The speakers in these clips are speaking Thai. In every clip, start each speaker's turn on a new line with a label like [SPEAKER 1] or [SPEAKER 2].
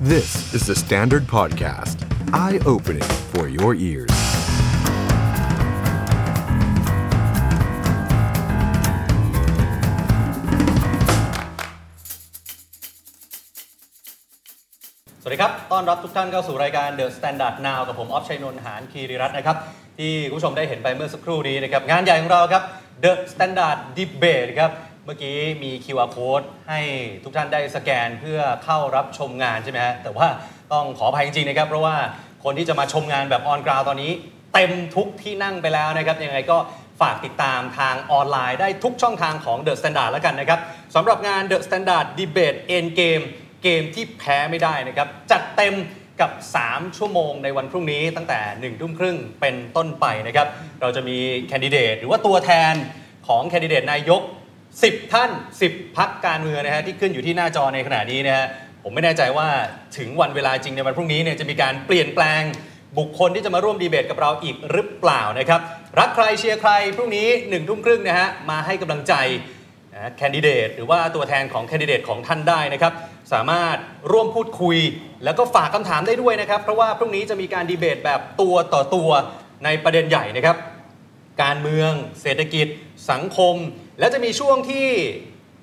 [SPEAKER 1] This is the Standard Podcast. Eye opening for your ears.
[SPEAKER 2] สวัสดีครับ ต้อนรับทุกท่านเข้าสู่รายการ The Standard Now กับผมออฟชัยนนท์หานคีรีรัตน์นะครับ ที่คุณผู้ชมได้เห็นไปเมื่อสักครู่นี้นะครับ งานใหญ่ของเราครับ The Standard Debate ครับ เมื่อกี้มี QR Code ให้ทุกท่านได้สแกนเพื่อเข้ารับชมงานใช่ไหมฮะ แต่ว่าต้องขออภัยจริงๆนะครับ เพราะว่าคนที่จะมาชมงานแบบออนกราวตอนนี้ เต็มทุกที่นั่งไปแล้วนะครับ ยังไงก็ฝากติดตามทางออนไลน์ได้ทุกช่องทางของ The Standard แล้วกันนะครับสำหรับงาน The Standard Debate End Game เกมที่แพ้ไม่ได้นะครับ จัดเต็มกับ 3 ชั่วโมงในวันพรุ่งนี้ตั้งแต่1ทุ่มครึ่งเป็นต้นไปนะครับ เราจะมีแคนดิเดตหรือว่าตัวแทนของแคนดิเดตนายก 10 ท่าน 10 พักการเมืองนะฮะที่ขึ้นอยู่ที่หน้าจอในขณะนี้นะฮะผมไม่แน่ใจว่าถึงวันเวลาจริงในวันพรุ่งนี้เนี่ยจะมีการเปลี่ยนแปลง บุคคลที่จะมาร่วมดีเบตกับเราอีกหรือเปล่านะครับรักใครเชียร์ใครพรุ่งนี้1นึ่ทุ่มครึ่งนะฮะมาให้กำลังใจ แคนดิเดตหรือว่าตัวแทนของแคนดิเดตของท่านได้นะครับ สามารถร่วมพูดคุย แล้วก็ฝากคำถามได้ด้วยนะครับ เพราะว่าพรุ่งนี้จะมีการดีเบตแบบตัวต่อตัวในประเด็นใหญ่นะครับ การเมือง เศรษฐกิจ สังคม และจะมีช่วงที่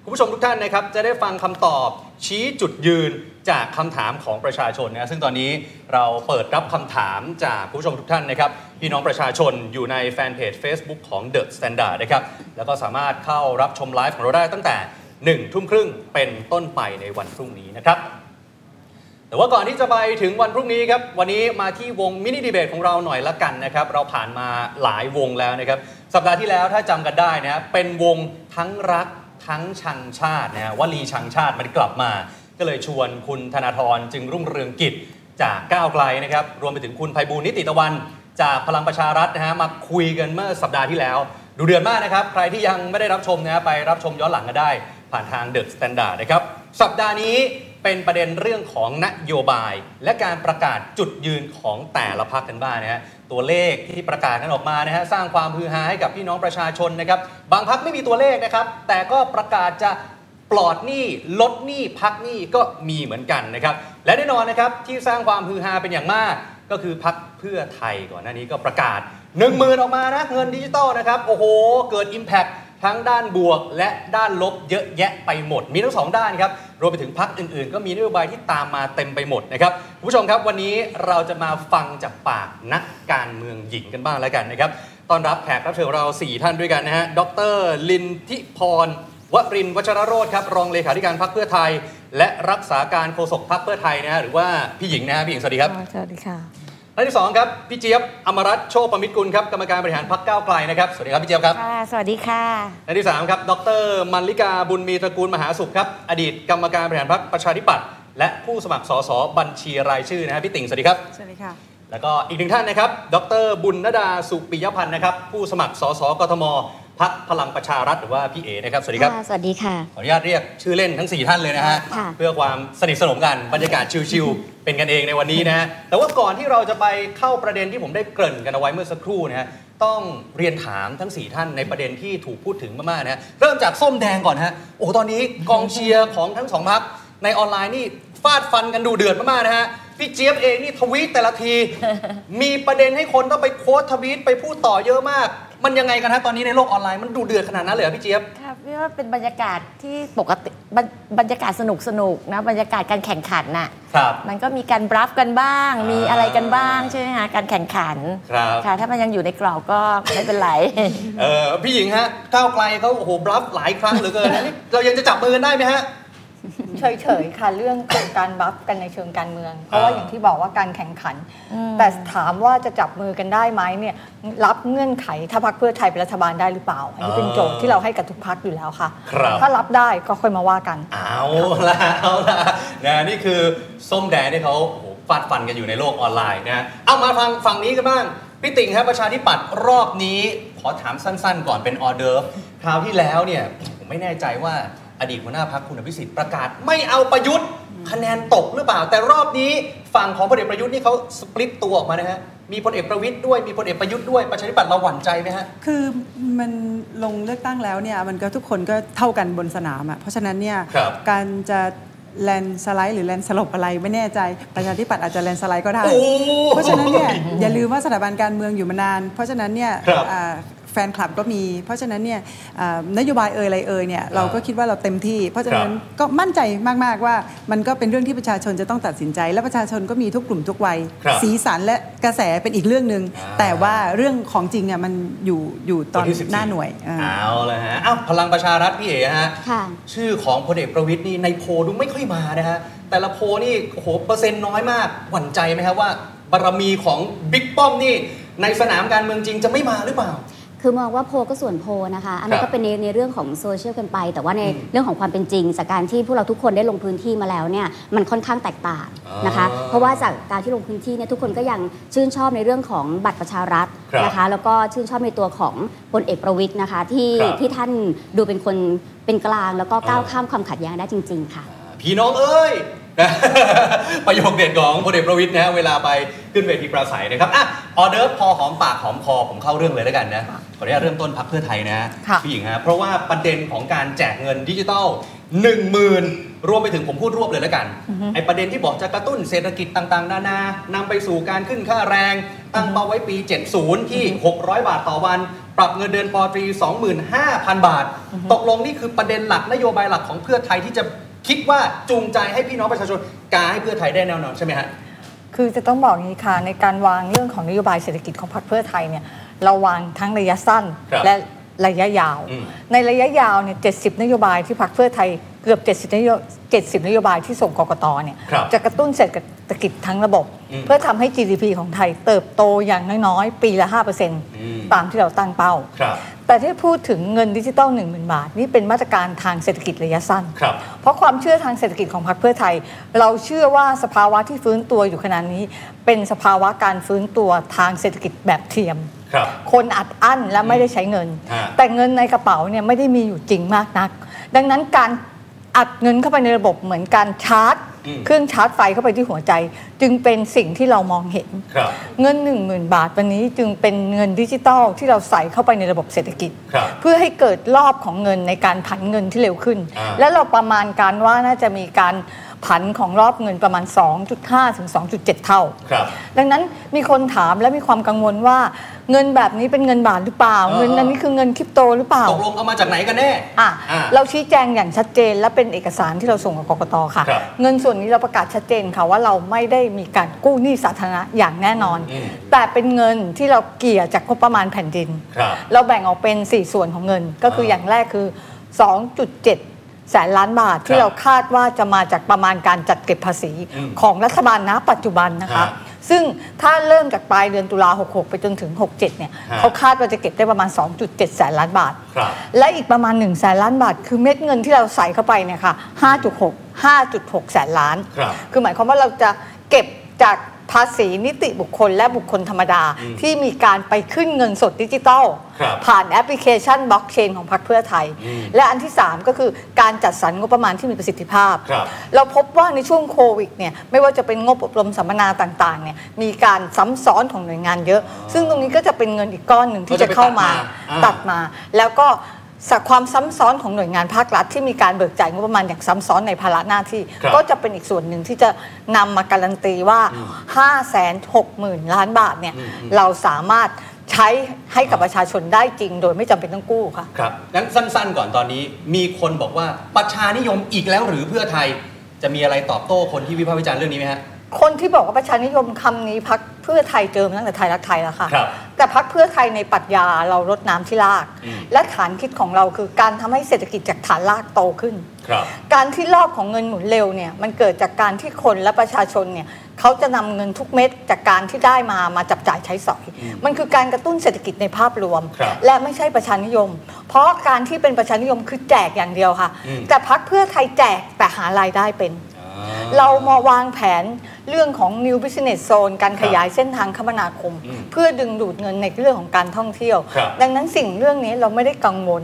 [SPEAKER 2] คุณผู้ชมทุกท่านนะครับ จะได้ฟังคำตอบชี้จุดยืนจากคำถามของประชาชนนะซึ่งตอนนี้เราเปิดรับคำถามจากคุณผู้ชมทุกท่านนะครับ พี่น้องประชาชนอยู่ในแฟนเพจ Facebook ของ The Standard นะครับ แล้วก็สามารถเข้ารับชมไลฟ์ของเราได้ตั้งแต่1ทุ่มครึ่งเป็นต้นไปในวันพรุ่งนี้นะครับ แต่ว่าก่อนที่จะไปถึงวันพรุ่งนี้ครับ วันนี้มาที่วงมินิดีเบตของเราหน่อยละกันนะครับ เราผ่านมาหลายวงแล้วนะครับ สัปดาห์ที่แล้วถ้าจำกันได้นะเป็นวงทั้งรักทั้งชังชาตินะวลีชังชาติมันกลับมา ก็เลยชวนคุณธนาธรจึงรุ่งเรืองกิจจากก้าวไกลนะครับ รวมไปถึงคุณไพบูลย์นิติตะวัน จากพลังประชารัฐนะฮะมาคุยกันเมื่อสัปดาห์ที่แล้ว ดูเดือนมากนะครับ ใครที่ยังไม่ได้รับชมนะฮะไปรับชมย้อนหลังก็ได้ ผ่านทางเดอะสแตนดาร์ดนะครับ สัปดาห์นี้เป็นประเด็นเรื่องของนโยบาย และการประกาศจุดยืนของแต่ละพรรคกันบ้างนะฮะตัวเลขที่ประกาศกันออกมานะฮะสร้างความฮือฮาให้กับพี่น้องประชาชนนะครับบางพรรคไม่มีตัวเลขนะครับ แต่ก็ประกาศจะ ปลอดหนี้ลดหนี้พักหนี้ก็มีเหมือนกันนะครับ และแน่นอนนะครับที่สร้างความฮือฮาเป็นอย่างมาก ก็คือพักเพื่อไทยก่อนหน้านี้ก็ประกาศ 1 0,000ื่นออกมานะเงินดิจิตอลนะครับ โอ้โห เกิด Impact ทั้งด้านบวกและด้านลบเยอะแยะไปหมด มีทั้งสองด้านครับ รวมไปถึงพักอื่นๆ ก็มีนโยบายที่ตามมาเต็มไปหมดนะครับคุณผู้ชมครับวันนี้เราจะมาฟังจากปากนักการเมืองหญิงกันบ้างแล้วกันนะครับต้อนรับแขกรับเชิญของเราสี่ท่านด้วยกันนะฮะดรลินทิพร วรินทร์วัชรโรธครับรองเลขาธิการพรรคเพื่อไทย และรักษาการโฆษกพรรคเพื่อไทยนะฮะหรือว่าพี่หญิงนะฮะพี่หญิงสวัสดีครับ
[SPEAKER 3] อ๋อสวัสดีค่ะ
[SPEAKER 2] ท่านที่สองครับพี่เจี๊ยบอมรัตน์โชคประมิตรกุลครับกรรมการบริหารพรรคก้าวไกลนะครับสวัสดีครับพี่เจี๊ยบครับ
[SPEAKER 3] ค่ะ สวัสดีค่ะ
[SPEAKER 2] ท่านที่สามครับดรมัลลิกาบุญมีตระกูลมหาสุขครับอดีตกรรมการบริหารพรรคประชาธิปัตย์และผู้สมัครสสบัญชีรายชื่อนะฮะพี่ติ่งสวัสดีครับ
[SPEAKER 3] สวัสดีค่ะ
[SPEAKER 2] แล้วก็อีกหนึ่งท่านนะครับ ดรบุญนดาสุปิยพันธ์นะครับผู้สมัครสสกทมพักพลังประชารัฐหรือว่าพี่เอนะครับสวัสดีครับ
[SPEAKER 4] สวัสดีค่ะ
[SPEAKER 2] ขออนุญาตเรียกชื่อเล่นทั้ง 4 ท่านเลยนะฮะ
[SPEAKER 4] ค่ะ
[SPEAKER 2] เพื่อความสนิทสนมกันบรรยากาศชิลๆ เป็นกันเองในวันนี้นะฮะแต่ว่าก่อนที่เราจะไปเข้าประเด็นที่ผมได้เกริ่นกันเอาไว้เมื่อสักครู่นะฮะต้องเรียนถามทั้ง 4 ท่านในประเด็นที่ถูกพูดถึงมากๆนะฮะเริ่มจากส้มแดงก่อนฮะโอ้โหตอนนี้กองเชียร์ของทั้งสองพักในออนไลน์นี่ฟาดฟันกันดูเดือดมากๆนะฮะพี่เจี๊ยบเองนี่ทวีตแต่ละที มีประเด็นให้คนต้องไปโค้ดทวีตไปพูดต่อเยอะมาก มันยังไงกันฮะตอนนี้ในโลกออนไลน์มันดูเดือดขนาดนั้นเลยเหรอพี่เจี๊ยบ
[SPEAKER 4] ครับพี่ว่าเป็นบรรยากาศที่ปกติบรรบรรยากาศสนุกสนุกนะบรรยากาศการแข่งขันน่ะ
[SPEAKER 2] ครับ
[SPEAKER 4] มันก็มีการบรัฟกันบ้าง
[SPEAKER 2] อ่ามี
[SPEAKER 4] มีอะไรกันบ้างใช่ไหมคะการแข่งขัน
[SPEAKER 2] ครับ
[SPEAKER 4] ค่ะ ถ้ามันยังอยู่ในกรอบก็ไม่เป็นไร
[SPEAKER 2] เออพี่หญิงฮะก้าวไกลเขาโอ้โหบลัฟหลายครั้งเหลือเกินนะนี่เรายังจะจับมือกันได้ไหมฮะ
[SPEAKER 5] เฉยๆ ค่ะ เรื่องการบัฟกันในเชิงการเมือง เพราะ
[SPEAKER 2] อ่า
[SPEAKER 5] ว่าอย่างที่บอกว่าการแข่งขัน แต่ถามว่าจะจับมือกันได้ไหมเนี่ยรับเงื่อนไขถ้าพักเพื่อไทยเป็นรัฐบาลได้หรือเปล่า อันนี้เป็นโจทย์ที่เราให้กับทุกพักอยู่แล้วค่ะ
[SPEAKER 2] ครับ
[SPEAKER 5] ถ้ารับได้ก็ค่อยมาว่ากัน
[SPEAKER 2] เอาละเอาละนะนี่คือส้มแดงที่เขาโอ้โหฟาดฟันกันอยู่ในโลกออนไลน์นะเอามาฟังฝั่งนี้กันบ้างพี่ติ่งครับประชาธิปัตย์รอบนี้ขอถามสั้นๆ ก่อนเป็นออเดอร์ฟคราวที่แล้วเนี่ยผมไม่แน่ใจว่าอดีตหัวหน้าพักคุณอภิสิทธิ์ประกาศไม่เอาประยุทธ์คะแนนตกหรือเปล่า แต่รอบนี้ฝั่งของพลเอกประยุทธ์นี่เขาสปลิตตัวออกมานะฮะมีพลเอกประวิทย์ด้วยมีพลเอกประยุทธ์ด้วยประชาธิปัตย์เราหวั่นใจไหมฮะ
[SPEAKER 6] คือมันลงเลือกตั้งแล้วเนี่ยมันก็ทุกคนก็เท่ากันบนสนามอะ่ะเพราะฉะนั้นเนี่ย
[SPEAKER 2] ครับ
[SPEAKER 6] การจะ
[SPEAKER 3] แลนสไลด์หรือแลนสลบอะไรไม่แน่ใจประชาธิปัตย์อาจจะแลนสไลด์ก็ได้
[SPEAKER 2] โอ้
[SPEAKER 3] เพราะฉะนั้นเนี่ยอย่าลืมว่าสถาบันการเมืองอยู่มานาน เพราะฉะนั้นเนี่ย
[SPEAKER 2] ครับ
[SPEAKER 3] อ่าแฟนคลับก็มี เพราะฉะนั้นเนี่ยอ่านโยบายเอ่ยอะไรเอ่ยเนี่ยเราก็คิดว่าเราเต็มที่ เพราะฉะนั้น
[SPEAKER 2] ครับ
[SPEAKER 3] ก็มั่นใจมาก ๆ ว่ามันก็เป็นเรื่องที่ประชาชนจะต้องตัดสินใจ และประชาชนก็มีทุกกลุ่มทุกวัย
[SPEAKER 2] ครับ
[SPEAKER 3] สีสันและกระแสเป็นอีกเรื่องหนึง่ง
[SPEAKER 2] อ่า
[SPEAKER 3] แต่ว่าเรื่องของจริงอ่ะมันอยู่อยู่ตอน
[SPEAKER 2] วัที่14
[SPEAKER 3] หน้าหน่วยอ่า
[SPEAKER 2] เอาเลยฮะอ้าวพลังประชารัฐพี่เอ๋ฮะ
[SPEAKER 6] ค่ะ
[SPEAKER 2] ชื่อของพลเอกประวิทย์นี่ในโพลดูไม่ค่อยมานะฮะ แต่ละโพลนี่โอ้โหเปอร์เซ็นต์น้อยมาก หวั่นใจไหมครับว่า บารมีของบิ๊กป้อมนี่ ในสนามการเมืองจริงจะไม่มาหรือเปล่า
[SPEAKER 6] คือมองว่าโพลก็ส่วนโพลนะคะ อันนั้น
[SPEAKER 2] ครั
[SPEAKER 6] ก็
[SPEAKER 2] บ
[SPEAKER 6] เป็นในในเรื่องของโซเชียลกันไป แต่ว่าใน
[SPEAKER 2] อืม
[SPEAKER 6] เรื่องของความเป็นจริง จากการที่พวกเราทุกคนได้ลงพื้นที่มาแล้วเนี่ยมันค่อนข้างแตกต่างนะคะ
[SPEAKER 2] อ่า
[SPEAKER 6] เพราะว่าจากการที่ลงพื้นที่เนี่ยทุกคนก็ยังชื่นชอบในเรื่องของบัตรประชารัฐ
[SPEAKER 2] ครับ
[SPEAKER 6] นะคะ แล้วก็ชื่นชอบในตัวของพลเอกประวิทย์นะคะ ที่
[SPEAKER 2] ครับ
[SPEAKER 6] ที่ท่านดูเป็นคนเป็นกลาง แล้วก็ก้าว
[SPEAKER 2] อ่า
[SPEAKER 6] ข้ามความขัดแย้งได้จริง ๆ ค่ะ
[SPEAKER 2] พี่น้องเอ้ย ประโยคเด็ดของพลเอกประวิทย์นะฮะเวลาไปขึ้นเวทีปราศัยนะครับอ่ะออเดิร์ฟพอหอมปากหอมคอผมเข้าเรื่องเลยแล้วกันนะขออนุญาตเริ่มต้นพักเพื่อไทยนะฮะ
[SPEAKER 5] ค่ะ
[SPEAKER 2] พี่หญิงฮะเพราะว่าประเด็นของการแจกเงินดิจิตอล1 0,000 รวมไปถึงผมพูดรวบเลยแล้วกันไอประเด็นที่บอกจะกระตุ้นเศรษฐกิจต่างๆ นานานำไปสู่การขึ้นค่าแรง ตั้งเป้าไว้ปี 70 ที่ 600 บาทต่อวัน ปรับเงินเดือนปอตรี 25,000 บาท ตกลงนี่คือประเด็นหลักนโยบายหลักของเพื่อไทยที่จะคิดว่าจูงใจให้พี่น้องประชาชนกาให้เพื่อไทยได้แน่นอนใช่ไหมฮะ
[SPEAKER 5] คือจะต้องบอกอย่างนี้ค่ะในการวางเรื่องของนโยบายเศรษฐกิจของพรรคเพื่อไทยเนี่ยเราวางทั้งระยะสั้น
[SPEAKER 2] ครับ
[SPEAKER 5] และระยะยาว
[SPEAKER 2] อืม
[SPEAKER 5] ในระยะยาวเนี่ยเจนโยบายที่พรรคเพื่อไทยเกือบ 70 นโยเจ็ดสิบนโยบายที่ส่งกกตเนี่ย
[SPEAKER 2] ครับ
[SPEAKER 5] จะกระตุ้นเศรษฐกิจทั้งระบบ
[SPEAKER 2] อืม
[SPEAKER 5] เพื่อทำให้ GDP ของไทยเติบโตอย่างน้อยๆ ปีละ
[SPEAKER 2] ม
[SPEAKER 5] 5%ตามที่เราตั้งเป้า
[SPEAKER 2] ครับ
[SPEAKER 5] แต่ที่พูดถึงเงินดิจิตอล1 0,000 บาท นี่เป็นมาตรการทางเศรษฐกิจระยะสั้น
[SPEAKER 2] ครับ
[SPEAKER 5] เพราะความเชื่อทางเศรษฐกิจของพรรคเพื่อไทย เราเชื่อว่าสภาวะที่ฟื้นตัวอยู่ขณะนี้ เป็นสภาวะการฟื้นตัวทางเศรษฐกิจแบบเทียม
[SPEAKER 2] ครับ
[SPEAKER 5] คนอัดอั้นและไม่ได้ใช้เงิน
[SPEAKER 2] ฮะ
[SPEAKER 5] แต่เงินในกระเป๋าเนี่ยไม่ได้มีอยู่จริงมากนัก ดังนั้นการอัดเงินเข้าไปในระบบเหมือนการชาร์จ
[SPEAKER 2] อืม
[SPEAKER 5] เครื่องชาร์จไฟเข้าไปที่หัวใจ จึงเป็นสิ่งที่เรามองเห็น
[SPEAKER 2] ครับ
[SPEAKER 5] เงิน 1 0,000 บาทวันนี้จึงเป็นเงินดิจิตอลที่เราใส่เข้าไปในระบบเศรษฐกิจ
[SPEAKER 2] ครับ
[SPEAKER 5] เพื่อให้เกิดรอบของเงินในการผันเงินที่เร็วขึ้น
[SPEAKER 2] อ่า
[SPEAKER 5] และเราประมาณการว่าน่าจะมีการผันของรอบเงินประมาณ 2.5 ถึง 2.7 เท่า
[SPEAKER 2] ครับ
[SPEAKER 5] ดังนั้นมีคนถามและมีความกังวลว่าเงินแบบนี้เป็นเงินบาทหรือเปล่า
[SPEAKER 2] อ่า
[SPEAKER 5] เงินอันนี้คือเงินคริปโตหรือเปล่า
[SPEAKER 2] ตกลงเอามาจากไหนกันแน่
[SPEAKER 5] อ่ะ
[SPEAKER 2] อ่ะ
[SPEAKER 5] เราชี้แจงอย่างชัดเจนและเป็นเอกสารที่เราส่งกับกกตค่ะ
[SPEAKER 2] ครับ
[SPEAKER 5] เงินส่วนนี้เราประกาศชัดเจนค่ะว่าเราไม่ได้มีการกู้หนี้สาธารณะอย่างแน่นอน
[SPEAKER 2] อืม
[SPEAKER 5] แต่เป็นเงินที่เราเกี่ยจากงบประมาณแผ่นดิน
[SPEAKER 2] ครับ
[SPEAKER 5] เราแบ่งออกเป็น 4 ส่วนของเงินก็คือ
[SPEAKER 2] อ่า
[SPEAKER 5] อย่างแรกคือ 2.7 แสนล้านบาท
[SPEAKER 2] ค
[SPEAKER 5] ที่
[SPEAKER 2] รับ
[SPEAKER 5] เราคาดว่าจะมาจากประมาณการจัดเก็บภาษี
[SPEAKER 2] อืม
[SPEAKER 5] ของรัฐบาลณปัจจุบันนะคะ
[SPEAKER 2] ฮะ
[SPEAKER 5] ซึ่งถ้าเริ่มจากปลายเดือนตุลา66 ไปจนถึง 67 เนี่ย
[SPEAKER 2] ฮะ
[SPEAKER 5] เขาคาดว่าจะเก็บได้ประมาณ 2.7 แสนล้านบาท
[SPEAKER 2] ครับ
[SPEAKER 5] และอีกประมาณ1นึ่งแสนล้านบาท คือเม็ดเงินที่เราใส่เข้าไปเนี่ยค่ะ5.6 5.6 แสนล้าน
[SPEAKER 2] ครับ
[SPEAKER 5] คือหมายความว่าเราจะเก็บจากภาษีนิติบุคคลและบุคคลธรรมดา
[SPEAKER 2] อืม
[SPEAKER 5] ที่มีการไปขึ้นเงินสดดิจิตอล
[SPEAKER 2] ครับ
[SPEAKER 5] ผ่านแอปพลิเคชันบล็อกเชนของพรรคเพื่อไทย
[SPEAKER 2] อืม
[SPEAKER 5] และอันที่ 3 ก็คือการจัดสรรงบประมาณที่มีประสิทธิภาพ
[SPEAKER 2] ครับ
[SPEAKER 5] เราพบว่าในช่วงโควิดเนี่ยไม่ว่าจะเป็นงบอบรมสัมมนาต่างๆเนี่ยมีการซ้ำซ้อนของหน่วยงานเยอะ ซึ่งตรงนี้ก็จะเป็นเงินอีกก้อนหนึ่งที่จะเข้ามา
[SPEAKER 2] ก็จะไปตัดมาอ่า
[SPEAKER 5] ตัด มาแล้วก็สักความซ้ำซ้อนของหน่วยงานภาครัฐ ที่มีการเบิกจ่ายงบประมาณอย่างซ้ำซ้อนในภาระหน้าที่
[SPEAKER 2] ครับ
[SPEAKER 5] ก็จะเป็นอีกส่วนหนึ่งที่จะนำมาการันตีว่า 560,000 ล้านบาทเนี่ย
[SPEAKER 2] อืมอืม
[SPEAKER 5] เราสามารถใช้ให้กับประชาชนได้จริง โดยไม่จำเป็นต้องกู้ค่ะ
[SPEAKER 2] ครับงั้นสั้นๆ ก่อนตอนนี้มีคนบอกว่าประชานิยมอีกแล้วหรือเพื่อไทย จะมีอะไรตอบโต้คนที่วิพากษ์วิจารณ์เรื่องนี้ไหมฮะ
[SPEAKER 5] คนที่บอกว่าประชานิยมคำนี้พักเพื่อไทยเจอมาตั้งแต่ไทยรักไทยแล้วค่ะ
[SPEAKER 2] ครับ
[SPEAKER 5] แต่พักเพื่อไทยในปรัชญาเรารดน้ำที่ราก
[SPEAKER 2] อืม
[SPEAKER 5] และฐานคิดของเราคือการทำให้เศรษฐกิจจากฐานรากโตขึ้น
[SPEAKER 2] ครับ
[SPEAKER 5] การที่รอบของเงินหมุนเร็วเนี่ยมันเกิดจากการที่คนและประชาชนเนี่ยเขาจะนำเงินทุกเม็ดจากการที่ได้มามาจับจ่ายใช้สอย มันคือการกระตุ้นเศรษฐกิจในภาพรวม
[SPEAKER 2] ครับ
[SPEAKER 5] และไม่ใช่ประชานิยม เพราะการที่เป็นประชานิยมคือแจกอย่างเดียวค่ะ
[SPEAKER 2] อืม
[SPEAKER 5] แต่พักเพื่อไทยแจกแต่หารายได้เป็น
[SPEAKER 2] อ่
[SPEAKER 5] เรามาวางแผนเรื่องของ New Business Zone การขยายเส้นทางคมนาคม
[SPEAKER 2] อืม
[SPEAKER 5] เพื่อดึงดูดเงินในเรื่องของการท่องเที่ยว
[SPEAKER 2] ครับ
[SPEAKER 5] ดังนั้นสิ่งเรื่องนี้เราไม่ได้กังวล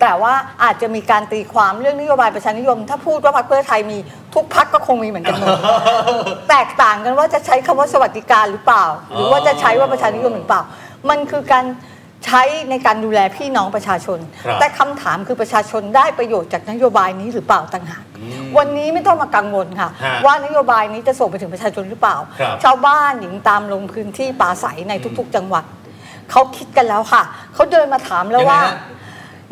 [SPEAKER 5] แต่ว่าอาจจะมีการตีความเรื่องนโยบายประชานิยม ถ้าพูดว่าพรรคเพื่อไทยมีทุกพักก็คงมีเหมือนกันหม ด แตกต่างกันว่าจะใช้คำว่าสวัสดิการหรือเปล่า หรือว่าจะใช้ว่าประชานิยมหรือเปล่า มันคือการใช้ในการดูแลพี่น้องประชาชน
[SPEAKER 2] ครับ
[SPEAKER 5] แต่คำถามคือประชาชนได้ประโยชน์จากนโยบายนี้หรือเปล่าต่างหาก วันนี้ไม่ต้องมากังวลค่ะ
[SPEAKER 2] ฮะ
[SPEAKER 5] ว่านโยบายนี้จะส่งไปถึงประชาชนหรือเปล่า
[SPEAKER 2] ครับ
[SPEAKER 5] ชาวบ้านหญิงตามลงพื้นที่ป่าใสในทุกๆ จังหวัดเขาคิดกันแล้วค่ะเขาเดินมาถามแล้วว่า
[SPEAKER 2] ยังไงฮะ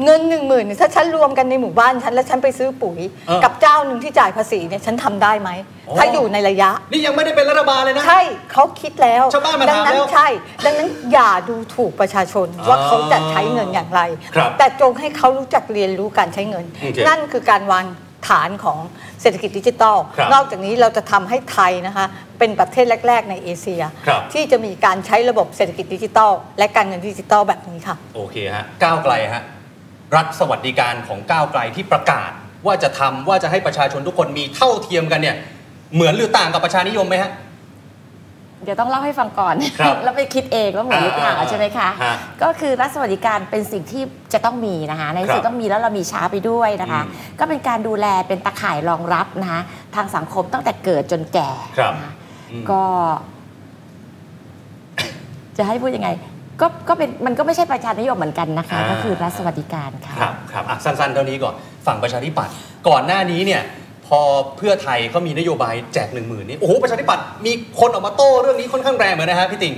[SPEAKER 5] เงินหนึ่งหมื่นเนี่ยถ้าฉันรวมกันในหมู่บ้านฉันแล้วฉันไปซื้อปุ๋ย
[SPEAKER 2] เออ
[SPEAKER 5] กับเจ้าหนึ่งที่จ่ายภาษีเนี่ยฉันทำได้ไหม
[SPEAKER 2] อ๋อ
[SPEAKER 5] ถ้าอยู่ในระยะ
[SPEAKER 2] นี่ยังไม่ได้เป็นรัฐบาลเลยนะ
[SPEAKER 5] ใช่เขาคิดแล้ว
[SPEAKER 2] ชาวบ้านมา
[SPEAKER 5] ดั
[SPEAKER 2] ถาม
[SPEAKER 5] นั้น
[SPEAKER 2] แล้ว
[SPEAKER 5] ใช่ ดังนั้นอย่าดูถูกประชาชน
[SPEAKER 2] อ๋อ
[SPEAKER 5] ว่าเขาจะใช้เงินอย่างไร
[SPEAKER 2] ครับ
[SPEAKER 5] แต่จงให้เขารู้จักเรียนรู้การใช้เงิน
[SPEAKER 2] โอเค
[SPEAKER 5] นั่นคือการวางฐานของเศรษฐกิจดิจิทัล
[SPEAKER 2] ครับ
[SPEAKER 5] นอกจากนี้เราจะทำให้ไทยนะคะ เป็นประเทศแรก ๆ ในเอเชีย
[SPEAKER 2] ครับ
[SPEAKER 5] ที่จะมีการใช้ระบบเศรษฐกิจดิจิทัล และการเงินดิจิทัลแบบนี้ค่ะ
[SPEAKER 2] โอเคฮะก้าวไกลฮะรัฐสวัสดิการของก้าวไกลที่ประกาศ ว่าจะทำว่าจะให้ประชาชนทุกคนมีเท่าเทียมกันเนี่ย เหมือนหรือต่างกับประชานิยมไหมฮะ
[SPEAKER 4] เดี๋ยวต้องเล่าให้ฟังก่อน
[SPEAKER 2] ครับ
[SPEAKER 4] แล้วไปคิดเองว่าเหมือนหรือเปล่า
[SPEAKER 2] อ่า
[SPEAKER 4] ใช่ไหมคะ
[SPEAKER 2] ฮะ
[SPEAKER 4] ก็คือรัฐสวัสดิการเป็นสิ่งที่จะต้องมีนะคะ ในที่สุ
[SPEAKER 2] ค
[SPEAKER 4] ด
[SPEAKER 2] รับ
[SPEAKER 4] ต้องมีแล้วเรามีช้าไปด้วยนะคะ
[SPEAKER 2] อืม
[SPEAKER 4] ก็เป็นการดูแลเป็นตะข่ายรองรับนะคะทางสังคมตั้งแต่เกิดจนแก่
[SPEAKER 2] ครับ
[SPEAKER 4] นะคะ
[SPEAKER 2] อืม
[SPEAKER 4] ก็ จะให้พูดยังไง ก็ก็เป็นมันก็ไม่ใช่ประชานิยมเหมือนกันนะคะ ก็คือรัฐสวัสดิการค่ะ
[SPEAKER 2] ครับครับอ่ะสั้นๆเท่านี้ก่อนฝั่งประชาธิปัตย์ก่อนหน้านี้เนี่ย พอเพื่อไทยเขามีนโยบายแจกหนึ่งหมื่นนี่โอ้โหประชาธิปัตย์มีคนออกมาโต้เรื่องนี้ค่อนข้างแรงเหมือนนะฮะพี่ติ่ง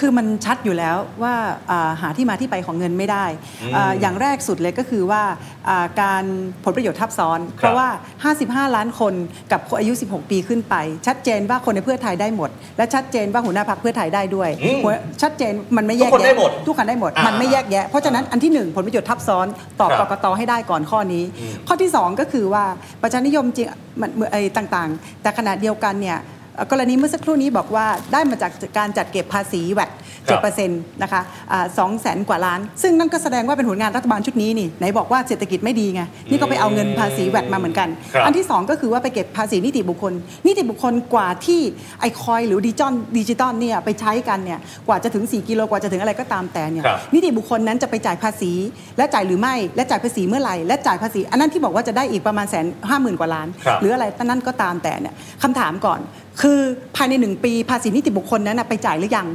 [SPEAKER 3] คือมันชัดอยู่แล้วว่าอ่าหาที่มาที่ไปของเงินไม่ได้
[SPEAKER 2] อืม
[SPEAKER 3] อ่าอย่างแรกสุดเลยก็คือว่าอ่าการผลประโยชน์ทับซ้อน เพราะว่า 55 ล้านคนกับคนอายุ 16 ปีขึ้นไป ชัดเจนว่าคนในเพื่อไทยได้หมด และชัดเจนว่าหัวหน้าพรรคเพื่อไทยได้ด้วย
[SPEAKER 2] อืม
[SPEAKER 3] หัวชัดเจนมันไม่แยก
[SPEAKER 2] ทุกคนได้
[SPEAKER 3] แยะ
[SPEAKER 2] หมด
[SPEAKER 3] ทุกคนได้หมด
[SPEAKER 2] อ่ามั
[SPEAKER 3] มันไม่แยกแยะ เพราะฉะนั้นอันที่หนึ่งผลประโยชน์ทับซ้อนตอบ
[SPEAKER 2] ค
[SPEAKER 3] ก
[SPEAKER 2] รับ
[SPEAKER 3] กตให้ได้ก่อนข้อนี้
[SPEAKER 2] อืม
[SPEAKER 3] ข้อที่สองก็คือว่าประชานิยมจริงมันเอ่อไอ้ต่างๆ แต่ขณะเดียวกันเนี่ยเอ่อกรณีเมื่อสักครู่นี้บอกว่าได้มาจากการจัดเก็บภาษีแวด
[SPEAKER 2] ครั
[SPEAKER 3] เจ็ด
[SPEAKER 2] บ
[SPEAKER 3] เปอร์เซ็นต์นะคะสองแสนกว่าล้าน ซึ่งนั่นก็แสดงว่าเป็นผลงานรัฐบาลชุดนี้นี่ไหนบอกว่าเศรษฐกิจไม่ดีไง นี่ก็ไปเอาเงินภาษีแวดมาเหมือนกัน
[SPEAKER 2] ครับ
[SPEAKER 3] อัที่สองก็คือว่าไปเก็บภาษีนิติบุคคล นิติบุคคลกว่าที่ไอคอยหรือดิจิตอลดิจิตอลเนี่ยไปใช้กันเนี่ยกว่าจะถึง 4 กิโลกว่าจะถึงอะไรก็ตามแต่เนี่ย
[SPEAKER 2] ครับ
[SPEAKER 3] นิติบุคคลนั้นจะไปจ่ายภาษี และจ่ายหรือไม่และจ่ายภาษีเมื่อไหร่และจ่ายภาษี อันนั้นที่บอกว่าจะได้อีกประมาณแสนห้าหมื่นกว่าล้าน
[SPEAKER 2] ครับ
[SPEAKER 3] หรืออะไรนั่นก็ตามแต่เนี่ยคำถามก่อน คือภายในหนึ่งปีภาษีนิติบุคคลนั้นนะไปจ่ายหรือยัง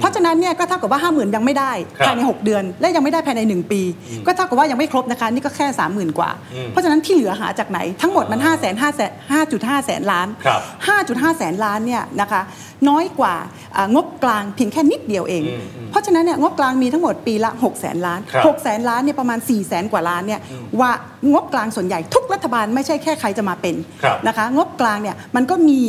[SPEAKER 3] เพราะฉะนั้นเนี่ยก็เท่ากับว่า 5 0,000 ยังไม่ได้
[SPEAKER 2] ครับ
[SPEAKER 3] ภายใน 6 เดือน และยังไม่ได้ภายใน 1 ปี ก็เท่ากับว่ายังไม่ครบนะคะนี่ก็แค่ 30,000 กว่า
[SPEAKER 2] อืม
[SPEAKER 3] เพราะฉะนั้นที่เหลือหาจากไหนทั้งหมดมัน5 5 0 0 5 5แสนล้าน
[SPEAKER 2] ครับ
[SPEAKER 3] 5.5 แสนล้านเนี่ยนะคะน้อยกว่าอ่างบกลางเพียงแค่นิดเดียวเอง
[SPEAKER 2] อืมอืม
[SPEAKER 3] เพราะฉะนั้นเนี่ยงบกลางมีทั้งหมดปีละ 6 0แสนล้าน
[SPEAKER 2] ครับ
[SPEAKER 3] 6 0แสนล้านเนี่ยประมาณ 4 0 0แสนกว่าล้านเนี่ยว่างบกลางส่วนใหญ่ทุกรัฐบาลไม่ใช่แค่ใครจะมาเป็น
[SPEAKER 2] ครับ
[SPEAKER 3] นะคะงบกลางเนี่ยมันก็มี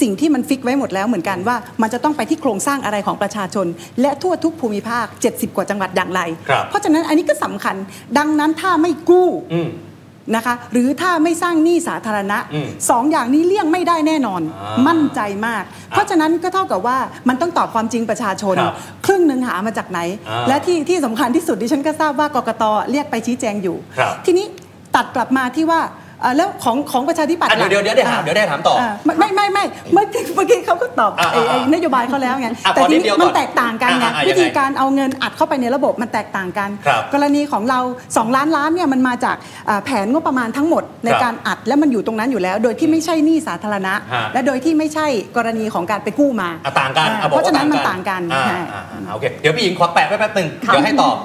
[SPEAKER 3] สิ่งที่มันฟิกไว้หมดแล้วเหมือนกันว่ามันจะต้องไปที่โครงสร้างอะไรของประชาชน และทั่วทุกภูมิภาค 70 กว่าจังหวัดอย่างไร
[SPEAKER 2] ครับ
[SPEAKER 3] เพราะฉะนั้นอันนี้ก็สำคัญดังนั้นถ้าไม่กู้
[SPEAKER 2] อืม
[SPEAKER 3] นะคะหรือถ้าไม่สร้างหนี้สาธารณะ
[SPEAKER 2] อืม
[SPEAKER 3] สองอย่างนี้เลี่ยงไม่ได้แน่นอน
[SPEAKER 2] อ่ามั่
[SPEAKER 3] มั่นใจมาก เพราะฉะนั้นก็เท่ากับว่ามันต้องตอบความจริงประชาชน
[SPEAKER 2] ครับ
[SPEAKER 3] ครึ่งหนึ่งหามาจากไหน
[SPEAKER 2] อ่า
[SPEAKER 3] และที่ที่สำคัญที่สุดดิฉันก็ทราบว่ากกตเรียกไปชี้แจงอยู่
[SPEAKER 2] ครับ
[SPEAKER 3] ทีนี้ตัดกลับมาที่ว่าเอ่อแล้วของของประชาธิปัตย์
[SPEAKER 2] อ่ะเดี๋ยวเดี๋ยวเดี๋ยวได้ถามเดี๋ยวได้ถามต่อ
[SPEAKER 3] าไม่ไม่ไม่ไม่เมื่อกี้เมื่อกี้เขาก็ตอบ
[SPEAKER 2] อ่า
[SPEAKER 3] ไอ้ไอ้
[SPEAKER 2] อ่าน
[SPEAKER 3] โยบายเขาแล้วไง
[SPEAKER 2] อ่ะ
[SPEAKER 3] แต่
[SPEAKER 2] ขอ
[SPEAKER 3] ที
[SPEAKER 2] นิดเดี
[SPEAKER 3] นี้
[SPEAKER 2] ยวก่อน
[SPEAKER 3] มันแตกต่างกันไง
[SPEAKER 2] อ่าอ่ายังไง
[SPEAKER 3] วิธีการเอาเงินอัดเข้าไปในระบบมันแตกต่างกัน
[SPEAKER 2] ครับ
[SPEAKER 3] กรณีของเรา 2 ล้านล้านเนี่ยมันมาจากอ่าแผนงบประมาณทั้งหมดใน
[SPEAKER 2] ครับ
[SPEAKER 3] การอัดและมันอยู่ตรงนั้นอยู่แล้ว โดยที่ไม่ใช่หนี้สาธารณะ
[SPEAKER 2] ฮะ
[SPEAKER 3] และโดยที่ไม่ใช่กรณีของการไปกู้มา
[SPEAKER 2] อ่ะต่างกันอ่
[SPEAKER 3] อ่า
[SPEAKER 2] บอก
[SPEAKER 3] เพ
[SPEAKER 2] ว่
[SPEAKER 3] ราะฉะนั้นมันต่างกัน
[SPEAKER 2] อ่า
[SPEAKER 3] ใช่
[SPEAKER 2] อ่าอ่าโอเคเดี๋ยวพี่หญิงขอแปะไว้แป๊บหนึ่งเดี๋ยวให้ตอบ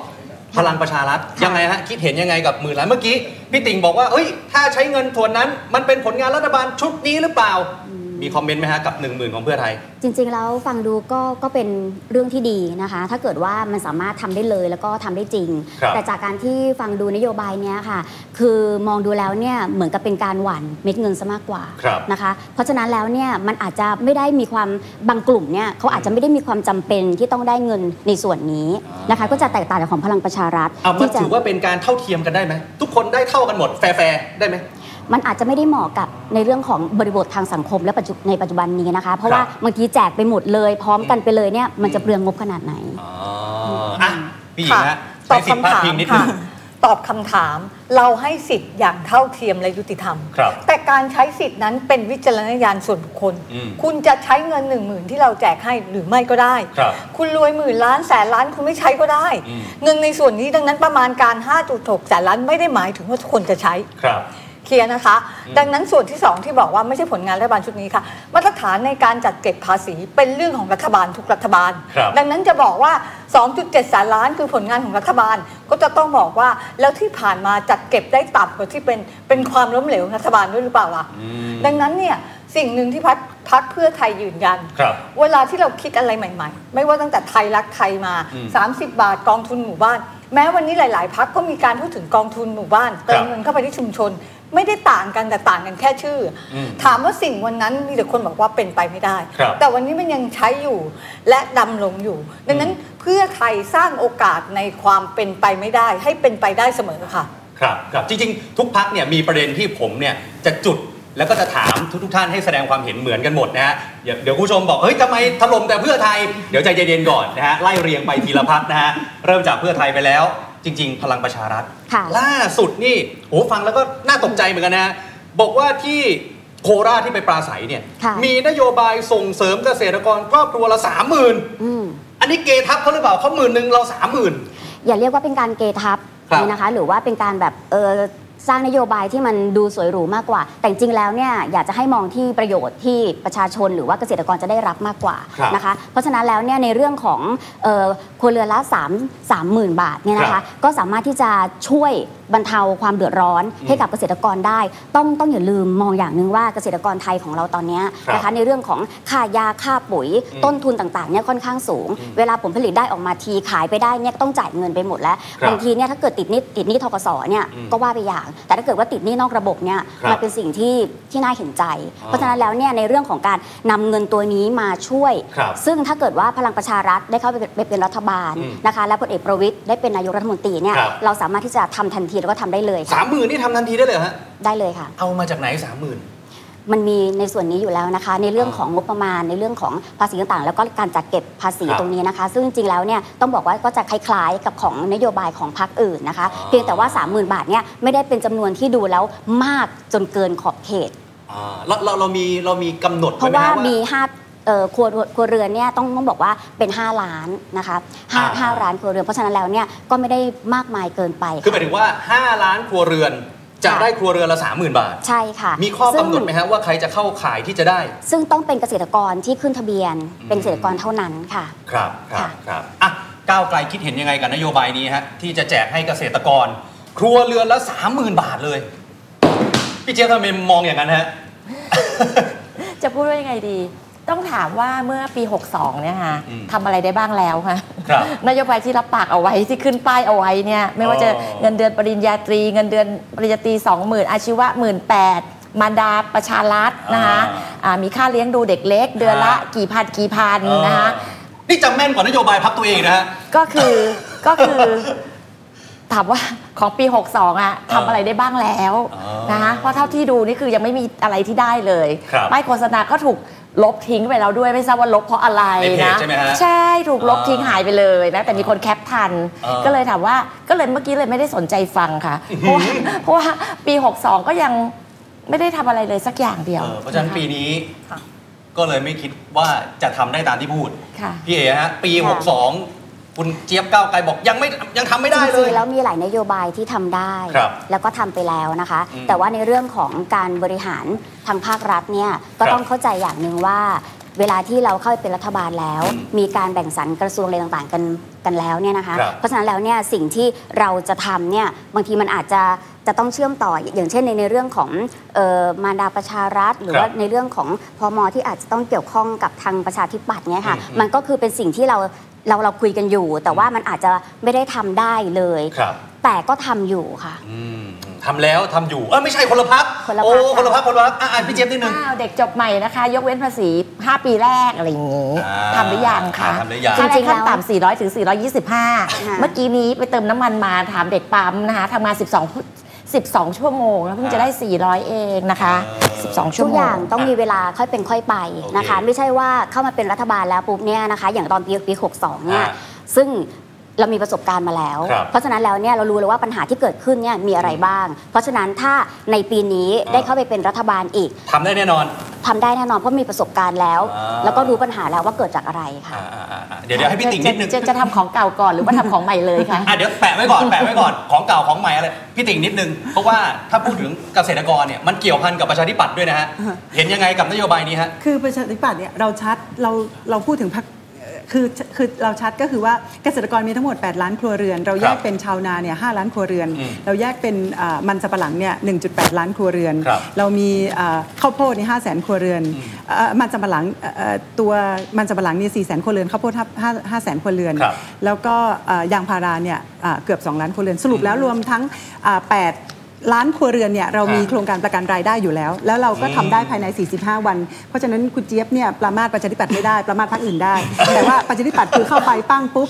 [SPEAKER 2] พลังประชารัฐยังไงฮะคิดเห็นยังไงกับหมื่นล้านเมื่อกี้พี่ติ่งบอกว่าเอ้ยถ้าใช้เงินส่วนนั้นมันเป็นผลงานรัฐบาลชุดนี้หรือเปล่า มีคอมเมนต์ไหมฮะกับหนึ่งหมื่นของเพื่อไทย
[SPEAKER 6] จริงๆ แล้วฟังดูก็ก็เป็นเรื่องที่ดีนะคะ ถ้าเกิดว่ามันสามารถทำได้เลยแล้วก็ทำได้จริง
[SPEAKER 2] ครับ
[SPEAKER 6] แต่จากการที่ฟังดูนโยบายเนี้ยค่ะ คือมองดูแล้วเนี่ยเหมือนกับเป็นการหว่านเม็ดเงินซะมากกว่า
[SPEAKER 2] ครับ
[SPEAKER 6] นะคะ เพราะฉะนั้นแล้วเนี่ยมันอาจจะไม่ได้มีความบางกลุ่มเนี่ยเขาอาจจะไม่ได้มีความจำเป็นที่ต้องได้เงินในส่วนนี้นะคะ
[SPEAKER 2] อ่า
[SPEAKER 6] ก็จะแตกต่างจากของพลังประชารัฐ
[SPEAKER 2] เอามัน
[SPEAKER 6] ที่จะ
[SPEAKER 2] ถือว่าเป็นการเท่าเทียมกันได้ไหมทุกคนได้เท่ากันหมดแฟร์ๆได้ไหม
[SPEAKER 6] มันอาจจะไม่ได้เหมาะกับในเรื่องของบริบททางสังคมและปัจจุในปัจจุบันนี้นะคะ เพราะว่าบางทีแจกไปหมดเลย พร้อมกันไปเลยเนี่ยมันจะเปลืองงบขนาดไหน
[SPEAKER 2] อ๋ออ่ะพี่หญิง
[SPEAKER 5] ค่ะ
[SPEAKER 2] ฮะ
[SPEAKER 5] ต
[SPEAKER 2] ใช้
[SPEAKER 5] อบ
[SPEAKER 2] สิทธิ์
[SPEAKER 5] คำ
[SPEAKER 2] พาด
[SPEAKER 5] ถาม
[SPEAKER 2] พิงนิดนึ
[SPEAKER 5] ค่ะ
[SPEAKER 2] ง
[SPEAKER 5] ตอบคำถาม เราให้สิทธิ์อย่างเท่าเทียมและยุติธรรม
[SPEAKER 2] ครับ
[SPEAKER 5] แต่การใช้สิทธิ์นั้นเป็นวิจารณญาณส่วนบุคคล
[SPEAKER 2] อืม
[SPEAKER 5] คุณจะใช้เงินหนึ่งหมื่นที่เราแจกให้หรือไม่ก็ได้
[SPEAKER 2] ครับ
[SPEAKER 5] คุณรวยหมื่นล้านแสนล้านคุณไม่ใช้ก็ได้
[SPEAKER 2] อืม
[SPEAKER 5] เงินในส่วนนี้ดังนั้นประมาณการ 5.6แสนล้านไม่ได้หมายถึงว่าทุกคนจะใช้
[SPEAKER 2] ครับ
[SPEAKER 5] เคลียร์นะคะ ดังนั้นส่วนที่ 2 ที่บอกว่าไม่ใช่ผลงานรัฐบาลชุดนี้ค่ะ มาตรฐานในการจัดเก็บภาษีเป็นเรื่องของรัฐบาลทุกรัฐบาล
[SPEAKER 2] ครับ
[SPEAKER 5] ดังนั้นจะบอกว่า 2.7แสนล้านคือผลงานของรัฐบาล ก็จะต้องบอกว่าแล้วที่ผ่านมาจัดเก็บได้ต่ำกว่าที่เป็นเป็นความล้มเหลวของรัฐบาลด้วยหรือเปล่าล่ะ
[SPEAKER 2] อืม
[SPEAKER 5] ดังนั้นเนี่ยสิ่งหนึ่งที่พักพักเพื่อไทยยืนยัน
[SPEAKER 2] ครับ
[SPEAKER 5] เวลาที่เราคิดอะไรใหม่ ๆ ไม่ว่าตั้งแต่ไทยรักไทยมา
[SPEAKER 2] อืม
[SPEAKER 5] 30 บาทกองทุนหมู่บ้าน แม้วันนี้หลาย ๆ พักก็มีการพูดถึงกองทุนหมู่บ้าน
[SPEAKER 2] ครับ
[SPEAKER 5] เติมเงินเข้าไปที่ชุมชน ไม่ได้ต่างกันแต่ต่างกันแค่ชื่ออ
[SPEAKER 2] ม
[SPEAKER 5] ถามว่าสิ่งวันนั้นมีแต่คนบอกว่าเป็นไปไม่ได้
[SPEAKER 2] ครับ
[SPEAKER 5] แต่วันนี้มันยังใช้อยู่และดำลงอยู่ ดังนั้น
[SPEAKER 2] อืม
[SPEAKER 5] เพื่อไทยสร้างโอกาสในความเป็นไปไม่ได้ ให้เป็นไปได้เสมอค่ะ
[SPEAKER 2] ครับครับจริงๆ ทุกพักเนี่ยมีประเด็นที่ผมเนี่ยจะจุดแล้วก็จะถามทุกทท่านให้แสดงความเห็นเหมือนกันหมดนะฮะเดี๋ยวเดี๋ยวคุณผู้ชมบอกเฮ้ยทำไมถล่มแต่เพื่อไทยเดี๋ยวใจเย็นๆก่อนนะฮะไล่เรียงไปทีละพักนะฮะเริ่มจากเพื่อไทยไปแล้ว จริง ๆ พลังประชารัฐ
[SPEAKER 6] ค่ะ
[SPEAKER 2] ล่าสุดนี่โอ้ฟังแล้วก็น่าตกใจเหมือนกันนะฮะบอกว่าที่โคราชที่ไปปราศัยเนี่ย
[SPEAKER 6] ค่ะ
[SPEAKER 2] มีนโยบายส่งเสริมเกษตรกรครอบครัวละสามหมื่น
[SPEAKER 6] อืม
[SPEAKER 2] อันนี้เกทับเขาหรือเปล่าเขาหมื่นหนึ่งเราสามหมื่น
[SPEAKER 6] อย่าเรียกว่าเป็นการเกทับ
[SPEAKER 2] ครับ
[SPEAKER 6] นะคะ หรือว่าเป็นการแบบเออสร้างนโยบายที่มันดูสวยหรูมากกว่า แต่จริงๆแล้วเนี่ยอยากจะให้มองที่ประโยชน์ที่ประชาชนหรือว่าเกษตรกรจะได้รับมากกว่า
[SPEAKER 2] ครับ
[SPEAKER 6] นะคะ เพราะฉะนั้นแล้วเนี่ยในเรื่องของเอ่อครัวเรือนละ3 3 0,000 บาทเนี่ยนะ
[SPEAKER 2] ครั
[SPEAKER 6] คะ
[SPEAKER 2] บ
[SPEAKER 6] ก็สามารถที่จะช่วยบรรเทาความเดือดร้อนให้กับเกษตรกรได้ ต้องต้องอย่าลืมมองอย่างหนึ่งว่าเกษตรกรไทยของเราตอนเนี้ย
[SPEAKER 2] ครับ
[SPEAKER 6] นะคะในเรื่องของค่ายาค่าปุ๋ย
[SPEAKER 2] อืม
[SPEAKER 6] ต้น ต้นทุนต่างๆเนี่ยค่อนข้างสูง เวลาผลผลิตได้ออกมาทีขายไปได้เนี่ยต้องจ่ายเงินไปหมดแล้ว
[SPEAKER 2] ครับ
[SPEAKER 6] บางทีเนี่ยถ้าเกิดติดหนี้ติดหนี้ทกสเนี่ย
[SPEAKER 2] อืม
[SPEAKER 6] ก็ว่าไปอย่าง แต่ถ้าเกิดว่าติดหนี้นอกระบบเนี่ย
[SPEAKER 2] ครับ
[SPEAKER 6] มันเป็นสิ่งที่ที่น่าเห็นใจ
[SPEAKER 2] อ๋อ
[SPEAKER 6] เพราะฉะนั้นแล้วเนี่ยในเรื่องของการนำเงินตัวนี้มาช่วย
[SPEAKER 2] ครับ
[SPEAKER 6] ซึ่งถ้าเกิดว่าพลังประชารัฐได้เข้าไปเป็นไปเป็นรัฐบาล
[SPEAKER 2] อืม
[SPEAKER 6] นะคะและพลเอกประวิตยได้เป็นนายกรัฐมนตรีเนี่ย
[SPEAKER 2] ครับ
[SPEAKER 6] เราสามารถที่จะทำทันทีแล้วก็ทำได้เลย
[SPEAKER 2] สา
[SPEAKER 6] ค่ะ
[SPEAKER 2] มหมื่นนี่ทำทันทีได้เลยเหรอฮะ
[SPEAKER 6] ได้เลยค่ะ
[SPEAKER 2] เอามาจากไหนสามหมื่น
[SPEAKER 6] มันมีในส่วนนี้อยู่แล้วนะคะ ในเรื่อง
[SPEAKER 2] อ่า
[SPEAKER 6] ของงบประมาณในเรื่องของภาษีต่างๆ แล้วก็การจัดเก็บภาษี
[SPEAKER 2] ครับ
[SPEAKER 6] ตรงนี้นะคะ ซึ่งจริงๆแล้วเนี่ยต้องบอกว่าก็จะคล้ายๆกับของนโยบายของพรรคอื่นนะคะ
[SPEAKER 2] อ๋อ
[SPEAKER 6] เพียงแต่ว่า 30,000 บาทเนี่ยไม่ได้เป็นจำนวนที่ดูแล้วมากจนเกินขอบเขต
[SPEAKER 2] อ่าเราเราเรามีเรามีกำหนด
[SPEAKER 6] เพราะ
[SPEAKER 2] ไไห
[SPEAKER 6] ว่า
[SPEAKER 2] ฮ
[SPEAKER 6] มีห้าเอ่อครัวครัวเรือนเนี่ยต้องต้องบอกว่าเป็น 5 ล้านนะคะห้า
[SPEAKER 2] อ่า
[SPEAKER 6] ห้าล้านครัวเรือนเพราะฉะนั้นแล้วเนี่ยก็ไม่ได้มากมายเกินไป
[SPEAKER 2] คือห
[SPEAKER 6] ค่ะ
[SPEAKER 2] มายถึงว่า 5 ล้านครัวเรือนจะ
[SPEAKER 6] ค่ะ
[SPEAKER 2] ได้ครัวเรือนละ 30,000 บาท
[SPEAKER 6] ใช่ค่ะ
[SPEAKER 2] มีข้อ
[SPEAKER 6] ซึ่
[SPEAKER 2] กำ
[SPEAKER 6] ง
[SPEAKER 2] หนดไหมฮะว่าใครจะเข้าขายที่จะได้
[SPEAKER 6] ซึ่งต้องเป็นเกษตรกรที่ขึ้นทะเบียนเป็นเกษตรกรเท่านั้นค่ะ
[SPEAKER 2] ครับครับค
[SPEAKER 6] ค่ะ
[SPEAKER 2] รับอ่ะก้าวไกลคิดเห็นยังไงกับนโยบายนี้ฮะที่จะแจกให้เกษตรกร ครัวเรือนละ 30,000 บาทเลย พี่เจี๊ยบทำไมมองอย่างนั้นฮะ
[SPEAKER 4] จะพูดว่ายังไงดี ต้องถามว่าเมื่อปี 62 เนี่ยค่ะ
[SPEAKER 2] อืม
[SPEAKER 4] ทำอะไรได้บ้างแล้วค่ะ
[SPEAKER 2] ครับ
[SPEAKER 4] นโยบายที่รับปากเอาไว้ที่ขึ้นป้ายเอาไว้เนี่ยไม่ว่าจะ
[SPEAKER 2] อ๋อ
[SPEAKER 4] เงินเดือนปริญญาตรี เงินเดือนปริญญาตรี 20,000 อาชีวะ 1 8 0 0 0มารดาประชารัฐนะคะ
[SPEAKER 2] อ่า
[SPEAKER 4] อ่ามีค่าเลี้ยงดูเด็กเล็ก เดือนละ
[SPEAKER 2] ครับ
[SPEAKER 4] กี่พันกี่พันนะคะ
[SPEAKER 2] เออนี่จำแม่นกว่านโยบายพักตัวเองนะฮะ
[SPEAKER 4] ก็คือก็คือถามว่าของปี 62อะทำอะไรได้บ้างแล้ว
[SPEAKER 2] อ๋อ
[SPEAKER 4] นะคะเพราะเท่าที่ดูนี่คือยังไม่มีอะไรที่ได้เลย
[SPEAKER 2] ครับ
[SPEAKER 4] ป้ายโฆษณาก็ถูกลบทิ้งไปแล้วด้วยไม่ทราบว่าลบเพราะอะไร
[SPEAKER 2] ในเพจ
[SPEAKER 4] นะ
[SPEAKER 2] ใช่ไหมฮะ
[SPEAKER 4] ใช่ถูกลบ
[SPEAKER 2] อ่า
[SPEAKER 4] ทิ้งหายไปเลยนะแต่มีคนแคปทัน
[SPEAKER 2] อ่า
[SPEAKER 4] ก็เลยถามว่าก็เลยเมื่อกี้เลยไม่ได้สนใจฟังค่ะ เพราะว่าเพราะว่าปี 62 ก็ยังไม่ได้ทำอะไรเลยสักอย่างเดียว
[SPEAKER 2] เออเพราะฉะนั้น
[SPEAKER 4] ค
[SPEAKER 2] ปีนี้
[SPEAKER 4] ค่ะ
[SPEAKER 2] ก็เลยไม่คิดว่าจะทำได้ตามที่พูด
[SPEAKER 4] ค่ะ
[SPEAKER 2] พี่เอ๋ฮะปี
[SPEAKER 6] ค่ะ
[SPEAKER 2] 62 คุณเจี๊ยบก้าวไกลบอกยังไม่ยังทำไม่ได้เล
[SPEAKER 6] จริ
[SPEAKER 2] ย
[SPEAKER 6] งๆแล้วมีหลายนโยบายที่ทำได้
[SPEAKER 2] ครับ
[SPEAKER 6] แล้วก็ทำไปแล้วนะคะ
[SPEAKER 2] อืม
[SPEAKER 6] แต่ว่าในเรื่องของการบริหารทางภาครัฐเนี่ย
[SPEAKER 2] ค
[SPEAKER 6] ก็
[SPEAKER 2] รับ
[SPEAKER 6] ต้องเข้าใจอย่างหนึ่งว่า เวลาที่เราเข้าไปเป็นรัฐบาลแล้ว
[SPEAKER 2] อืม
[SPEAKER 6] มีการแบ่งสรรกระทรวงอะไรต่างๆกันกันแล้วเนี่ยนะคะ
[SPEAKER 2] ครับ
[SPEAKER 6] เพราะฉะนั้นแล้วเนี่ยสิ่งที่เราจะทำเนี่ยบางทีมันอาจจะจะต้องเชื่อมต่ออย่างเช่นในในเรื่องของเอ่อมารดาประชารัฐ หรื
[SPEAKER 2] ค
[SPEAKER 6] อ
[SPEAKER 2] รับ
[SPEAKER 6] ว่าในเรื่องของพมที่อาจจะต้องเกี่ยวข้องกับทางประชาธิปัตย์เนี่ยค่ะ
[SPEAKER 2] อืม
[SPEAKER 6] มันก็คือเป็นสิ่งที่เราเราเราคุยกันอยู่ แต่ว่ามันอาจจะไม่ได้ทำได้เลย
[SPEAKER 2] ครับ
[SPEAKER 6] แต่ก็ทำอยู่ค่ะ
[SPEAKER 2] อืมทำแล้วทำอยู่ เออไม่ใช่คนละพัก
[SPEAKER 6] คนละพรรค
[SPEAKER 2] โอ้
[SPEAKER 6] ค่ะ
[SPEAKER 2] คนละพักคนละพักอะอ่านพี่เจี๊ยบนิดนึง
[SPEAKER 4] อ้าวเด็กจบใหม่นะคะ ยกเว้นภาษี 5 ปีแรก อะไรอย่างนี้
[SPEAKER 2] อ่า
[SPEAKER 4] ทำหรือยังคะ
[SPEAKER 2] อ่าทำหรือยัง
[SPEAKER 4] ค่าแร
[SPEAKER 6] จริ
[SPEAKER 4] ง
[SPEAKER 6] งๆ
[SPEAKER 4] ขั้น
[SPEAKER 6] แล้ว
[SPEAKER 4] ต่ำ400 ถึง 425 เมื่อกี้นี้ไปเติมน้ำมันมาถามเด็กปั๊มนะคะทำงาน 12 12 ชั่วโมง แล้วเพิ่งจะได้ 400 เองนะคะ
[SPEAKER 2] เออ
[SPEAKER 4] 12 ชั่
[SPEAKER 6] ทุ
[SPEAKER 4] ว
[SPEAKER 6] ก
[SPEAKER 4] โม
[SPEAKER 6] อย่าง งต้อง
[SPEAKER 2] อ่ะ
[SPEAKER 6] มีเวลาค่อยเป็นค่อยไปนะคะ
[SPEAKER 2] โอเค
[SPEAKER 6] ไม่ใช่ว่าเข้ามาเป็นรัฐบาลแล้วปุ๊บเนี่ยนะคะ อย่างตอนปีปี62เนี่ย
[SPEAKER 2] อ่ะ
[SPEAKER 6] ซึ่งเรามีประสบการณ์มาแล้ว
[SPEAKER 2] ครับ
[SPEAKER 6] เพราะฉะนั้นแล้วเนี่ยเรารู้แล้วว่าปัญหาที่เกิดขึ้นเนี่ยมีอะไรบ้าง เพราะฉะนั้นถ้าในปีนี้
[SPEAKER 2] อ่ะ
[SPEAKER 6] ได้เข้าไปเป็นรัฐบาลอีก
[SPEAKER 2] ทำได้แน่นอน
[SPEAKER 6] ทำได้แน่นอนเพราะมีประสบการณ์แล้ว
[SPEAKER 2] อ่า
[SPEAKER 6] แล้วก็รู้ปัญหาแล้วว่าเกิดจากอะไรค่ะ
[SPEAKER 2] อ่าอ่าอ่าอ่าเดี๋ยวเดี๋ยวให้พี่ติ๋งนิดนึง
[SPEAKER 4] จะจะจะทำของเก่าก่อนหรือว่าทำของใหม่เลยคะ
[SPEAKER 2] อ่ะเดี๋ยวแปะไว้ก่อนแปะไว้ก่อนของเก่าของใหม่อะไรพี่ติ๋งนิดนึงเพราะว่าถ้าพูดถึงเกษตรกรเนี่ยมันเกี่ยวพันกับประชาธิปัตย์ด้วยนะฮะเห็นยังไงกับนโยบายนี้ฮะ
[SPEAKER 3] คือประชาธิปัตย์เนี่ยเราชัดเราเราพูดถึงพรรคเอ่อคือคือเราชัดก็คือว่าเกษตรกรมีทั้งหมด 8 ล้านครัวเรือน เราแยกเป็นชาวนาเนี่ยหล้านครัวเรือน
[SPEAKER 2] อืม
[SPEAKER 3] เราแยกเป็นอ่ามันสำปะหลังเนี่ย 1.8 ล้านครัวเรือน
[SPEAKER 2] ครับ
[SPEAKER 3] เรามีอ่าข้าวโพดใน5 0 0 0 0 0 ครัวเรือนเอ่อมันสำปะหลังเอ่อเอ่อตัวมันสำปะหลังนี่4 0 0 0 0 ครัวเรือนข้าวโพด5 5 0 0 0 0 ครัวเรือน
[SPEAKER 2] ครับ
[SPEAKER 3] แล้วก็อ่ายางพาราเนี่ยอ่าเกือบ 2 ล้านครัวเรือนสรุปแล้วรวมทั้งอ่า8ล้านครัวเรือนเนี่ยเรามี
[SPEAKER 2] ครับ
[SPEAKER 3] โครงการประกันรายได้อยู่แล้ว แล้วเราก็ทำได้ ภายใน 45 วัน เพราะฉะนั้นคุณเจี๊ยบเนี่ยประมาทประชาธิปัตย์ไม่ได้ ประมาทพรรคอื่นได้ แต่ว่าประชาธิปัตย์คือเข้าไปปั้งปุ๊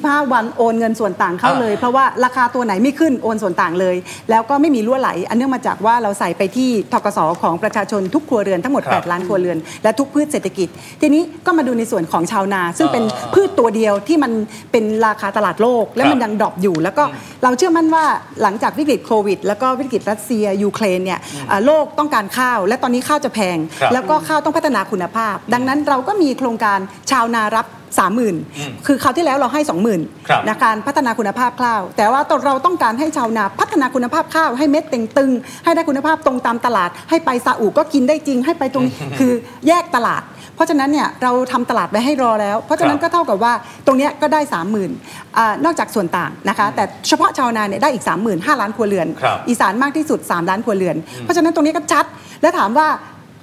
[SPEAKER 3] บ 45 วันโอนเงินส่วนต่างเข้าเลย เพราะว่าราคาตัวไหนไม่ขึ้นโอนส่วนต่างเลย แล้วก็ไม่มีรั่วไหล อันเนื่องมาจากว่าเราใส่ไปที่ทกสของประชาชนทุกครัวเรือนทั้งหมด
[SPEAKER 2] ครับ
[SPEAKER 3] 8 ล้านครัวเรือน และทุกพืชเศรษฐกิจ ทีนี้ก็มาดูในส่วนของชาวนา ซึ่งเป็น
[SPEAKER 2] อ่า
[SPEAKER 3] พืชตัวเดียวที่มันเป็นราคาตลาดโลก และ
[SPEAKER 2] ครับ
[SPEAKER 3] มันยังดรอปอยู่ แล้วก็เราเชื่อมั่นว่าหลังจากวิกฤตโควิด แล้วก็วิกฤตรัสเซียยูเครนเนี่ยอ่าโลกต้องการข้าว และตอนนี้ข้าวจะแพง
[SPEAKER 2] ครับ
[SPEAKER 3] แล้วก็ข้าวต้องพัฒนาคุณภาพ ดังนั้นเราก็มีโครงการชาวนารับ 30,000 คือคราวที่แล้วเราให้ 20,000
[SPEAKER 2] ครับ
[SPEAKER 3] นะการพัฒนาคุณภาพข้าว แต่ว่าเราต้องการให้ชาวนาพัฒนาคุณภาพข้าว ให้เม็ดเต็งตึง ให้ได้คุณภาพตรงตามตลาด ให้ไปซาอุก็กินได้จริง ให้ไป ตรงคือแยกตลาด เพราะฉะนั้นเนี่ยเราทำตลาดไว้ให้รอแล้ว เพราะฉะนั้น
[SPEAKER 2] ครั
[SPEAKER 3] ก็
[SPEAKER 2] บ
[SPEAKER 3] เท่ากับว่าตรงเนี้ยก็ได้ 30,000อ่านอกจากส่วนต่างนะคะแต่เฉพาะชาวนาเนี่ยได้อีก 30,000 5ล้านครัวเรือน
[SPEAKER 2] ครับ
[SPEAKER 3] อีสานมากที่สุด 3 ล้านครัวเรือน เพราะฉะนั้นตรงนี้ก็ชัด และถามว่า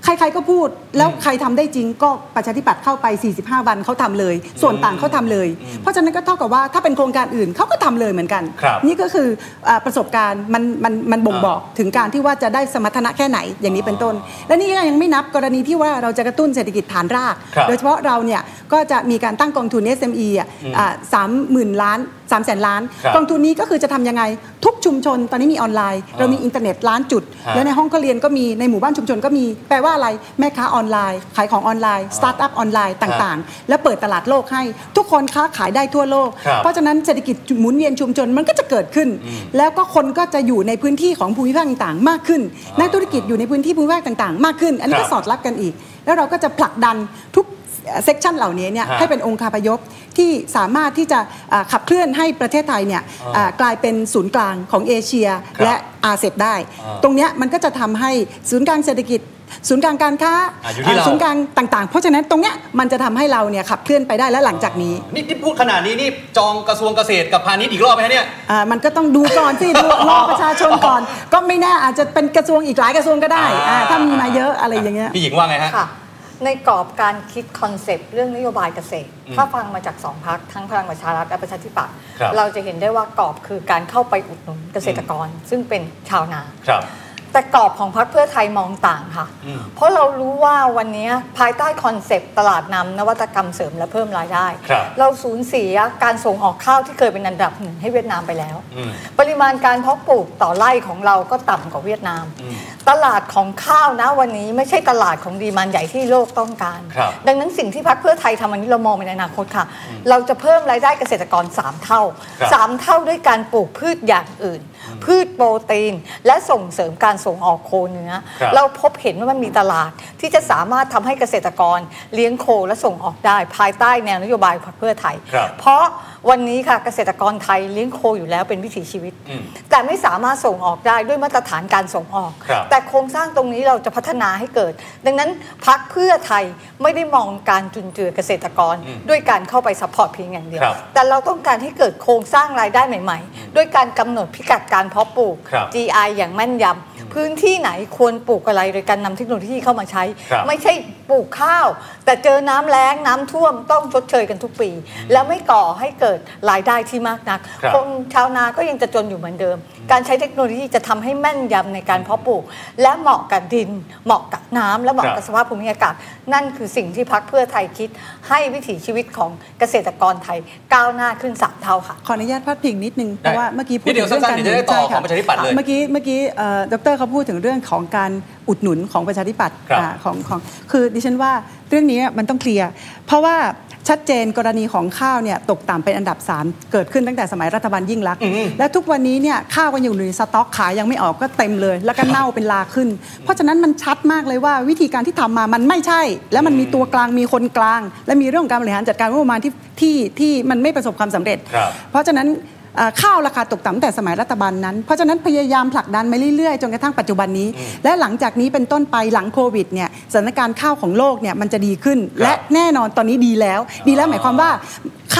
[SPEAKER 3] ใครๆก็พูดแล้วใครทำได้จริงก็ประชาธิปัตย์เข้าไป 45 วันเขาทำเลย ส่วนต่างเขาทำเลย เพราะฉะนั้นก็เท่ากับว่าถ้าเป็นโครงการอื่นเขาก็ทำเลยเหมือนกัน
[SPEAKER 2] ครับ
[SPEAKER 3] นี่ก็คืออ่าประสบการณ์มันมันมันบ่ง
[SPEAKER 2] อ่า
[SPEAKER 3] บอกถึงการที่ว่าจะได้สมรรถนะแค่ไหนอย่างนี้เป็นต้น
[SPEAKER 2] อ๋อ
[SPEAKER 3] และนี่ก็ยังไม่นับกรณีที่ว่าเราจะกระตุ้นเศรษฐกิจฐานราก
[SPEAKER 2] ครับ
[SPEAKER 3] โดยเฉพาะเราเนี่ยก็จะมีการตั้งกองทุน SME อ่ะอ่าสามหมื่นล้านสามแสนล้าน
[SPEAKER 2] ครับ
[SPEAKER 3] กอง ทุนนี้ก็คือจะทำยังไงทุกชุมชนตอนนี้มีออนไลน์
[SPEAKER 2] อ่า
[SPEAKER 3] เรามีอินเทอร์เน็ตล้านจุด
[SPEAKER 2] ฮะ
[SPEAKER 3] แล้วในห้องก็เรียนก็มีในหมู่บ้านชุมชนก็มีแปลว่าอะไรแม่ค้าออนไลน์ ขายของออนไลน์สตาร์ทอัพออนไลน์ต่างๆ และเปิดตลาดโลกให้ ทุกคนค้าขายได้ทั่วโลก
[SPEAKER 2] ครับ
[SPEAKER 3] เพราะฉะนั้นเศรษฐกิจหมุนเวียนชุมชนมันก็จะเกิดขึ้น แล้วก็คนก็จะอยู่ในพื้นที่ของภูมิภาคต่างๆ มากขึ้นนักธุรกิจอยู่ในพื้นที่ภูมิภาคต่างๆ มากขึ้น อันนี้
[SPEAKER 2] ครั
[SPEAKER 3] ก็
[SPEAKER 2] บ
[SPEAKER 3] สอดรับกันอีก แล้วเราก็จะผลักดันทุกเซกชันเหล่านี้เนี่ย
[SPEAKER 2] ฮะ
[SPEAKER 3] ให้เป็นองค์คาพยพที่สามารถที่จะอ่าขับเคลื่อนให้ประเทศไทยเนี่ย
[SPEAKER 2] อ่า
[SPEAKER 3] อ่ากลายเป็นศูนย์กลางของเอเชีย
[SPEAKER 2] ครับ
[SPEAKER 3] และอาเซียนได้
[SPEAKER 2] อ่า
[SPEAKER 3] ตรงเนี้ยมันก็จะทำให้ศูนย์กลางเศรษฐกิจ ศูนย์กลางการค้า
[SPEAKER 2] อ่าอยู่ที่เรา
[SPEAKER 3] อ่าศูนย์กลางต่าง ๆ เพราะฉะนั้นตรงเนี้ยมันจะทำให้เราเนี่ยขับเคลื่อนไปได้และหลังจากนี้
[SPEAKER 2] นี่ที่พูดขนาดนี้นี่จองกระทรวงเกษตรกับพาณิชย์อีกรอบไหมฮะเนี่ย
[SPEAKER 3] อ่ามันก็ต้องดูก่อนสิ ดูรอประชาชนก่อน ก็ไม่แน่อาจจะเป็นกระทรวงอีกหลายกระทรวงก็ได้อ่าถ้ามีมาเยอะอะไรอย่างเงี้ย
[SPEAKER 2] พี่หญิงว่าไงฮะ
[SPEAKER 5] ค่ะ ในกรอบการคิดคอนเซปต์เรื่องนโยบายเกษตร
[SPEAKER 2] อืม
[SPEAKER 5] ถ้าฟังมาจากสองพักทั้งพลังประชารัฐและประชาธิปัตย์
[SPEAKER 2] ครับ
[SPEAKER 5] เราจะเห็นได้ว่ากรอบคือการเข้าไปอุดหนุนเกษตรกร ซึ่งเป็นชาวนา
[SPEAKER 2] ครับ
[SPEAKER 5] แต่กรอบของพรรคเพื่อไทยมองต่างค่ะ
[SPEAKER 2] อืม
[SPEAKER 5] เพราะเรารู้ว่าวันนี้ภายใต้คอนเซปต์ตลาดนำนวัตกรรมเสริมและเพิ่มรายได้
[SPEAKER 2] ครับ
[SPEAKER 5] เราสูญเสียการส่งออกข้าวที่เคยเป็นอันดับหนึ่งให้เวียดนามไปแล้ว
[SPEAKER 2] อืม
[SPEAKER 5] ปริมาณการเพาะปลูกต่อไร่ของเราก็ต่ำกว่าเวียดนาม
[SPEAKER 2] อืม
[SPEAKER 5] ตลาดของข้าวนะวันนี้ไม่ใช่ตลาดของดีมันใหญ่ที่โลกต้องการ
[SPEAKER 2] ครับ
[SPEAKER 5] ดังนั้นสิ่งที่พรรคเพื่อไทยทำวันนี้เรามองไปในอนาคตค่ะ เราจะเพิ่มรายได้เกษตรกร 3 เท่า
[SPEAKER 2] ครับ
[SPEAKER 5] 3 เท่าด้วยการปลูกพืชอย่างอื่น พืชโปรตีน และส่งเสริมการส่งออกโคเนื้อ
[SPEAKER 2] ครับ
[SPEAKER 5] เราพบเห็นว่ามันมีตลาดที่จะสามารถทำให้เกษตรกรเลี้ยงโคและส่งออกได้ ภายใต้แนวนโยบายพรรคเพื่อไทย
[SPEAKER 2] ครับ
[SPEAKER 5] เพราะวันนี้ค่ะเกษตรกรไทยเลี้ยงโคอยู่แล้วเป็นวิถีชีวิต
[SPEAKER 2] อืม
[SPEAKER 5] แต่ไม่สามารถส่งออกได้ด้วยมาตรฐานการส่งออก
[SPEAKER 2] ครับ
[SPEAKER 5] แต่โครงสร้างตรงนี้เราจะพัฒนาให้เกิด ดังนั้นพักเพื่อไทยไม่ได้มองการจุนเจือเกษตรกร ด้วยการเข้าไปซัพพอร์ตเพียงอย่างเดียว
[SPEAKER 2] ครับ
[SPEAKER 5] แต่เราต้องการให้เกิดโครงสร้างรายได้ใหม่ ๆ ด้วยการกำหนดพิกัดการเพาะปลูก
[SPEAKER 2] ครับ
[SPEAKER 5] GI อย่างแม่นยำพื้นที่ไหนควรปลูกอะไรโดยการนำเทคโนโลยีเข้ามาใช้
[SPEAKER 2] ครับ
[SPEAKER 5] ไม่ใช่ปลูกข้าว แต่เจอน้ำแล้งน้ำท่วมต้องชดเชยกันทุกปี แล้วไม่ก่อให้เกิดรายได้ที่มากนัก
[SPEAKER 2] ครับ
[SPEAKER 5] นชาวนาก็ยังจะจนอยู่เหมือนเดิม การใช้เทคโนโลยีจะทำให้แม่นยำในการเพาะปลูก และเหมาะกับดิน เหมาะกับน้ำและเหมาะ
[SPEAKER 2] ครับ
[SPEAKER 5] กับสภาพภูมิอากาศ นั่นคือสิ่งที่พักเพื่อไทยคิด ให้วิถีชีวิตของเกษตรกรไทยก้าวหน้าขึ้นสามเท่าค่ะ
[SPEAKER 3] ขออนุญาตพาดพิงนิดนึง เพราะว่าเมื่อกี้พู
[SPEAKER 2] นิดเดียวสั้นๆ
[SPEAKER 3] การ
[SPEAKER 2] เดี๋ยวจะได้ต่อ
[SPEAKER 3] ใช่
[SPEAKER 2] ของ
[SPEAKER 3] ค่ะ
[SPEAKER 2] ประชาธิปัตย์เลย
[SPEAKER 3] เมื่อกี้เมื่อกี้เอ่อดร เขาพูดถึงเรื่องของการอุดหนุนของประชาธิปัตย์
[SPEAKER 2] ครับ
[SPEAKER 3] อ่าของของคือดิฉันว่าเรื่องนี้มันต้องเคลียร์เพราะว่าชัดเจนกรณีของข้าวเนี่ยตกต่ำเป็นอันดับ 3 เกิดขึ้นตั้งแต่สมัยรัฐบาลยิ่งรักษณ์
[SPEAKER 2] อืม
[SPEAKER 3] และทุกวันนี้เนี่ยข้าวก็ยังอยู่ในสต็อกขายยังไม่ออกก็เต็มเลย แล้วก็เน่าเป็นลาขึ้น เพราะฉะนั้นมันชัดมากเลยว่าวิธีการที่ทำมามันไม่ใช่ และมันมีตัวกลางมีคนกลาง และมีเรื่องของการบริหารจัดการงบประมาณที่ที่ที่มันไม่ประสบความสำเร็จ
[SPEAKER 2] ครับ
[SPEAKER 3] เพราะฉะนั้นเอ่อข้าวราคาตกต่ำตั้งแต่สมัยรัฐบาลนั้น เพราะฉะนั้นพยายามผลักดันมาเรื่อยๆ จนกระทั่งปัจจุบันนี้ และหลังจากนี้เป็นต้นไปหลังโควิดเนี่ยสถานการณ์ข้าวของโลกเนี่ยมันจะดีขึ้น
[SPEAKER 2] ครับ
[SPEAKER 3] และแน่นอนตอนนี้ดีแล้ว ดีแล้วหมายความว่า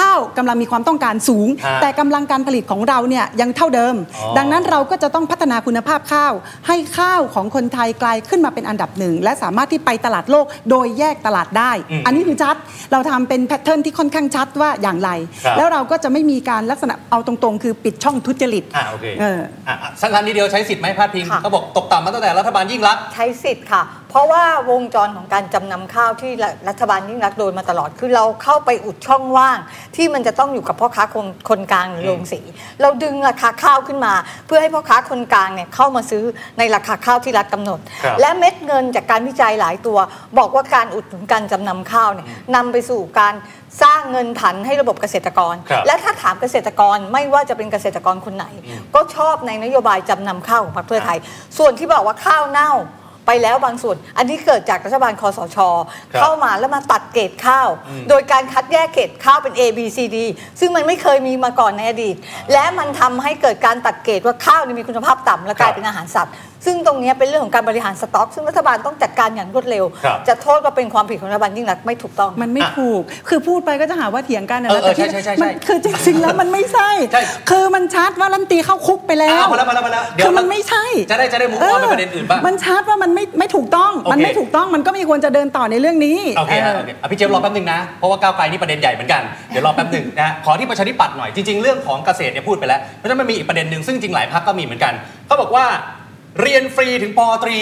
[SPEAKER 3] ข้าวกำลังมีความต้องการสูง
[SPEAKER 2] ฮะ
[SPEAKER 3] แต่กำลังการผลิตของเราเนี่ยยังเท่าเดิม
[SPEAKER 2] อ๋อ
[SPEAKER 3] ดังนั้นเราก็จะต้องพัฒนาคุณภาพข้าว ให้ข้าวของคนไทยกลายขึ้นมาเป็นอันดับหนึ่งและสามารถที่ไปตลาดโลกโดยแยกตลาดได้ อันนี้คือชัดเราทำเป็นแพทเทิร์นที่ค่อนข้างชัดว่าอย่างไร
[SPEAKER 2] ครับ
[SPEAKER 3] แล้วเราก็จะไม่มีการลักษณะเอาตรงๆ คือปิดช่องทุจริต
[SPEAKER 2] อ่าโอเค
[SPEAKER 3] เออ
[SPEAKER 2] อ่ะอ่ะสั้นๆนิดเดียวใช้สิทธิ์ไหมพาดพิง
[SPEAKER 5] ค่ะ
[SPEAKER 2] เขาบอกตกต่ำมาตั้งแต่รัฐบาลยิ่งรักษณ์
[SPEAKER 5] ใช้สิทธิ์ค่ะ เพราะว่าวงจรของการจำนำข้าวที่รัฐรัฐบาลยิ่งรักษณ์โดนมาตลอด คือเราเข้าไปอุดช่องว่าง ที่มันจะต้องอยู่กับพ่อค้าคนคนกลางหรือโรงสี เราดึงราคาข้าวขึ้นมา เพื่อให้พ่อค้าคนกลางเนี่ยเข้ามาซื้อในราคาข้าวที่รัฐกำหนด
[SPEAKER 2] ครับ
[SPEAKER 5] และเม็ดเงินจากการวิจัยหลายตัว บอกว่าการอุดหนุนการจำนำข้าวเนี่ยนำไปสู่การสร้างเงินผันให้ระบบเกษตรกร
[SPEAKER 2] ครับ
[SPEAKER 5] และถ้าถามเกษตรกรไม่ว่าจะเป็นเกษตรกรคนไหน ก็ชอบในนโยบายจำนำข้าวของพรรคเพื่อไทย ส่วนที่บอกว่าข้าวเน่าไปแล้วบางส่วน อันนี้เกิดจากรัฐบาลคอสช
[SPEAKER 2] ครับ
[SPEAKER 5] เข้ามาแล้วมาตัดเกรดข้าว โดยการคัดแยกเกรดข้าวเป็น A B C D ซึ่งมันไม่เคยมีมาก่อนในอดีต และมันทำให้เกิดการตัดเกรดว่าข้าวเนี่ยมีคุณภาพต่ำและกลายเป็นอาหารสัตว์ ซึ่งตรงเนี้ยเป็นเรื่องของการบริหารสต็อก ซึ่งรัฐบาลต้องจัดการอย่างรวดเร็ว
[SPEAKER 2] ครับ
[SPEAKER 5] จะโทษว่าเป็นความผิดของรัฐบาลยิ่งรักษณ์ไม่ถูกต้อง
[SPEAKER 3] มันไม่ถูก คือพูดไปก็จะหาว่าเถียงกันนะ
[SPEAKER 2] เออเออ
[SPEAKER 3] แต่ที่
[SPEAKER 2] ใช่ใช่ใช่
[SPEAKER 3] มันคือจริงๆแล้วมันไม่ใช่
[SPEAKER 2] ใช่
[SPEAKER 3] คือมันชัดว่ารันตีเข้าคุกไปแล้ว
[SPEAKER 2] อ้าวพอแล้วพอแล้วพอแล้วเดี๋ย
[SPEAKER 3] คื
[SPEAKER 2] ว
[SPEAKER 3] อมันไม่ใช่
[SPEAKER 2] จะได้จะได้มุกออนไป
[SPEAKER 3] ออ
[SPEAKER 2] ประเด็นอื่นบ้าง
[SPEAKER 3] มันชัดว่ามันไม่ไม่ถูกต้อง
[SPEAKER 2] โอเค
[SPEAKER 3] มันไม่ถูกต้อง มันก็ไม่ควรจะเดินต่อในเรื่องนี้
[SPEAKER 2] โอเค
[SPEAKER 3] เอ
[SPEAKER 2] อ่ะ
[SPEAKER 3] อ
[SPEAKER 2] โอเคอ่ะพี่เจมส์รอแป๊บหนึงนะ เพราะว่าก้าวไกลนี่ประเด็นใหญ่เหมือนกัน เดี๋ยวรอแป๊บหนึ่งนะฮะขอที่ประชาธิปัตย์หน่อย จริงๆ เรื่องของเกษตรเนี่ยพูดไปแล้ว เพราะฉะนั้นมันมีอีกประเด็นหนึ่งซึ่งจริงหลายพักก็มีเหมือนกันเขาบอกว่าเรียนฟรีถึงปอตรี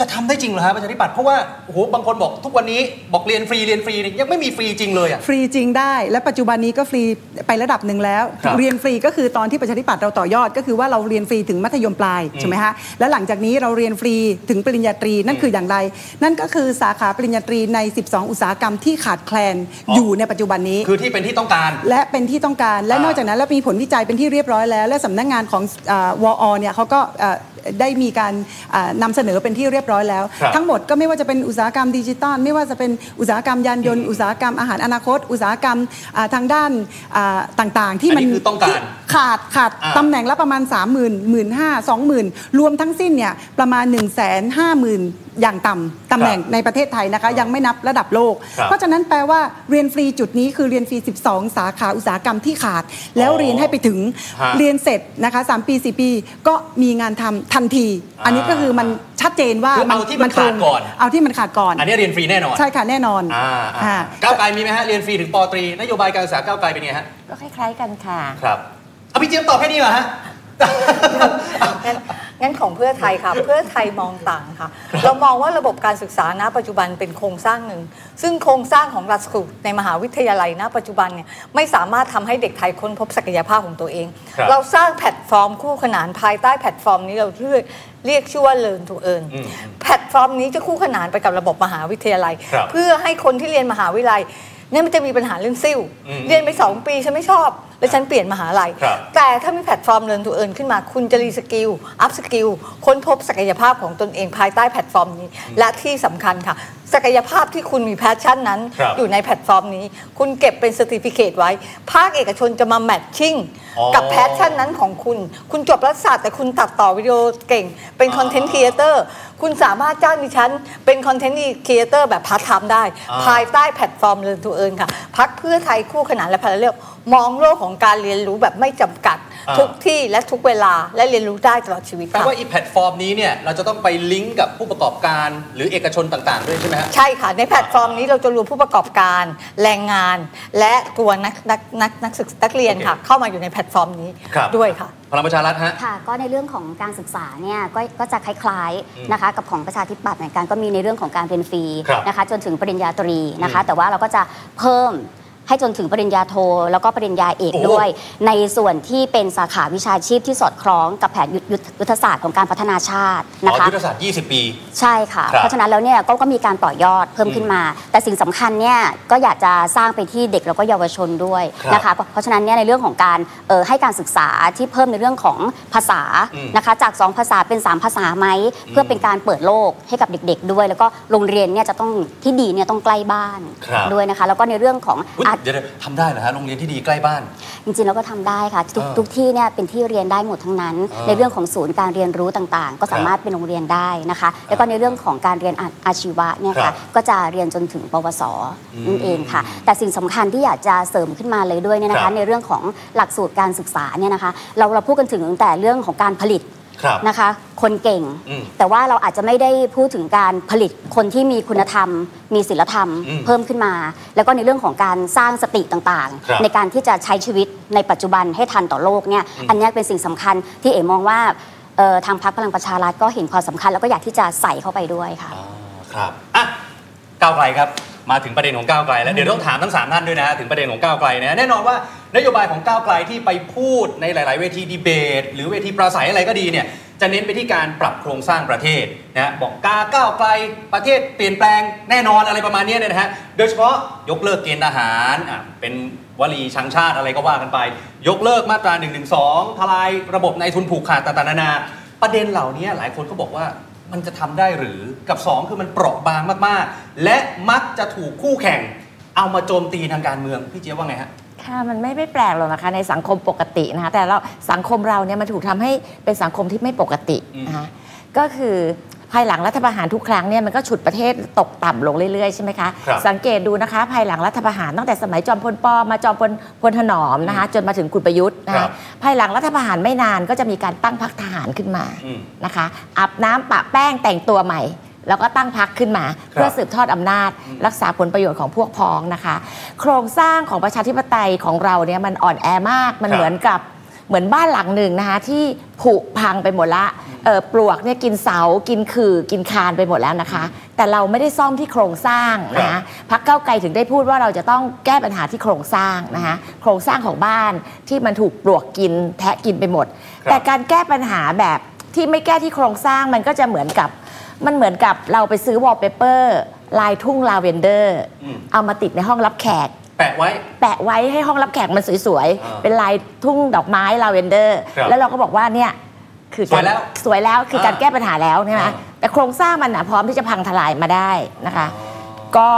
[SPEAKER 2] จะทำได้จริงเหรอฮะประชาธิปัตย์เพราะว่าโอ้โหบางคนบอกทุกวันนี้บอกเรียนฟรีเรียนฟรีเนี่ยยังไม่มีฟรีจริงเลยอ่ะ
[SPEAKER 3] ฟรีจริงได้และปัจจุบันนี้ก็ฟรีไประดับหนึ่งแล้ว
[SPEAKER 2] ครับ
[SPEAKER 3] เรียนฟรีก็คือตอนที่ประชาธิปัตย์เราต่อยอด ก็คือว่าเราเรียนฟรีถึงมัธยมปลายใช่ไหมฮะและหลังจากนี้เราเรียนฟรีถึงปริญญาตรีนั่นคืออย่างไร นั่นก็คือสาขาปริญญาตรีใน 12 อุตสาหกรรมที่ขาดแคลน
[SPEAKER 2] อ๋อ
[SPEAKER 3] อ
[SPEAKER 2] อ
[SPEAKER 3] ยู่ในปัจจุบันนี้
[SPEAKER 2] คือที่เป็นที่ต้องการ
[SPEAKER 3] และเป็นที่ต้องการและ
[SPEAKER 2] อ่าน
[SPEAKER 3] อกจากนั้นแล้วมีผลวิจัยเป็นที่เรียบร้อยแล้ว และสำนักงานของเออวอเนี่ยเขาก็เอ่อได้มีการเอ่อนำเสนอเป็นที่เรียบร้อยแล้ว
[SPEAKER 2] ครับ
[SPEAKER 3] ทั้งหมดก็ไม่ว่าจะเป็นอุตสาหกรรมดิจิตอลไม่ว่าจะเป็นอุตสาหกรรมยานยนต์อุตสาหกรรมอาหารอนาคต อุตสาหกรรมอ่าทางด้านอ่าต่างๆ ที่
[SPEAKER 2] อัน
[SPEAKER 3] มั
[SPEAKER 2] นี้
[SPEAKER 3] น
[SPEAKER 2] คือต้องการ
[SPEAKER 3] ที่ขาดขาด
[SPEAKER 2] อ่า
[SPEAKER 3] ตำแหน่งละประมาณ 3 0 0 0 0 1 5 0 0 0 0 รวมทั้งสิ้นเนี่ยประมาณ 1 5 0 0 0 0 อย่างต่ำตำแหน่งในประเทศไทยนะคะยังไม่นับระดับโลก
[SPEAKER 2] ครับ
[SPEAKER 3] เพราะฉะนั้นแปลว่าเรียนฟรีจุดนี้คือเรียนฟรี 12 สาขาอุตสาหกรรมที่ขาด แล้วเรียนให้ไปถึง
[SPEAKER 2] ฮะ
[SPEAKER 3] เรียนเสร็จนะคะ3ปี 4 ปี ก็มีงานทำทันที
[SPEAKER 2] อ่า
[SPEAKER 3] อันนี้ก็คือมันชัดเจนว่า
[SPEAKER 2] คือเอาที่มันขาดก่อน
[SPEAKER 3] เอาที่มันขาดก่อน
[SPEAKER 2] อันนี้เรียนฟรีแน่นอน
[SPEAKER 3] ใช่ค่ะแน่นอน
[SPEAKER 2] อ่าอ่า
[SPEAKER 3] อ่า
[SPEAKER 2] ก้าวไกลมีไหมฮะเรียนฟรีถึงปอตรีนโยบายการศึกษาก้าวไกลเป็นไงฮะ
[SPEAKER 4] ก็คล้าย ๆ กันค่ะ
[SPEAKER 2] ครับเอาพี่เจมส์ตอบแค่นี้เหรอฮะ
[SPEAKER 5] งั้นงั้นของเพื่อไทยค่ะ เพื่อไทยมองต่างค่ะ เรามองว่าระบบการศึกษาณ ปัจจุบันเป็นโครงสร้างหนึ่ง ซึ่งโครงสร้างของรัฐสกูลในมหาวิทยาลัยณ ปัจจุบันเนี่ยไม่สามารถทำให้เด็กไทยค้นพบศักยภาพของตัวเอง
[SPEAKER 2] ครับ
[SPEAKER 5] เราสร้างแพลตฟอร์มคู่ขนานภายใต้แพลตฟอร์มนี้เราเรียกเรียกชื่อว่าเลินทูเอินแพลตฟอร์มนี้จะคู่ขนานไปกับระบบมหาวิทยาลัย
[SPEAKER 2] ครับ
[SPEAKER 5] เพื่อให้คนที่เรียนมหาวิทยาลัยเนี่ยมันจะมีปัญหาเรื่องซิ่ว
[SPEAKER 2] อืม
[SPEAKER 5] เรียนไปสองปีฉันไม่ชอบ แล้วฉันเปลี่ยนมหาลัย
[SPEAKER 2] ครับ
[SPEAKER 5] แต่ถ้ามีแพลตฟอร์ม Learn to Earn ขึ้นมา คุณจะรีสกิล อัพสกิล ค้นพบศักยภาพของตนเองภายใต้แพลตฟอร์มนี้ และที่สำคัญค่ะ ศักยภาพที่คุณมีแพชชั่นนั้น
[SPEAKER 2] ครับ
[SPEAKER 5] อยู่ในแพลตฟอร์มนี้ คุณเก็บเป็นสติฟิเคตไว้ ภาคเอกชนจะมาแมทชิ่ง
[SPEAKER 2] อ๋อ
[SPEAKER 5] กับแพชชั่นนั้นของคุณ คุณจบรัฐศาสตร์แต่คุณตัดต่อวิดีโอเก่ง เป็นคอนเทนต์ครีเอเตอร์ คุณสามารถจ้างดิฉัน เป็นคอนเทนต์ครีเอเตอร์แบบพาร์ทไทม์ได้
[SPEAKER 2] อ่า
[SPEAKER 5] ภายใต้แพลตฟอร์ม Learn to Earn ค่ะ พักเพื่อไทยคู่ขนานและพาราเรลมองโลกของการเรียนรู้แบบไม่จำกัด
[SPEAKER 2] อ่า
[SPEAKER 5] ทุกที่และทุกเวลาและเรียนรู้ได้ตลอดชีวิต
[SPEAKER 2] แปล
[SPEAKER 5] ค่ะ
[SPEAKER 2] ว่าอีแพลตฟอร์มนี้เนี่ยเราจะต้องไปลิงก์กับผู้ประกอบการหรือเอกชนต่างๆ ด้วยใช่ไหมฮะ
[SPEAKER 5] ใช่ค่ะ ในแพลตฟอร์มนี้เราจะรวมผู้ประกอบการแรงงาน และตัวนักนักนักนักศึกษานักเรียนค่ะ
[SPEAKER 2] โอเค
[SPEAKER 5] เข้ามาอยู่ในแพลตฟอร์มนี้
[SPEAKER 2] ครับ
[SPEAKER 5] ด้วยค่ะ
[SPEAKER 2] พลังประชารัฐฮะ
[SPEAKER 6] ค่ะก็ในเรื่องของการศึกษาเนี่ยก็ก็จะคล้ายๆนะคะกับของประชาธิปัตย์เหมือนกันก็มีในเรื่องของการเรียนฟรี
[SPEAKER 2] ครับ
[SPEAKER 6] นะคะจนถึงปริญญาตรีนะคะ แต่ว่าเราก็จะเพิ่ม ให้จนถึงปริญญาโท แล้วก็ปริญญาเอก
[SPEAKER 2] โอ้โห
[SPEAKER 6] ด้วย ในส่วนที่เป็นสาขาวิชาชีพที่สอดคล้องกับแผนยุทธยุทธศาสตร์ของการพัฒนาชาติ
[SPEAKER 2] อ๋
[SPEAKER 6] นะ
[SPEAKER 2] อ
[SPEAKER 6] คะ
[SPEAKER 2] ยุทธศาสตร์ 20 ปี
[SPEAKER 6] ใช่ค่ะ
[SPEAKER 2] ครับ
[SPEAKER 6] เพราะฉะนั้นแล้วเนี่ยก็ก็มีการต่อยอดเพิ่มขึ้นมา แต่สิ่งสำคัญเนี่ยก็อยากจะสร้างไปที่เด็กแล้วก็เยาวชนด้วย
[SPEAKER 2] ครับ
[SPEAKER 6] นะคะ เพราะฉะนั้นเนี่ยในเรื่องของการเอ่อให้การศึกษาที่เพิ่มในเรื่องของภาษา
[SPEAKER 2] อืม
[SPEAKER 6] นะคะ จาก 2 ภาษาเป็น 3 ภาษาไหมเพื่อเป็นการเปิดโลกให้กับเด็ก ๆ ด้วย แล้วก็โรงเรียนเนี่ยจะต้องที่ดีเนี่ยต้องใกล้บ้าน
[SPEAKER 2] ครับ
[SPEAKER 6] ด้วยนะคะ แล้วก็ในเรื่องของ
[SPEAKER 2] อุ๊ย
[SPEAKER 6] อาจ
[SPEAKER 2] เดี๋ยวๆทำได้เหรอฮะโรงเรียนที่ดีใกล้บ้าน
[SPEAKER 6] จริงๆเราก็ทำได้ค่ะทุก
[SPEAKER 2] เออ
[SPEAKER 6] ทุกที่เนี่ยเป็นที่เรียนได้หมดทั้งนั้น
[SPEAKER 2] เออ
[SPEAKER 6] ในเรื่องของศูนย์การเรียนรู้ต่างๆ ก็สามารถเป็นโรงเรียนได้นะคะ แล้วก็ในเรื่องของการเรียนอาอาชีวะเนี่ย
[SPEAKER 2] ครั
[SPEAKER 6] ค่ะ
[SPEAKER 2] บ
[SPEAKER 6] ก็จะเรียนจนถึงปวสนั่นเองค่ะ แต่สิ่งสำคัญที่อยากจะเสริมขึ้นมาเลยด้วยเนี่ยนะ
[SPEAKER 2] ครั
[SPEAKER 6] คะ
[SPEAKER 2] บ
[SPEAKER 6] ในเรื่องของหลักสูตรการศึกษาเนี่ยนะคะ เราเราพูดกันถึงตั้งแต่เรื่องของการผลิต
[SPEAKER 2] ครับ
[SPEAKER 6] นะคะคนเก่ง
[SPEAKER 2] อืม
[SPEAKER 6] แต่ว่าเราอาจจะไม่ได้พูดถึงการผลิตคนที่มีคุณธรรม มีศีลธรรม
[SPEAKER 2] อืม
[SPEAKER 6] เพิ่มขึ้นมา แล้วก็ในเรื่องของการสร้างสติต่าง
[SPEAKER 2] ครับ
[SPEAKER 6] ๆ ในการที่จะใช้ชีวิตในปัจจุบันให้ทันต่อโลกเนี่ยอันเนี้ยเป็นสิ่งสำคัญที่เอ๋มองว่าเอ่อทางพรรคพลังประชารัฐก็เห็นความสำคัญ แล้วก็อยากที่จะใส่เข้าไปด้วยค่ะ
[SPEAKER 2] าครับอ่ะก้าวไกลครับ มาถึงประเด็นของก้าวไกลแล้วเดี๋ยวต้องถามทั้งสามท่านด้วยนะ ถึงประเด็นของก้าวไกลนะแน่นอนว่านโยบายของก้าวไกลที่ไปพูดในหลาย ๆ เวทีดีเบต หรือเวทีปราศัยอะไรก็ดีเนี่ยจะเน้นไปที่การปรับโครงสร้างประเทศนะบอกกาก้าวไกลประเทศเปลี่ยนแปลงแน่นอนอะไรประมาณเนี้ยเนี่ยนะฮะโดยเฉพาะยกเลิกเกณฑ์ทหารอ่ะเป็นวลีชังชาติอะไรก็ว่ากันไป ยกเลิกมาตรา1นึทลายระบบนายทุนผูกขาดต่างๆนานา ประเด็นเหล่านี้หลายคนก็บอกว่า มันจะทำได้หรือกับ 2 คือมันเปราะบางมาก ๆ และมักจะถูกคู่แข่ง เอามาโจมตีทางการเมือง พี่เจี๊ยบว่าไงฮะ
[SPEAKER 4] ค่ะมันไม่ไม่แปลกหรอกนะคะในสังคมปกตินะคะแต่เราสังคมเราเนี่ยมันถูกทำให้เป็นสังคมที่ไม่ปกตินะคะก็คือภายหลังรัฐประหารทุกครั้งเนี่ยมันก็ฉุดประเทศตกต่ำลงเรื่อยๆใช่ไหมคะ
[SPEAKER 2] ครับ
[SPEAKER 4] สังเกตดูนะคะภายหลังรัฐประหารตั้งแต่สมัยจอมพลปอมาจอมพลพลถนอมนะคะจนมาถึงคุณประยุทธ์นะ
[SPEAKER 2] ครั
[SPEAKER 4] คะ
[SPEAKER 2] บ
[SPEAKER 4] ภายหลังรัฐประหารไม่นานก็จะมีการตั้งพรรคทหารขึ้นมา
[SPEAKER 2] อืม
[SPEAKER 4] นะคะอาบน้ำปะแป้งแต่งตัวใหม่ แล้วก็ตั้งพรรคขึ้นมา เพื่
[SPEAKER 2] ค
[SPEAKER 4] อ
[SPEAKER 2] รับ
[SPEAKER 4] สืบทอดอำนาจ รักษาผลประโยชน์ของพวกพ้องนะคะ โครงสร้างของประชาธิปไตยของเราเนี่ยมันอ่อนแอมาก มัน
[SPEAKER 2] ครับ
[SPEAKER 4] เหมือนกับเหมือนบ้านหลังหนึ่งนะคะที่ผุพังไปหมดละเอ่อปลวกเนี่ยกินเสา กินขื่อกินคานไปหมดแล้วนะคะ แต่เราไม่ได้ซ่อมที่โครงสร้างนะ
[SPEAKER 2] ครั
[SPEAKER 4] คะ
[SPEAKER 2] บ
[SPEAKER 4] พักเก้าวไกลถึงได้พูดว่าเราจะต้องแก้ปัญหาที่โครงสร้างนะคะโครงสร้างของบ้านที่มันถูกปลวกกินแทะกินไปหมด
[SPEAKER 2] ครับ
[SPEAKER 4] แต่การแก้ปัญหาแบบที่ไม่แก้ที่โครงสร้างมันก็จะเหมือนกับมันเหมือนกับเราไปซื้อวอลเปเปอร์ลายทุ่งลาเวนเดอร์
[SPEAKER 2] อืม
[SPEAKER 4] เอามาติดในห้องรับแขก
[SPEAKER 2] แปะไว้
[SPEAKER 4] แปะไว้ให้ห้องรับแขกมันสวย
[SPEAKER 2] อ่า
[SPEAKER 4] ๆ เป็นลายทุ่งดอกไม้ลาเวนเดอร์
[SPEAKER 2] ครับ
[SPEAKER 4] แล้วเราก็บอกว่าเนี่ยคือ
[SPEAKER 2] สวยแล้ว
[SPEAKER 4] การสวยแล้วคือการ
[SPEAKER 2] อ่า
[SPEAKER 4] แก้ปัญหาแล้วใช่ไหม
[SPEAKER 2] อ่า
[SPEAKER 4] แต่โครงสร้างมันนะพร้อมที่จะพังทลายมาได้นะคะ ก็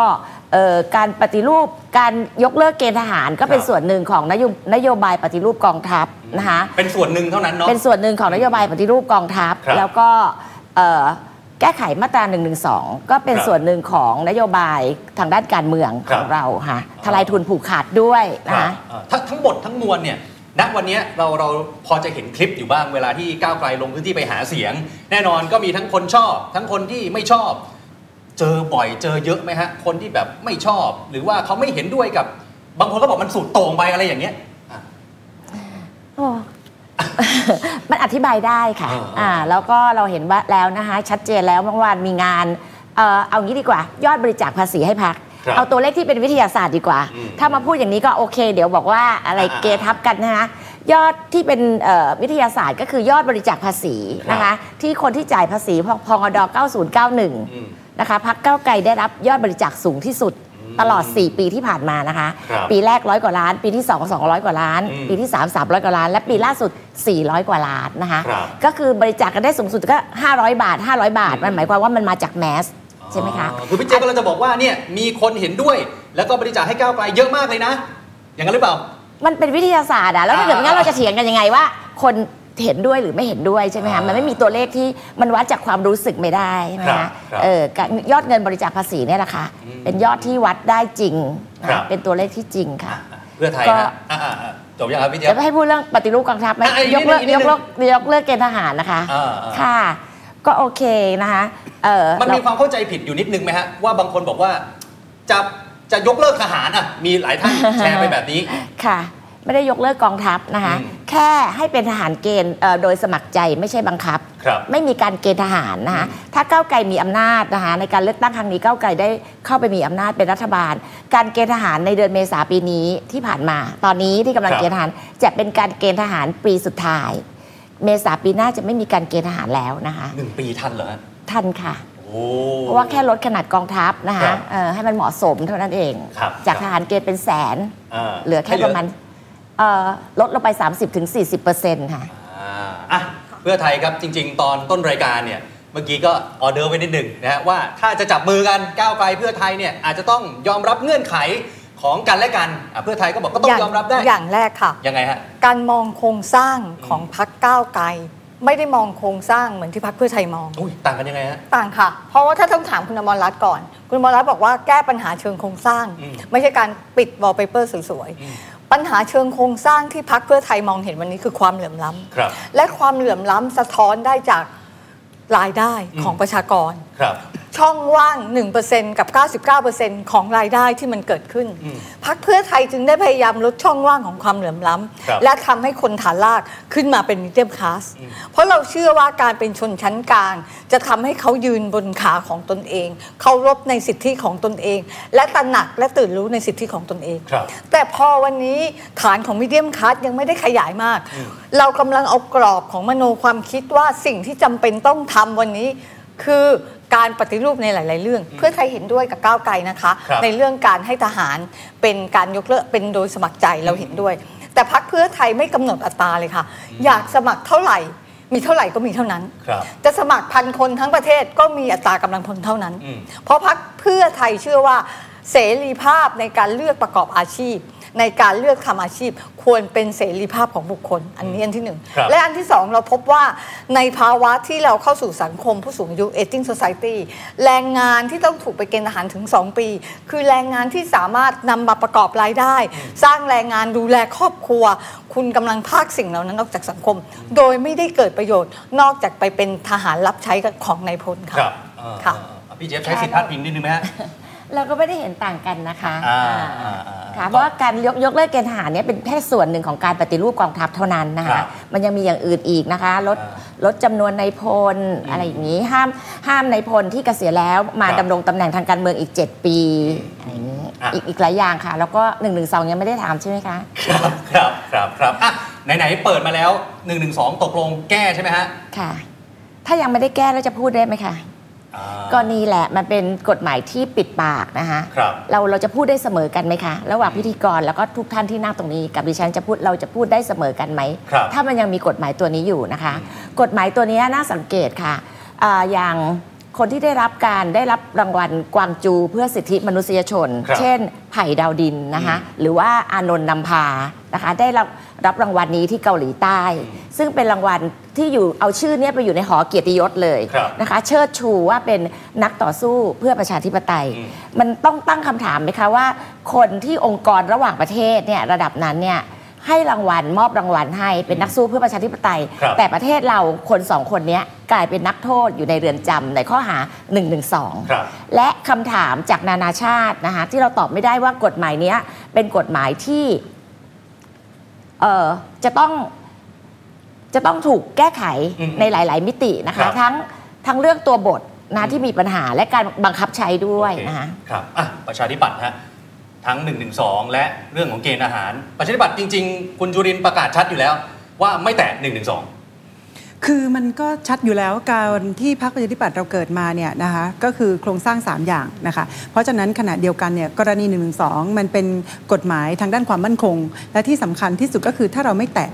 [SPEAKER 4] เอ่อการปฏิรูปการยกเลิกเกณฑ์ทหารก็เป็น
[SPEAKER 2] ครับ
[SPEAKER 4] ส่วนหนึ่งของนโยนโยบายปฏิรูปกองทัพนะคะ
[SPEAKER 2] เป็นส่วนหนึ่งเท่านั้นเนาะ
[SPEAKER 4] เป็นส่วนหนึ่งของนโยบายปฏิรูปกองทัพ
[SPEAKER 2] ครับ
[SPEAKER 4] แล้วก็เอ่อแก้ไขมาตรา1นึก็เป็น
[SPEAKER 2] ครับ
[SPEAKER 4] ส่วนหนึ่งของนโยบายทางด้านการเมือง
[SPEAKER 2] ครั
[SPEAKER 4] ข
[SPEAKER 2] บ
[SPEAKER 4] องเราค่ะทลายทุนผูกขาดด้วยนะ
[SPEAKER 2] อ่า
[SPEAKER 4] คะ
[SPEAKER 2] อ่าทั้งทั้งหมดทั้งมวลเนี่ย ณ วันเนี้ยเราเราพอจะเห็นคลิปอยู่บ้างเวลาที่ก้าวไกลลงพื้นที่ไปหาเสียง แน่นอนก็มีทั้งคนชอบ ทั้งคนที่ไม่ชอบ เจอบ่อยเจอเยอะไหมฮะ คนที่แบบไม่ชอบ หรือว่าเขาไม่เห็นด้วยกับบางคนก็บอกมันสุดโต่งไปอะไรอย่างเงี้ย
[SPEAKER 4] โอ้ มันอธิบายได้ค่ะ
[SPEAKER 2] อ่า
[SPEAKER 4] อ่า แล้วก็เราเห็นว่าแล้วนะคะ ชัดเจนแล้วเมื่อวานมีงาน เอ่อ เอางี้ดีกว่า ยอดบริจาคภาษีให้พัก
[SPEAKER 2] ครับ
[SPEAKER 4] เอาตัวเลขที่เป็นวิทยาศาสตร์ดีกว่า
[SPEAKER 2] อืม
[SPEAKER 4] ถ้ามาพูดอย่างนี้ก็โอเค เดี๋ยวบอกว่าอะไร
[SPEAKER 2] อ่าอ่า
[SPEAKER 4] เกทับกันนะคะยอดที่เป็นเอ่อวิทยาศาสตร์ก็คือยอดบริจาคภาษีนะ
[SPEAKER 2] ครั
[SPEAKER 4] คะ
[SPEAKER 2] บ
[SPEAKER 4] ที่คนที่จ่ายภาษีพพงด
[SPEAKER 2] อืม
[SPEAKER 4] 9091 นะคะพักเก้าวไกลได้รับยอดบริจาคสูงที่สุดตลอด 4 ปีที่ผ่านมานะคะ
[SPEAKER 2] ครับ
[SPEAKER 4] ปีแรกร้อยกว่าล้าน ปีที่ 2 200 กว่าล้าน
[SPEAKER 2] อืม
[SPEAKER 4] ปีที่ 3 300 กว่าล้าน และปีล่าสุด 400 กว่าล้านนะคะ
[SPEAKER 2] ครับ
[SPEAKER 4] ก็คือบริจาคกันได้สูงสุดก็ 500 บาท 500 บาท มันหมายความว่ามันมาจากแมสใช่ไหมคะ
[SPEAKER 2] อ๋อคือพี่เจก็เลยจะบอกว่าเนี่ยมีคนเห็นด้วย แล้วก็บริจาคให้ก้าวไกลเยอะมากเลยนะ อย่างนั้นหรือเปล่า
[SPEAKER 4] มันเป็นวิทยาศาสตร์อะแล้วถ้าเกิดไม่งั้
[SPEAKER 2] อ่า
[SPEAKER 4] นเราจะเถียงกันยังไงว่า คนเห็นด้วยหรือไม่เห็นด้วยใช่ไหมคะ
[SPEAKER 2] อ่ามั
[SPEAKER 4] มันไม่มีตัวเลขที่มันวัดจากความรู้สึกไม่ได้ใช่ไหม
[SPEAKER 2] ครับค
[SPEAKER 4] คะ
[SPEAKER 2] รับ
[SPEAKER 4] เออการยอดเงินบริจาคภาษีเนี่ยแหละค่ะ
[SPEAKER 2] อืม
[SPEAKER 4] เป็นยอดที่วัดได้จริงนะครับ เป็นตัวเลขที่จริงค่ะ
[SPEAKER 2] เพื่อไทย
[SPEAKER 4] ก็
[SPEAKER 2] นะอ่ะอ่ะอ่ะจบยังครับพี่เจ
[SPEAKER 4] จะให้พูดเรื่องปฏิรูปกองทัพไหม
[SPEAKER 2] อ่ะอีกนิดนึ
[SPEAKER 4] ยกเลิ
[SPEAKER 2] ง
[SPEAKER 4] ก
[SPEAKER 2] อีกนิ
[SPEAKER 4] ย
[SPEAKER 2] ดนึ
[SPEAKER 4] ก
[SPEAKER 2] ง
[SPEAKER 4] เลิกยกเลิกเกณฑ์ทหารนะคะ
[SPEAKER 2] อ่าอ่า
[SPEAKER 4] ค่ะ ก็โอเคนะคะเออ
[SPEAKER 2] มันมี
[SPEAKER 4] เรา
[SPEAKER 2] ความเข้าใจผิดอยู่นิดนึงไหมฮะ ว่าบางคนบอกว่าจะจะยกเลิกทหารอ่ะมีหลายท่านแชร์ไปแบบนี้
[SPEAKER 4] ค่ะ ไม่ได้ยกเลิกกองทัพนะคะ
[SPEAKER 2] อืม
[SPEAKER 4] แค่ให้เป็นทหารเกณฑ์เอ่อโดยสมัครใจไม่ใช่บังคับ
[SPEAKER 2] ครับ
[SPEAKER 4] ไม่มีการเกณฑ์ทหารนะคะถ้าก้าวไกลมีอำนาจนะคะในการเลือกตั้งครั้งนี้ก้าวไกลได้เข้าไปมีอำนาจเป็นรัฐบาล การเกณฑ์ทหารในเดือนเมษาปีนี้ที่ผ่านมา ตอนนี้ที่กำลัง
[SPEAKER 2] ครับ
[SPEAKER 4] เกณฑ์ทหารจะเป็นการเกณฑ์ทหารปีสุดท้าย เมษาปีหน้าจะไม่มีการเกณฑ์ทหารแล้วนะคะ
[SPEAKER 2] หนึ่งปีทันเหรอฮะ
[SPEAKER 4] ท่านค่ะ
[SPEAKER 2] โอ้
[SPEAKER 4] เพราะว่าแค่ลดขนาดกองทัพนะ
[SPEAKER 2] ครั
[SPEAKER 4] คะ
[SPEAKER 2] บ
[SPEAKER 4] เอ่อให้มันเหมาะสมเท่านั้นเอง
[SPEAKER 2] ครับ
[SPEAKER 4] จา
[SPEAKER 2] ค
[SPEAKER 4] ก
[SPEAKER 2] รับ
[SPEAKER 4] ทหารเกณฑ์เป็นแสน
[SPEAKER 2] อ่า
[SPEAKER 4] เหลือแค่ประมาณเอ่อลดลงไป 30-40%ค่ะ
[SPEAKER 2] อ่าอ่ะเพื่อไทยครับจริง ๆ ตอนต้นรายการเนี่ยเมื่อกี้ก็ออเดอร์ไว้นิดหนึ่งนะฮะว่าถ้าจะจับมือกันก้าวไกลเพื่อไทยเนี่ยอาจจะต้องยอมรับเงื่อนไขของกันและกันอ่ะเพื่อไทยก็บอกก็ต้องยอมรับได้
[SPEAKER 5] อย่างแรกค่ะ
[SPEAKER 2] ยังไงฮะ
[SPEAKER 5] การมองโครงสร้างของพักก้าวไกล ไม่ได้มองโครงสร้างเหมือนที่พักเพื่อไทยมอง
[SPEAKER 2] อุ้ยต่างกันยังไงฮะ
[SPEAKER 5] ต่างค่ะ เพราะว่าถ้าต้องถามคุณอมรรัตน์ก่อน คุณอมรรัตน์บอกว่าแก้ปัญหาเชิงโครงสร้าง
[SPEAKER 2] อืม
[SPEAKER 5] ไม่ใช่การปิดวอลเปเปอร์สวย
[SPEAKER 2] อืม
[SPEAKER 5] ๆ ปัญหาเชิงโครงสร้างที่พักเพื่อไทยมองเห็นวันนี้คือความเหลื่อมล้ำ
[SPEAKER 2] ครับ
[SPEAKER 5] และความเหลื่อมล้ำสะท้อนได้จากรายได้ของ
[SPEAKER 2] อืม
[SPEAKER 5] ประชากร
[SPEAKER 2] ครับ
[SPEAKER 5] ช่องว่าง 1%กับ 99%ของรายได้ที่มันเกิดขึ้น
[SPEAKER 2] อืม
[SPEAKER 5] พักเพื่อไทยจึงได้พยายามลดช่องว่างของความเหลื่อมล้
[SPEAKER 2] ครับ
[SPEAKER 5] ำ และทำให้คนฐานลากขึ้นมาเป็นมิดเดิลคลาส เพราะเราเชื่อว่าการเป็นชนชั้นกลาง จะทำให้เขายืนบนขาของตนเอง เคารพในสิทธิของตนเอง และตระหนักและตื่นรู้ในสิทธิของตนเอง
[SPEAKER 2] ครับ
[SPEAKER 5] แต่พอวันนี้ฐานของมิเดียมคัสยังไม่ได้ขยายมาก เรากำลังเอากรอบของมโนความคิดว่าสิ่งที่จำเป็นต้องทำวันนี้ คือการปฏิรูปในหลาย ๆ เรื่อง เพื่อไทยเห็นด้วยกับก้าวไกลนะคะ
[SPEAKER 2] ครับ
[SPEAKER 5] ในเรื่องการให้ทหารเป็นการยกเลิกเป็นโดยสมัครใจเราเห็นด้วย แต่พักเพื่อไทยไม่กำหนดอัตราเลยค่ะ อยากสมัครเท่าไหร่ มีเท่าไหร่ก็มีเท่านั้น
[SPEAKER 2] ครับ
[SPEAKER 5] จะสมัครพันคนทั้งประเทศก็มีอัตรากำลังพลเท่านั้น
[SPEAKER 2] อืม
[SPEAKER 5] เพราะพักเพื่อไทยเชื่อว่า เสรีภาพในการเลือกประกอบอาชีพ ในการเลือกทำอาชีพ ควรเป็นเสรีภาพของบุคคล อันนี้อันที่หนึ่ง
[SPEAKER 2] ครับ
[SPEAKER 5] และอันที่สองเราพบว่าในภาวะที่เราเข้าสู่สังคมผู้สูงอายุ aging society แรงงานที่ต้องถูกไปเกณฑ์ทหารถึง 2 ปี คือแรงงานที่สามารถนำมาประกอบรายได้ สร้างแรงงานดูแลครอบครัว คุณกำลังพรากสิ่งเหล่านั้นออกจากสังคม โดยไม่ได้เกิดประโยชน์ นอกจากไปเป็นทหารรับใช้กับของนายพล
[SPEAKER 2] ค
[SPEAKER 5] ค่ะ
[SPEAKER 2] รับอ่า
[SPEAKER 5] ค่ะ
[SPEAKER 2] อ่าพี่เจฟใช้สิทธิ์พาดพิงนิดนึงไหมฮะ
[SPEAKER 4] เราก็ไม่ได้เห็นต่างกันนะคะ
[SPEAKER 2] อ่า
[SPEAKER 4] อ่า
[SPEAKER 2] อ่า
[SPEAKER 4] ค่ะเพราะว่าการยกยกเลิกเกณฑ์ทหารเนี่ยเป็นแค่ส่วนหนึ่งของการปฏิรูปกองทัพเท่านั้นนะ
[SPEAKER 2] ครั
[SPEAKER 4] คะ
[SPEAKER 2] บ
[SPEAKER 4] มันยังมีอย่างอื่นอีกนะคะ ลด
[SPEAKER 2] อ่
[SPEAKER 4] ลดจำนวนในายพลอะไรอย่างนี้ ห้ามห้ามในายพลที่เกษียณแล้วมา
[SPEAKER 2] ครับ
[SPEAKER 4] ดำรงตำแหน่งทางการเมืองอีก 7 ปีอะไรอย่างนี้
[SPEAKER 2] อ่ะ
[SPEAKER 4] อีกอีกหลายอย่างค่ะ แล้วก็1นึยังไม่ได้ถามใช่ไหมคะ
[SPEAKER 2] ครับครับครับครับอ่ะไหนๆเปิดมาแล้ว1นึตกลงแก้ใช่ไหมฮะ
[SPEAKER 4] ค่ะ ถ้ายังไม่ได้แก้แล้วจะพูดได้ไหมคะ
[SPEAKER 2] อ่า
[SPEAKER 4] ก็นี่แหละมันเป็นกฎหมายที่ปิดปากนะคะ
[SPEAKER 2] ครับ
[SPEAKER 4] เราเราจะพูดได้เสมอกันไหมคะ ระหว่างพิธีกรแล้วก็ทุกท่านที่นั่งตรงนี้ กับดิฉันจะพูดเราจะพูดได้เสมอกันไหม
[SPEAKER 2] ครับ
[SPEAKER 4] ถ้ามันยังมีกฎหมายตัวนี้อยู่นะคะ กฎหมายตัวนี้น่าสังเกตค่ะอาอย่างคนที่ได้รับการได้รับรางวัลกวางจูเพื่อสิทธิมนุษยชน
[SPEAKER 2] ครับ
[SPEAKER 4] เช่น ไผ่ดาวดินนะคะ หรือว่าอานนท์นำพานะคะ ได้รับรับรางวัลนี้ที่เกาหลีใต้ ซึ่งเป็นรางวัลที่อยู่เอาชื่อเนี่ยไปอยู่ในหอเกียรติยศเลย
[SPEAKER 2] ครับ
[SPEAKER 4] นะคะ เชิดชูว่าเป็นนักต่อสู้เพื่อประชาธิปไตย
[SPEAKER 2] อืม
[SPEAKER 4] มันต้องตั้งคำถามไหมคะว่า คนที่องค์กรระหว่างประเทศเนี่ยระดับนั้นเนี่ยให้รางวัลมอบรางวัลให้เป็นนักสู้เพื่อประชาธิปไตย
[SPEAKER 2] ครับ
[SPEAKER 4] แต่ประเทศเราคนสองคนเนี้ยกลายเป็นนักโทษอยู่ในเรือนจำในข้อหา1นึ
[SPEAKER 2] ครับ
[SPEAKER 4] และคำถามจากนานาชาตินะคะที่เราตอบไม่ได้ว่ากฎหมายเนี้ยเป็นกฎหมายที่เอ่อจะต้อง จะต้องถูกแก้ไข
[SPEAKER 2] อืม
[SPEAKER 4] ในหลาย ๆ มิตินะ
[SPEAKER 2] ครั
[SPEAKER 4] คะ
[SPEAKER 2] บ
[SPEAKER 4] ทั้งทั้งเรื่องตัวบทนะที่มีปัญหาและการบังคับใช้ด้วย
[SPEAKER 2] โอเค
[SPEAKER 4] นะคะ
[SPEAKER 2] ครับอ่ะประชาธิปัตย์ฮะทั้ง1นึและเรื่องของเกณฑ์อาหาร ประชาธิปัตย์จริง ๆ คุณจุรินทร์ประกาศชัดอยู่แล้ว ว่าไม่แตะ1นึ
[SPEAKER 3] คือมันก็ชัดอยู่แล้วการที่พรรคประชาธิปัตย์เราเกิดมาเนี่ยนะคะก็คือโครงสร้าง 3 อย่างนะคะเพราะฉะนั้นขณะเดียวกันเนี่ยกรณี1นึมันเป็นกฎหมายทางด้านความมั่นคง และที่สำคัญที่สุดก็คือถ้าเราไม่แตะ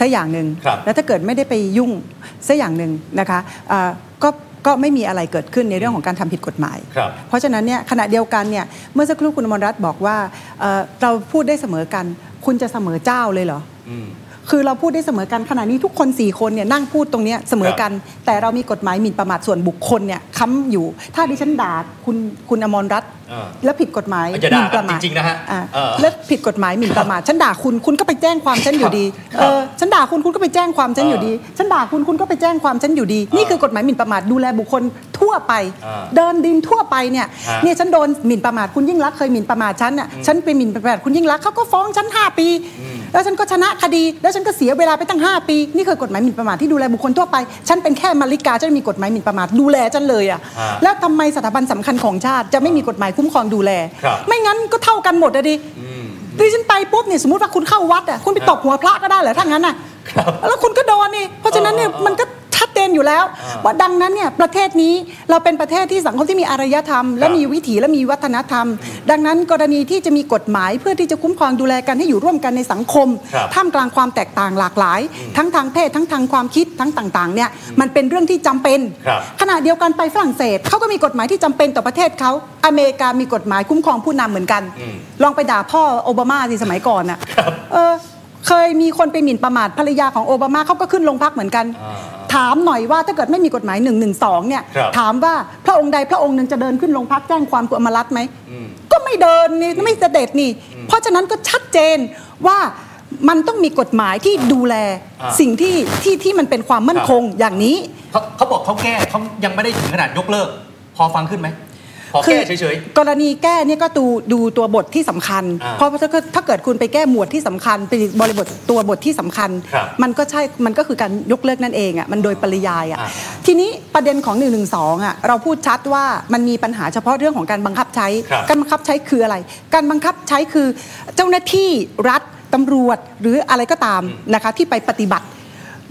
[SPEAKER 3] สักอย่างหนึ่ง
[SPEAKER 2] ครับ
[SPEAKER 3] และถ้าเกิดไม่ได้ไปยุ่งสักอย่างหนึ่งนะคะอ่าก็ก็ไม่มีอะไรเกิดขึ้นในเรื่องของการทำผิดกฎหมาย
[SPEAKER 2] ครับ
[SPEAKER 3] เพราะฉะนั้นเนี่ยขณะเดียวกันเนี่ยเมื่อสักครู่คุณอมรรัตน์บอกว่าเอ่อเราพูดได้เสมอกัน คุณจะเสมอเจ้าเลยเหรอ
[SPEAKER 2] อืม
[SPEAKER 3] คือเราพูดได้เสมอกันขณะนี้ทุกคน 4 คนเนี่ยนั่งพูดตรงเนี้ยเสมอกัน แต่เรามีกฎหมายหมิ่นประมาทส่วนบุคคลเนี่ยค้ำอยู่ ถ้าดิฉันด่าคุณคุณอมรรัตน์
[SPEAKER 2] เออ
[SPEAKER 3] แล้วผิดกฎหมาย
[SPEAKER 2] อย่า
[SPEAKER 3] ห
[SPEAKER 2] ด่า
[SPEAKER 3] มิ่นประมาท
[SPEAKER 2] จริงๆนะฮะ
[SPEAKER 3] อ่
[SPEAKER 2] เออ
[SPEAKER 3] แล้วผิดกฎหมายหมิ่นประมาทฉันด่าคุณคุณก็ไปแจ้งความฉันอยู่ดี
[SPEAKER 2] ครับ
[SPEAKER 3] เออฉันด่าคุณคุณก็ไปแจ้งความฉัน
[SPEAKER 2] เออ
[SPEAKER 3] อ
[SPEAKER 2] อยู่
[SPEAKER 3] ดีฉันด่าคุณคุณก็ไปแจ้งความฉันอยู่ดี นี่คือกฎหมายหมิ่นประมาทดูแลบุคคลทั่วไป
[SPEAKER 2] เออ
[SPEAKER 3] เดินดินทั่วไปเนี่ย
[SPEAKER 2] ฮะ
[SPEAKER 3] เนี่ยฉันโดนหมิ่นประมาทคุณยิ่งรักษณ์เคยหมิ่นประมาทฉันน่ะฉันไปหมิ่นประมาทคุณยิ่งรักษณ์เขาก็ฟ้องฉันห้าปี แล้วฉันก็ชนะคดี แล้วฉันก็เสียเวลาไปตั้ง 5 ปี นี่คือกฎหมายหมิ่นประมาทที่ดูแลบุคคลทั่วไป ฉันเป็นแค่มาริกาฉันมีกฎหมายหมิ่นประมาทดูแลฉันเลยอ่ะ
[SPEAKER 2] ฮะ
[SPEAKER 3] แล้วทำไมสถาบันสำคัญของชาติจะไม่มีกฎหมายคุ้มครองดูแล
[SPEAKER 2] ครับ
[SPEAKER 3] ไม่งั้นก็เท่ากันหมดอะดิดิฉันไปปุ๊บเนี่ยสมมติว่าคุณเข้าวัดอ่ะคุณไปตบหัวพระก็ได้เหรอถ้างั้นอ่ะแล้วคุณก็โดนนี่เพราะฉะนั้นเนี่ย
[SPEAKER 2] เออเออ
[SPEAKER 3] มันก็ ชัดเจนอยู่แล้วว่าดังนั้นเนี่ยประเทศนี้เราเป็นประเทศที่สังคมที่มีอารยธรรม และ
[SPEAKER 2] ครับ
[SPEAKER 3] มีวิถีและมีวัฒนธรรม ดังนั้นกรณีที่จะมีกฎหมายเพื่อที่จะคุ้มครองดูแลกันให้อยู่ร่วมกันในสังคม
[SPEAKER 2] ครับ
[SPEAKER 3] ท่ามกลางความแตกต่างหลากหลาย ทั้งทางเพศทั้งทางความคิดทั้งต่างๆเนี่ยมันเป็นเรื่องที่จำเป็น
[SPEAKER 2] ครับ
[SPEAKER 3] ขณะเดียวกันไปฝรั่งเศสเขาก็มีกฎหมายที่จำเป็นต่อประเทศเขาอเมริกามีกฎหมายคุ้มครองผู้นำเหมือนกัน
[SPEAKER 2] อืม
[SPEAKER 3] ลองไปด่าพ่อโอบามาสิสมัยก่อนอ่ะเออเคยมีคนไปหมิ่นประมาทภรรยาของโอบามาเขาก็ขึ้นโรงพักเหมือนกัน
[SPEAKER 2] อ่า
[SPEAKER 3] ถามหน่อยว่าถ้าเกิดไม่มีกฎหมาย1นึเนี่ย
[SPEAKER 2] ครับ
[SPEAKER 3] ถามว่าพระองค์ใดพระองค์หนึ่งจะเดินขึ้นโรงพักแจ้งความคุณอมรัตน์ไหม
[SPEAKER 2] อืม
[SPEAKER 3] ก็ไม่เดินนี่ไม่เสด็จนี่ เพราะฉะนั้นก็ชัดเจนว่ามันต้องมีกฎหมายที่ดูแล
[SPEAKER 2] อ่า
[SPEAKER 3] สิ่งที่ที่ที่มันเป็นความมั่น
[SPEAKER 2] ครับ
[SPEAKER 3] คงอย่างนี้
[SPEAKER 2] เขาเขาบอกเขาแก้เขายังไม่ได้ถึงขนาดยกเลิก พอฟังขึ้นไหมพอแก้เฉย
[SPEAKER 3] กรณีแก้เนี่ยก็ดูดูตัวบทที่สำคัญ
[SPEAKER 2] อ่า
[SPEAKER 3] เพราะถ้าเกิดถ้าเกิดคุณไปแก้หมวดที่สำคัญไปบริบทตัวบทที่สำคัญ
[SPEAKER 2] ครับ
[SPEAKER 3] มันก็ใช่มันก็คือการยกเลิกนั่นเองอ่ะมันโดยปริยายอ่ะ
[SPEAKER 2] อ่า
[SPEAKER 3] ทีนี้ประเด็นของ1นึอ่ะเราพูดชัดว่ามันมีปัญหาเฉพาะเรื่องของการบังคับใช้
[SPEAKER 2] ครับ
[SPEAKER 3] การบังคับใช้คืออะไร การบังคับใช้คือเจ้าหน้าที่รัฐตำรวจหรืออะไรก็ตามนะคะที่ไปปฏิบัติ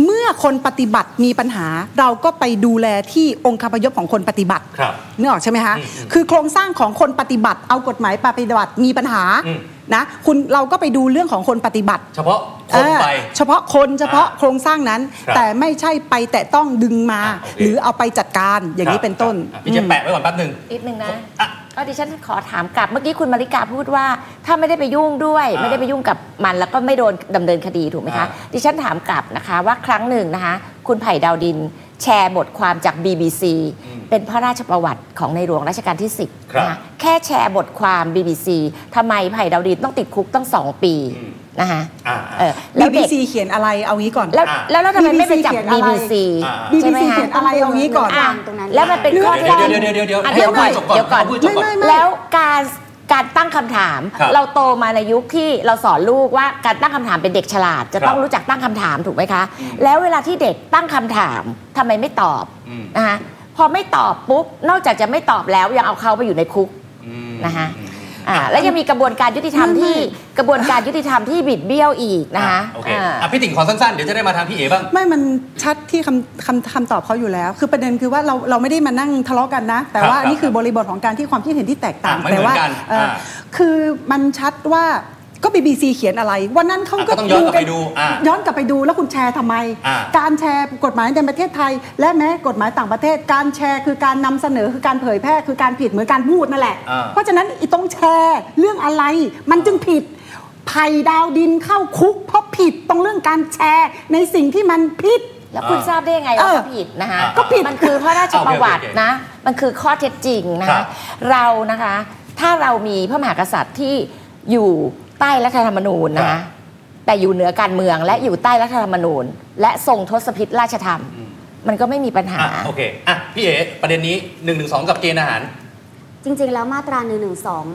[SPEAKER 3] เมื่อคนปฏิบัติมีปัญหา เราก็ไปดูแลที่องค์คาพยพของคนปฏิบัติ
[SPEAKER 2] ครับ
[SPEAKER 3] นึกออกใช่ไหมคะ
[SPEAKER 2] อืมอืม
[SPEAKER 3] คือโครงสร้างของคนปฏิบัติ เอากฎหมายปฏิบัติมีปัญหา
[SPEAKER 2] อืม
[SPEAKER 3] นะ คุณเราก็ไปดูเรื่องของคนปฏิบัติ
[SPEAKER 2] ๆ เฉพาะคนไป
[SPEAKER 3] เออเฉพาะคนเฉพาะโครงสร้างนั้น
[SPEAKER 2] ครับ
[SPEAKER 3] แต่ไม่ใช่ไปแตะต้องดึงมา
[SPEAKER 2] อ่ะโอเค
[SPEAKER 3] หรือเอาไปจัดการอย่างนี้เป็นต้น
[SPEAKER 2] ครับครับพี่เจะแปะไว้ก่อนแป๊บหนึ่ง
[SPEAKER 4] นิดนึงนะ
[SPEAKER 2] อ่ะ
[SPEAKER 4] ก็ดิฉันขอถามกลับเมื่อกี้คุณมาริกาพูดว่า ถ้าไม่ได้ไปยุ่งด้วย
[SPEAKER 2] อ่า
[SPEAKER 4] ไม่ได้ไปยุ่งกับมันแล้วก็ไม่โดนดำเนินคดีถูกไหมคะ
[SPEAKER 2] อ่า
[SPEAKER 4] ดิฉันถามกลับนะคะว่าครั้งหนึ่งนะคะ คุณไผ่ดาวดิน แชร์บทความจาก BBC
[SPEAKER 2] อืม
[SPEAKER 4] เป็นพระราชประวัติของในหลวงรัชกาลที่ 10
[SPEAKER 2] ครับ
[SPEAKER 4] นะคะแค่แชร์บทความ BBC ทำไมไผ่ดาวดินต้องติดคุกตั้งสองปี
[SPEAKER 2] อืม
[SPEAKER 4] นะคะ
[SPEAKER 2] อ่า
[SPEAKER 4] เออ
[SPEAKER 3] บี
[SPEAKER 4] แล้ว
[SPEAKER 3] บี
[SPEAKER 4] เด็ก
[SPEAKER 3] ซีเขียนอะไรเอางี้ก่อน
[SPEAKER 4] แล้ว
[SPEAKER 2] อ่า
[SPEAKER 4] แล้วแล้วทำไมไม่ไป
[SPEAKER 3] BBC
[SPEAKER 4] จับ
[SPEAKER 3] เขียนอะไร
[SPEAKER 4] BBC
[SPEAKER 2] อ่า
[SPEAKER 3] บี
[SPEAKER 4] ใช่ไหม
[SPEAKER 3] บีซี
[SPEAKER 4] คะ
[SPEAKER 3] เขียนอะไรเอางี้ก่อน
[SPEAKER 6] อ่ะ
[SPEAKER 4] ตรงนั้นแล้วมันเป็นข้อ
[SPEAKER 2] เดี๋ยวเดี๋ยวเดี๋ยวเดี๋ยวเดี๋ยว
[SPEAKER 4] อ่ะเดี๋ยวก่อน
[SPEAKER 2] ให้จบก่อน
[SPEAKER 4] เดี๋ยว
[SPEAKER 2] ให้พูดจบ
[SPEAKER 4] ก่อน
[SPEAKER 2] ก่อน
[SPEAKER 3] ไม่ไม่
[SPEAKER 4] แล้วการการตั้งคำถาม
[SPEAKER 2] ครับ
[SPEAKER 4] เราโตมาในยุคที่เราสอนลูกว่าการตั้งคำถามเป็นเด็กฉลาด จะต้อง
[SPEAKER 2] ครับ
[SPEAKER 4] รู้จักตั้งคำถามถูกไหมคะ แล้วเวลาที่เด็กตั้งคำถามทำไมไม่ตอบ
[SPEAKER 2] อืม
[SPEAKER 4] นะคะพอไม่ตอบปุ๊บนอกจากจะไม่ตอบแล้วยังเอาเขาไปอยู่ในคุก
[SPEAKER 2] อืม
[SPEAKER 4] นะคะอ่าแล้วยังมีกระบวนการยุติธรรมที่กระบวนการยุติธรรมที่บิดเบี้ยวอีกนะคะ
[SPEAKER 2] อ่โอเค
[SPEAKER 4] อ่า
[SPEAKER 2] อ่ะพี่ติ่งขอสั้น ๆ เดี๋ยวจะได้มาทางพี่เอ๋บ้าง
[SPEAKER 3] ไม่มันชัดที่คำคำคำตอบเขาอยู่แล้ว คือประเด็นคือว่าเราเราไม่ได้มานั่งทะเลาะกันนะ แต่ว่า
[SPEAKER 2] ครับ
[SPEAKER 3] นี่คือบริบทของการที่ความคิดเห็นที่แตกต่าง
[SPEAKER 2] อ่ะไม่
[SPEAKER 3] แต่ว่า
[SPEAKER 2] เหมือนกัน
[SPEAKER 3] เอ่ออา คือมันชัดว่าก็ BBC เขียนอะไร วันนั้นเขา
[SPEAKER 2] อ่ะ
[SPEAKER 3] ก็
[SPEAKER 2] ก็ต้องย้อนกลับไปดูอ่ะ
[SPEAKER 3] ย้อนกลับไปดูแล้วคุณแชร์ทำไม
[SPEAKER 2] อ่ะ
[SPEAKER 3] การแชร์กฎหมายในประเทศไทย และแม้กฎหมายต่างประเทศ การแชร์คือการนำเสนอคือการเผยแพร่คือการผิดเหมือนการพูดนั่นแหละ
[SPEAKER 2] อ่ะ
[SPEAKER 3] เพราะฉะนั้นไอีต้องแชร์เรื่องอะไร มันจึงผิดไผ่ดาวดินเข้าคุกเพราะผิดตรงเรื่องการแชร์ในสิ่งที่มันผิด
[SPEAKER 4] แล้วคุณ
[SPEAKER 2] อ่า
[SPEAKER 4] ทราบได้ยังไง
[SPEAKER 3] เอ
[SPEAKER 4] ว่า
[SPEAKER 3] อ
[SPEAKER 4] เขาผิดนะคะ
[SPEAKER 2] อ่าก็ผิด
[SPEAKER 4] มันคือพระราชประวัติ
[SPEAKER 2] โอเคโอเค
[SPEAKER 4] นะ มันคือข้อเท็จจริงนะ
[SPEAKER 2] ครั
[SPEAKER 4] คะ
[SPEAKER 2] บ
[SPEAKER 4] เรานะคะ ถ้าเรามีพระมหากษัตริย์ที่อยู่ใต้รัฐธรรมนูญนะ
[SPEAKER 2] ครั
[SPEAKER 4] คะ
[SPEAKER 2] บ
[SPEAKER 4] แต่อยู่เหนือการเมืองและอยู่ใต้รัฐธรรมนูญ และทรงทศพิธราชธรรม
[SPEAKER 2] อืม
[SPEAKER 4] มันก็ไม่มีปัญหา
[SPEAKER 2] อ่ะโอเค อ่ะ พี่เอ๋ประเด็นนี้1นึกับเกณฑ์อาหาร
[SPEAKER 6] จริงๆ แล้วมาตรา1นึ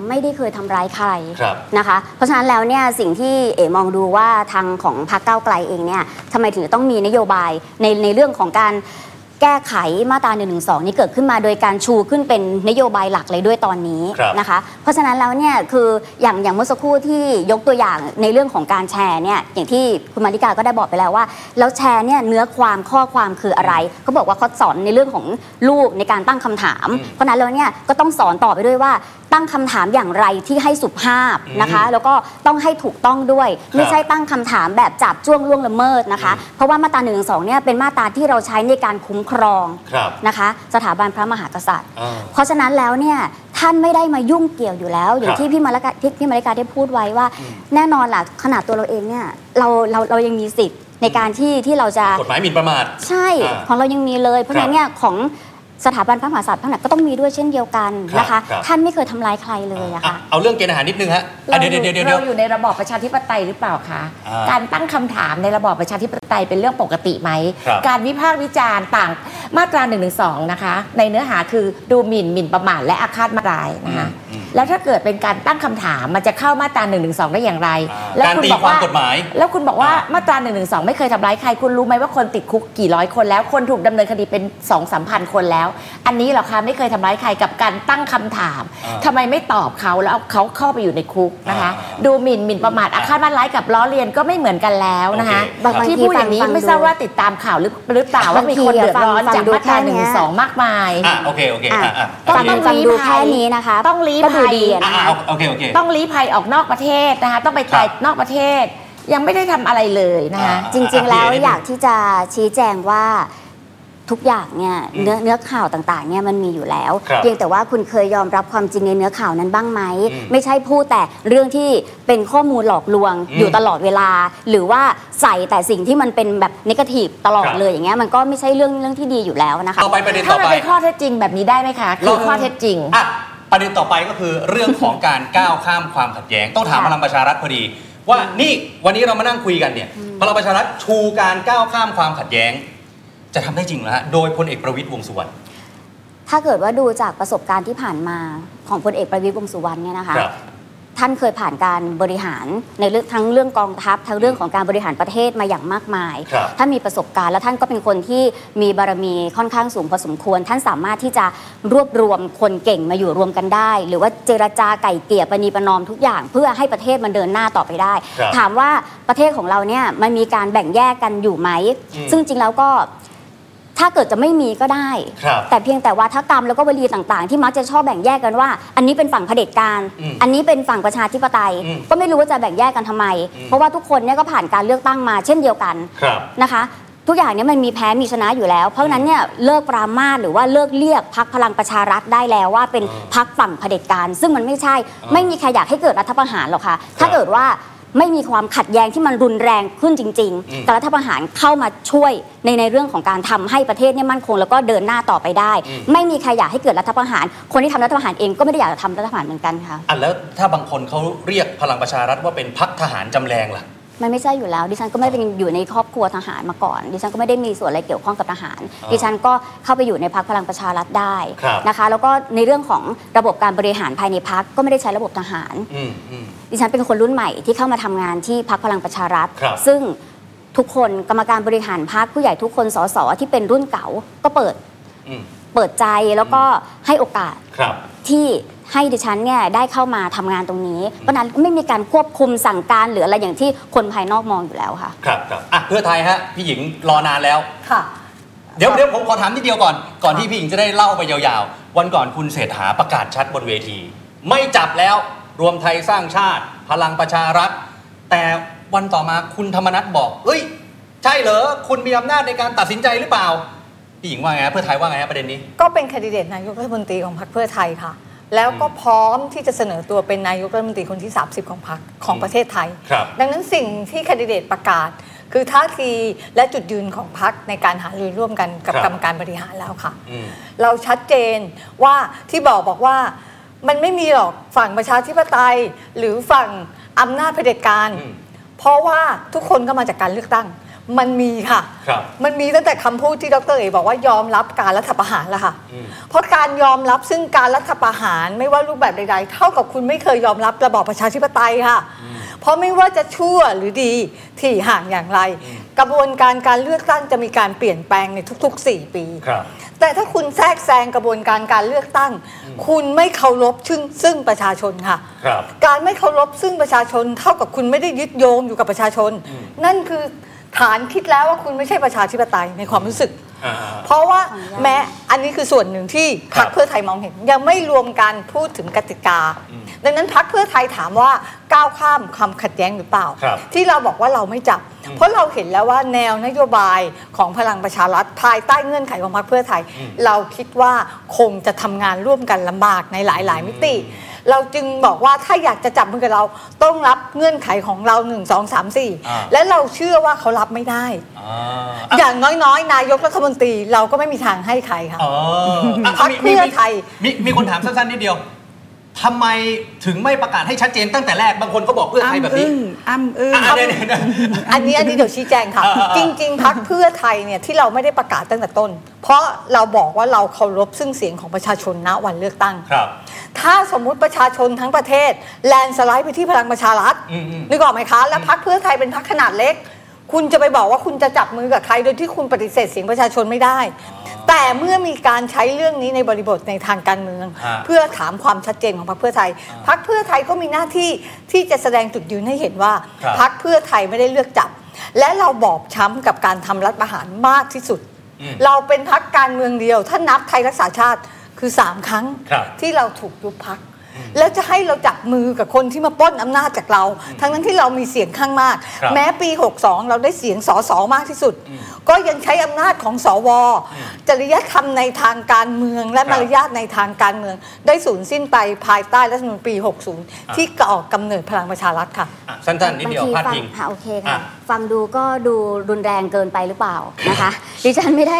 [SPEAKER 6] ไม่ได้เคยทำร้ายใคร
[SPEAKER 2] ครับ
[SPEAKER 6] นะคะ เพราะฉะนั้นแล้วเนี่ยสิ่งที่เอ๋มองดูว่าทางของพรรคก้าวไกลเองเนี่ยทำไมถึงต้องมีนโยบายในในเรื่องของการแก้ไขมาตรา1นึนี้เกิดขึ้นมาโดยการชูขึ้นเป็นนโยบายหลักเลยด้วยตอนนี้
[SPEAKER 2] ครับ
[SPEAKER 6] นะคะ เพราะฉะนั้นแล้วเนี่ยคืออย่างอย่างเมื่อสักครู่ที่ยกตัวอย่างในเรื่องของการแชร์เนี่ยอย่างที่คุณมาริกาก็ได้บอกไปแล้วว่า แล้วแชร์เนี่ยเนื้อความข้อความคืออะไรเขาบอกว่าเขาสอนในเรื่องของลูกในการตั้งคำถาม
[SPEAKER 2] อืม
[SPEAKER 6] เพราะฉะนั้นแล้วเนี่ยก็ต้องสอนต่อไปด้วยว่าตั้งคำถามอย่างไรที่ให้สุภาพนะคะ แล้วก็ต้องให้ถูกต้องด้วย ไม่ใช่ตั้งคำถามแบบจับจ้วงล่วงละเมิดนะคะ เพราะว่ามาตราหนึ่งสองเนี่ยเป็นมาตราที่เราใช้ในการคุ้มครอง
[SPEAKER 2] ครับ
[SPEAKER 6] นะคะ สถาบันพระมหากษัตริย์
[SPEAKER 2] อ่า
[SPEAKER 6] เพราะฉะนั้นแล้วเนี่ยท่านไม่ได้มายุ่งเกี่ยวอยู่แล้ว อย่า
[SPEAKER 2] ค
[SPEAKER 6] ง
[SPEAKER 2] รับ
[SPEAKER 6] ที่พี่มาริกาที่พี่มาริกาได้พูดไว้ว่า แน่นอนล่ะขนาดตัวเราเองเนี่ยเราเราเรายังมีสิทธิ์ในการที่ที่เราจะ
[SPEAKER 2] กฎหมายหมิ่นประมาท
[SPEAKER 6] ใช่
[SPEAKER 2] อ่า
[SPEAKER 6] ของเรายังมีเลยเพราะ
[SPEAKER 2] ครั
[SPEAKER 6] ฉะ
[SPEAKER 2] บ
[SPEAKER 6] นั้นเนี่ยของสถาบันพระมหากษัตริย์พระมหากษัตริย์ก็ต้องมีด้วยเช่นเดียวกันนะ
[SPEAKER 2] ครั
[SPEAKER 6] คะ
[SPEAKER 2] บครับ
[SPEAKER 6] ท่านไม่เคยทำร้ายใครเลยอะ
[SPEAKER 2] อ่ะ
[SPEAKER 6] ค่ะ
[SPEAKER 2] เอาเรื่องเกณฑ์อาหารนิดนึงฮะอ่ะ
[SPEAKER 4] เราอ
[SPEAKER 2] เดี๋ยว
[SPEAKER 4] ยู่
[SPEAKER 2] เดี๋ยวเดี๋ยวเดี๋ยว
[SPEAKER 4] เราอยู่ในระบอบประชาธิปไตยหรือเปล่าคะ
[SPEAKER 2] อ่า
[SPEAKER 4] การตั้งคำถามในระบอบประชาธิปไตยเป็นเรื่องปกติไหม
[SPEAKER 2] ครับ
[SPEAKER 4] การวิพากษ์วิจารณ์ต่างมาตรา1นึนะคะ ในเนื้อหาคือดูหมิ่นหมิ่นประมาทและอาฆาตมาร้ายนะคะ
[SPEAKER 2] อืมอืม
[SPEAKER 4] แล้วถ้าเกิดเป็นการตั้งคำถามมันจะเข้ามาตรา1นึได้อย่างไร
[SPEAKER 2] อ่า
[SPEAKER 4] แล้ว
[SPEAKER 2] การตีความกฎหมาย
[SPEAKER 4] แล้วคุณบอกว่า
[SPEAKER 2] อ่าม
[SPEAKER 4] มาตรา1นึไม่เคยทำร้ายใครคุณรู้ไหมว่าคนติดคุกกี่ร้อยคนแล้ว คนถูกดำเนินคดีเป็น2องสามพันคนแล้ว อันนี้เหรอคะไม่เคยทำร้ายใครกับการตั้งคำถามทำไมไม่ตอบเขาแล้วเอาเขาเข้าไปอยู่ในคุกนะคะ ดูหมิ่นหมิ่นประมาทอาฆาตมาร้ายกับล้อเลียนก็ไม่เหมือนกันแล้วนะคะ
[SPEAKER 6] โอเคบาง
[SPEAKER 4] ที่
[SPEAKER 6] ที
[SPEAKER 4] พูดอย่างนี้
[SPEAKER 6] ฟังๆ
[SPEAKER 4] ไม่ทราบ
[SPEAKER 6] ดู
[SPEAKER 4] ว่าติดตามข่าวหรือหรือเปล่าว่ามีคนเดือดร้อน
[SPEAKER 6] บางทีอะฟังๆ
[SPEAKER 4] จาก
[SPEAKER 6] ดู
[SPEAKER 4] มาตรา
[SPEAKER 6] แค่
[SPEAKER 4] 1
[SPEAKER 6] เนี้
[SPEAKER 4] นึ
[SPEAKER 6] ย
[SPEAKER 4] มากมาย
[SPEAKER 2] อ่ะโอเคโอเคอ่ะอ่ะ
[SPEAKER 6] ฟั
[SPEAKER 2] โอง เค
[SPEAKER 4] ต้ อ ง
[SPEAKER 6] ฟังดู
[SPEAKER 4] รีบไป
[SPEAKER 6] แค่นี้นะคะ
[SPEAKER 4] ต้องลี้
[SPEAKER 6] ก็ดู
[SPEAKER 4] ภัย
[SPEAKER 6] ดีอะ
[SPEAKER 2] อ่ะ
[SPEAKER 6] นะคะ
[SPEAKER 2] อ่ะเอาโอเคโอเค
[SPEAKER 4] ต้องลี้ภัยออกนอกประเทศนะคะต้องไปไกล
[SPEAKER 2] ครับ
[SPEAKER 4] นอกประเทศ ยังไม่ได้ทำอะไรเลยนะคะ
[SPEAKER 2] อ่า
[SPEAKER 6] จริงๆ แล้ว
[SPEAKER 2] อ่ะพี่เอ๋
[SPEAKER 6] อยากที่จะชี้แจงว่าทุกอย่างเนี่ย
[SPEAKER 2] อืม
[SPEAKER 6] เนื้อเนื้อข่าวต่างๆเนี่ยมันมีอยู่แล้ว
[SPEAKER 2] ครับ
[SPEAKER 6] เพียงแต่ว่าคุณเคยยอมรับความจริงในเนื้อข่าวนั้นบ้างไหม
[SPEAKER 2] อืม
[SPEAKER 6] ไม่ใช่พูดแต่เรื่องที่เป็นข้อมูลหลอกลวง
[SPEAKER 2] อืม
[SPEAKER 6] อยู่ตลอดเวลา หรือว่าใส่แต่สิ่งที่มันเป็นแบบนิเกทีฟตลอ
[SPEAKER 2] ค
[SPEAKER 6] ด
[SPEAKER 2] รับ
[SPEAKER 6] เลยอย่างเงี้ยมันก็ไม่ใช่เรื่องเรื่องที่ดีอยู่แล้วนะคะ
[SPEAKER 2] ต่อไปประเด็นต่
[SPEAKER 4] ถ้า
[SPEAKER 2] อ
[SPEAKER 4] มัน
[SPEAKER 2] ไป
[SPEAKER 4] เป็นข้อเท็จจริงแบบนี้ได้ไหมคะคือข้อเท็จจริง
[SPEAKER 2] อ่ะประเด็นต่อไปก็คือเรื่องของการ ก้าวข้ามความขัดแย้งต้องถามพลังประชารัฐพอดี ว่านี่วันนี้เรามานั่งคุยกันเนี่ยพลังประชารัฐชูการก้าวข้ามความขัดแย้ง จะทำได้จริงเหรอฮะโดยพลเอกประวิตยวงษ์สุวรรณ
[SPEAKER 6] ถ้าเกิดว่าดูจากประสบการณ์ที่ผ่านมาของพลเอกประวิตรวงษ์สุวรรณเนี่ยนะคะ
[SPEAKER 2] ครับ
[SPEAKER 6] ท่านเคยผ่านการบริหารในเรื่องทั้งเรื่องกองทัพทั้งเรื่องของการบริหารประเทศมาอย่างมากมาย
[SPEAKER 2] ครับ
[SPEAKER 6] ท่านมีประสบการณ์และท่านก็เป็นคนที่มีบารมีค่อนข้างสูงพอสมควร ท่านสามารถที่จะรวบรวมคนเก่งมาอยู่รวมกันได้ หรือว่าเจรจาไก่เกลี่ยประนีประนอมทุกอย่าง เพื่อให้ประเทศมันเดินหน้าต่อไปได้
[SPEAKER 2] ครับ
[SPEAKER 6] ถามว่าประเทศของเราเนี่ยมันมีการแบ่งแยกกันอยู่ไหม
[SPEAKER 2] อืม
[SPEAKER 6] ซึ่งจริงแล้วก็ถ้าเกิดจะไม่มีก็ได้
[SPEAKER 2] ครับ
[SPEAKER 6] แต่เพียงแต่วาทกรรมแล้วก็วลีต่างๆ ที่มักจะชอบแบ่งแยกกันว่า อันนี้เป็นฝั่งเผด็จการ
[SPEAKER 2] อืม
[SPEAKER 6] อันนี้เป็นฝั่งประชาธิปไตย
[SPEAKER 2] อืม
[SPEAKER 6] ก็ไม่รู้ว่าจะแบ่งแยกกันทำไม
[SPEAKER 2] อืม
[SPEAKER 6] เพราะว่าทุกคนเนี่ยก็ผ่านการเลือกตั้งมาเช่นเดียวกัน
[SPEAKER 2] ครับ
[SPEAKER 6] นะคะ ทุกอย่างเนี่ยมันมีแพ้มีชนะอยู่แล้ว เพราะฉะนั้นเนี่ยเลิกปรามาสหรือว่าเลิกเรียกพักพลังประชารัฐได้แล้วว่าเป็น
[SPEAKER 2] อ่า
[SPEAKER 6] พักฝั่งเผด็จการ ซึ่งมันไม่ใช่
[SPEAKER 2] อ่า
[SPEAKER 6] ไม่มีใครอยากให้เกิดรัฐประหารหรอกค่ะ ถ้าเกิดว่าไม่มีความขัดแย้งที่มันรุนแรงขึ้นจริง
[SPEAKER 2] อืม
[SPEAKER 6] ๆ รัฐประหารเข้ามาช่วยในในเรื่องของการทำให้ประเทศเนี่ยมั่นคงแล้วก็เดินหน้าต่อไปได้
[SPEAKER 2] อืม
[SPEAKER 6] ไม่มีใครอยากให้เกิดรัฐประหาร คนที่ทำรัฐประหารเองก็ไม่ได้อยากจะทำรัฐประหารเหมือนกันค่ะ
[SPEAKER 2] อ่ะแล้วถ้าบางคนเขาเรียกพลังประชารัฐว่าเป็นพักทหารจำแรงล่ะ
[SPEAKER 6] มันไม่ใช่อยู่แล้ว ดิฉันก็ไม่ได้เป็นอยู่ในครอบครัวทหารมาก่อน ดิฉันก็ไม่ได้มีส่วนอะไรเกี่ยวข้องกับทหาร
[SPEAKER 2] อ่า
[SPEAKER 6] ดิฉันก็เข้าไปอยู่ในพักพลังประชารัฐได้
[SPEAKER 2] ครับ
[SPEAKER 6] นะคะ แล้วก็ในเรื่องของระบบการบริหารภายในพักก็ไม่ได้ใช้ระบบทหาร
[SPEAKER 2] อืมอืม
[SPEAKER 6] ดิฉันเป็นคนรุ่นใหม่ที่เข้ามาทำงานที่พักพลังประชารัฐ
[SPEAKER 2] ครับ
[SPEAKER 6] ซึ่งทุกคนกรรมการบริหารพักผู้ใหญ่ทุกคนสสที่เป็นรุ่นเก่าก็เปิด
[SPEAKER 2] อืม
[SPEAKER 6] เปิดใจแล้วก็ให้โอกาส
[SPEAKER 2] ครับ
[SPEAKER 6] ที่ให้ดิฉันเนี่ยได้เข้ามาทำงานตรงนี้ เพราะฉะนั้นไม่มีการควบคุมสั่งการหรืออะไรอย่างที่คนภายนอกมองอยู่แล้วค่ะ
[SPEAKER 2] ครับครับอ่ะเพื่อไทยฮะพี่หญิงรอนานแล้ว
[SPEAKER 5] ค่ะ
[SPEAKER 2] เดี๋ยวเดี๋ยวผมขอถามนิดเดียวก่อน ก่อนที่พี่หญิงจะได้เล่าไปยาวๆ วันก่อนคุณเศรษฐาประกาศชัดบนเวที ไม่จับแล้วรวมไทยสร้างชาติ พลังประชารัฐ แต่วันต่อมาคุณธรรมนัฐบอก เอ้ย ใช่เหรอ คุณมีอำนาจในการตัดสินใจหรือเปล่า พี่หญิงว่าไงฮะเพื่อไทยว่าไงฮะประเด็นนี้
[SPEAKER 5] ก็เป็นแคนดิเดตนายกรัฐมนตรีของพรรคเพื่อไทยค่ะ แล้วก็พร้อมที่จะเสนอตัวเป็นนายกรัฐมนตรีคนที่ 30 ของพรรคของประเทศไทย
[SPEAKER 2] ครับ
[SPEAKER 5] ดังนั้นสิ่งที่แคนดิเดตประกาศ คือท่าทีและจุดยืนของพรรคในการหารือร่วมกันกับ
[SPEAKER 2] ครับ
[SPEAKER 5] กรรมการบริหารแล้วค่ะ
[SPEAKER 2] อืม
[SPEAKER 5] เราชัดเจนว่าที่บอกบอกว่ามันไม่มีหรอกฝั่งประชาธิปไตย หรือฝั่งอำนาจเผด็จการ
[SPEAKER 2] อืม
[SPEAKER 5] เพราะว่าทุกคนก็มาจากการเลือกตั้ง มันมีค่ะ
[SPEAKER 2] ครับ
[SPEAKER 5] มันมีตั้งแต่คำพูดที่ดรเอกบอกว่ายอมรับการรัฐประหารแล้วค่ะ
[SPEAKER 2] อืม
[SPEAKER 5] เพราะการยอมรับซึ่งการรัฐประหารไม่ว่ารูปแบบใด ๆ เท่ากับคุณไม่เคยยอมรับระบอบประชาธิปไตยค่ะ เพราะไม่ว่าจะชั่วหรือดีที่ห่างอย่างไร กระบวนการการเลือกตั้งจะมีการเปลี่ยนแปลงในทุกๆ 4 ปี
[SPEAKER 2] ครับ
[SPEAKER 5] แต่ถ้าคุณแทรกแซงกระบวนการการเลือกตั้ง คุณไม่เคารพซึ่งซึ่งประชาชนค่ะ
[SPEAKER 2] ครับ
[SPEAKER 5] การไม่เคารพซึ่งประชาชนเท่ากับคุณไม่ได้ยึดโยงอยู่กับประชาชน นั่นคือฐานคิดแล้วว่าคุณไม่ใช่ประชาธิปไตยในความรู้สึก
[SPEAKER 2] อ่า
[SPEAKER 5] เพราะว่าแม้อันนี้คือส่วนหนึ่งที่
[SPEAKER 2] ค
[SPEAKER 5] พ
[SPEAKER 2] รั
[SPEAKER 5] ร
[SPEAKER 2] บ
[SPEAKER 5] รคเพื่อไทยมองเห็น ยังไม่รวมการพูดถึงกติกา ดังนั้นพรรคเพื่อไทยถามว่าก้าวข้ามความขัดแย้งหรือเปล่า
[SPEAKER 2] ครับ
[SPEAKER 5] ที่เราบอกว่าเราไม่จับ เพราะเราเห็นแล้วว่าแนวนโยบายของพลังประชารัฐภายใต้เงื่อนไขของพรรคเพื่อไทย เราคิดว่าคงจะทำงานร่วมกันลำบากในหลาย ๆ มิติ เราจึงบอกว่าถ้าอยากจะจับมือกับเราต้องรับเงื่อนไขของเรา1 2 3
[SPEAKER 2] อ่า
[SPEAKER 5] 4 และเราเชื่อว่าเขารับไม่ได้
[SPEAKER 2] อ่า
[SPEAKER 5] อย่างน้อยๆ นายกรัฐมนตรีเราก็ไม่มีทางให้ใครค่ะ
[SPEAKER 2] อ๋ออ่ะ
[SPEAKER 5] พรรค
[SPEAKER 2] มี
[SPEAKER 5] เพื่อไทย
[SPEAKER 2] มีมีมีคนถามสั้นๆนิดเดียว ทำไมถึงไม่ประกาศให้ชัดเจนตั้งแต่แรกบางคนก็บอกเพื่อไทย
[SPEAKER 3] อ้ำ
[SPEAKER 2] แบบนี้
[SPEAKER 3] อึ้งอ้ำอึ้ง
[SPEAKER 2] อ่ะเดี๋ยวๆๆ
[SPEAKER 5] อันนี้อันนี้เดี๋ยวชี้แจงค่ะ
[SPEAKER 2] อ่าๆๆ
[SPEAKER 5] จริง ๆพักเพื่อไทยเนี่ยที่เราไม่ได้ประกาศตั้งแต่ต้น เพราะเราบอกว่าเราเคารพซึ่งเสียงของประชาชนณวันเลือกตั้ง
[SPEAKER 2] ครับ
[SPEAKER 5] ถ้าสมมุติประชาชนทั้งประเทศ แลนสไลด์ไปที่พลังประชารัฐ
[SPEAKER 2] อืมๆ
[SPEAKER 5] นึกออกไหมคะ แล้วพักเพื่อไทยเป็นพักขนาดเล็ก คุณจะไปบอกว่าคุณจะจับมือกับใครโดยที่คุณปฏิเสธเสียงประชาชนไม่ได้ แต่เมื่อมีการใช้เรื่องนี้ในบริบทในทางการเมือง
[SPEAKER 2] ฮะ
[SPEAKER 5] เพื่อถามความชัดเจนของพรรคเพื่อไทย พรรคเพื่อไทยก็มีหน้าที่ที่จะแสดงจุดยืนให้เห็นว่า
[SPEAKER 2] ครับ
[SPEAKER 5] พรรคเพื่อไทยไม่ได้เลือกจับ และเราบอบช้ำกับการทำรัฐประหารมากที่สุด
[SPEAKER 2] อืม
[SPEAKER 5] เราเป็นพรรคการเมืองเดียว ถ้านับไทยรักษาชาติคือ 3 ครั้ง
[SPEAKER 2] ครับ
[SPEAKER 5] ที่เราถูกยุบพรรคแล้วจะให้เราจับมือกับคนที่มาปล้นอำนาจจากเรา ทั้งนั้นที่เรามีเสียงข้างมาก
[SPEAKER 2] ครับ
[SPEAKER 5] แม้ปี 62 เราได้เสียงสอสอมากที่สุด ก็ยังใช้อำนาจของสว จริยธรรมในทางการเมืองและ
[SPEAKER 2] ครับ
[SPEAKER 5] มารยาทในทางการเมือง ได้สูญสิ้นไปภายใต้รัฐธรรมนูญปี
[SPEAKER 2] อ่า
[SPEAKER 5] 60 ที่ก่อกำเนิดพลังประชารัฐค่ะ
[SPEAKER 2] อ่ะสั้นๆนิดเดียวพลาด
[SPEAKER 6] บาง
[SPEAKER 2] พิ
[SPEAKER 6] ที
[SPEAKER 2] ง
[SPEAKER 6] ฟัค่ะโอเค
[SPEAKER 2] อ่ะ
[SPEAKER 6] ค่ะ ฟังดูก็ดูรุนแรงเกินไปหรือเปล่านะคะ ดิฉันไม่ได้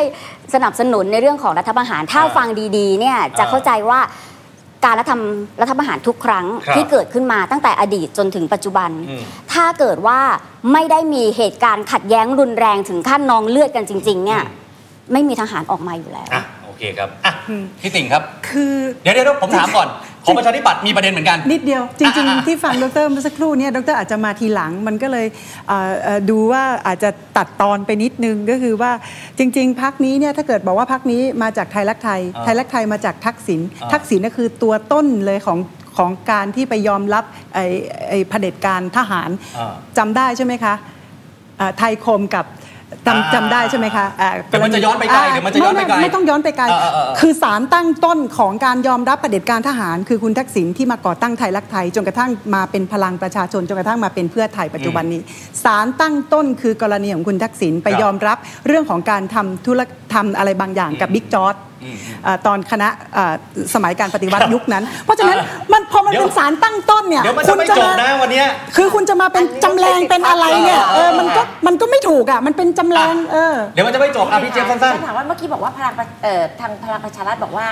[SPEAKER 6] สนับสนุนในเรื่องของรัฐประหาร ถ้า
[SPEAKER 2] อ่า
[SPEAKER 6] ฟังดีๆเนี่ยจะ
[SPEAKER 2] อ่า
[SPEAKER 6] เข้าใจว่าการรัฐทำรัฐประหารทุกครั้ง
[SPEAKER 2] ครับ
[SPEAKER 6] ที่เกิดขึ้นมาตั้งแต่อดีตจนถึงปัจจุบัน
[SPEAKER 2] อืม
[SPEAKER 6] ถ้าเกิดว่าไม่ได้มีเหตุการณ์ขัดแย้งรุนแรงถึงขั้นนองเลือดกันจริง ๆ เนี่ย
[SPEAKER 2] อื
[SPEAKER 6] ไม่มีทหารออกมาอยู่แล้ว
[SPEAKER 2] อ่ะโอเคครับอ่ะพี่ติ่งครับ
[SPEAKER 3] คือ
[SPEAKER 2] เดี๋ยวเดี๋ยวผมถามก่อนของประชาธิปัตย์มีประเด็นเหมือนกัน
[SPEAKER 3] นิดเดียวจริง
[SPEAKER 2] อ่ะ
[SPEAKER 3] ๆ ที่ฟังดรเมื่อสักครู่เนี่ยดรอาจจะมาทีหลังมันก็เลยเอ่อเอ่อดูว่าอาจจะตัดตอนไปนิดนึงก็คือว่าจริง ๆ พักนี้เนี่ยถ้าเกิดบอกว่าพักนี้มาจากไทยรักไทย
[SPEAKER 2] อ่า
[SPEAKER 3] ไทยรักไทยมาจากทักษิณ
[SPEAKER 2] อ่า
[SPEAKER 3] ทักษิณก็คือตัวต้นเลยของของการที่ไปยอมรับไอ้ไอ้เผด็จการทหาร
[SPEAKER 2] อ่า
[SPEAKER 3] จำได้ใช่ไหมคะอ่าไทยคมกับ
[SPEAKER 2] อ่า
[SPEAKER 3] จำจำได้ใช่ไหมคะอ่า
[SPEAKER 2] เดี๋ยวมันจะย้อนไปไกลเดี๋ยวมันจะย้อนไปไกล
[SPEAKER 3] ม่ม่ไม่ต้องย้อนไปไกล
[SPEAKER 2] อ่าอ่าอ่า
[SPEAKER 3] คือสารตั้งต้นของการยอมรับประเผด็จการทหาร คือคุณทักษิณที่มาก่อตั้งไทยรักไทย จนกระทั่งมาเป็นพลังประชาชนจนกระทั่งมาเป็นเพื่อไทยปัจจุบันนี้สารตั้งต้นคือกรณีของคุณทักษิณไป
[SPEAKER 2] ครับ
[SPEAKER 3] ยอมรับเรื่องของการทำธุรทำอะไรบางอย่างกับบิ๊กจอร์ด
[SPEAKER 2] อืม
[SPEAKER 3] เอ่อตอนคณะเอ่อสมัยการปฏิวั
[SPEAKER 2] ค
[SPEAKER 3] ติ
[SPEAKER 2] รับ
[SPEAKER 3] ยุคนั้น เพราะฉะนั้น
[SPEAKER 2] เออ
[SPEAKER 3] มันพอมัน
[SPEAKER 2] เดี๋ยว
[SPEAKER 3] เป็นสารตั้งต้นเนี่ย
[SPEAKER 2] เดี๋ยวมันจะไม่จบนะวันเนี้ย
[SPEAKER 3] คือคุณจะมาเป็นจำแรงเป็นอะไรเนี่ยเออมันก็มันก็ไม่ถูกอ่ะมันเป็นจำแรงเออ
[SPEAKER 2] เดี๋ยวมันจะไม่จบอ่ะพี่เจมส์สั้น
[SPEAKER 4] ฉัถามว่าเมื่อกี้บอกว่าพลังประเอ่อทางพลังประชารัฐบอกว่า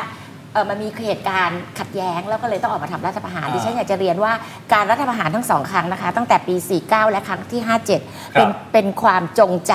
[SPEAKER 4] เอ่อมันมีเหตุการณ์ขัดแย้งแล้วก็เลยต้องออกมาทำรัฐประหาร
[SPEAKER 2] อ่า
[SPEAKER 4] ดิฉันอยากจะเรียนว่าการรัฐประหารทั้งสองครั้งนะคะ ตั้งแต่ปี 49 และครั้งที่ 57
[SPEAKER 2] ครั
[SPEAKER 4] เป็น
[SPEAKER 2] บ
[SPEAKER 4] เป็นความจงใจ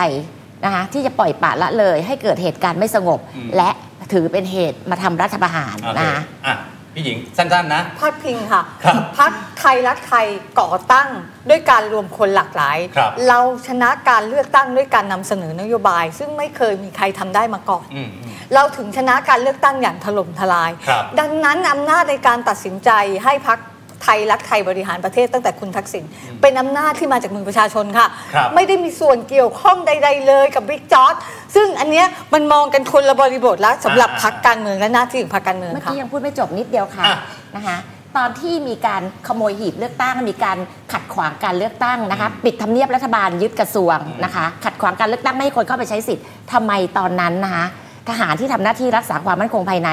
[SPEAKER 4] นะคะที่จะปล่อยปละละเลย ให้เกิดเหตุการณ์ไม่สงบ
[SPEAKER 2] อืม
[SPEAKER 4] และถือเป็นเหตุมาทำรัฐประหาร
[SPEAKER 2] ๆโอเค
[SPEAKER 4] นะคะ
[SPEAKER 2] อ่ะพี่หญิงสั้นๆนะ
[SPEAKER 5] พาดพิงค่ะ
[SPEAKER 2] ครับ
[SPEAKER 5] พักไทยรักไทยก่อตั้งด้วยการรวมคนหลากหลาย
[SPEAKER 2] ครับ
[SPEAKER 5] เราชนะการเลือกตั้งด้วยการนำเสนอนโยบาย ซึ่งไม่เคยมีใครทำได้มาก่อน
[SPEAKER 2] อืมอืม
[SPEAKER 5] เราถึงชนะการเลือกตั้งอย่างถล่มทลาย
[SPEAKER 2] ครับ
[SPEAKER 5] ดังนั้นอำนาจในการตัดสินใจให้พักไทยรักไทยบริหารประเทศตั้งแต่คุณทักษิณเป็นอำนาจที่มาจากมือประชาชนค่ะ
[SPEAKER 2] ครับ
[SPEAKER 5] ไม่ได้มีส่วนเกี่ยวข้องใด ๆ เลยกับบิ๊กจ๊อดซึ่งอันเนี้ยมันมองกันคนละบริบทแล้วสำหรับ
[SPEAKER 2] อ่า
[SPEAKER 5] พักการเมืองและหน้าที่ของพักการเมือง
[SPEAKER 4] เมื่อ
[SPEAKER 5] ค่ะ
[SPEAKER 4] กี้ยังพูดไม่จบนิดเดียวค่ะ
[SPEAKER 2] อ่ะ
[SPEAKER 4] นะคะตอนที่มีการขโมยหีบเลือกตั้ง มีการขัดขวางการเลือกตั้งนะคะปิดทำเนียบรัฐบาลยึดกระทรวงนะคะขัดขวางการเลือกตั้งไม่ให้คนเข้าไปใช้สิทธิ์ทำไมตอนนั้นนะคะทหารที่ทำหน้าที่รักษาความมั่นคงภายใน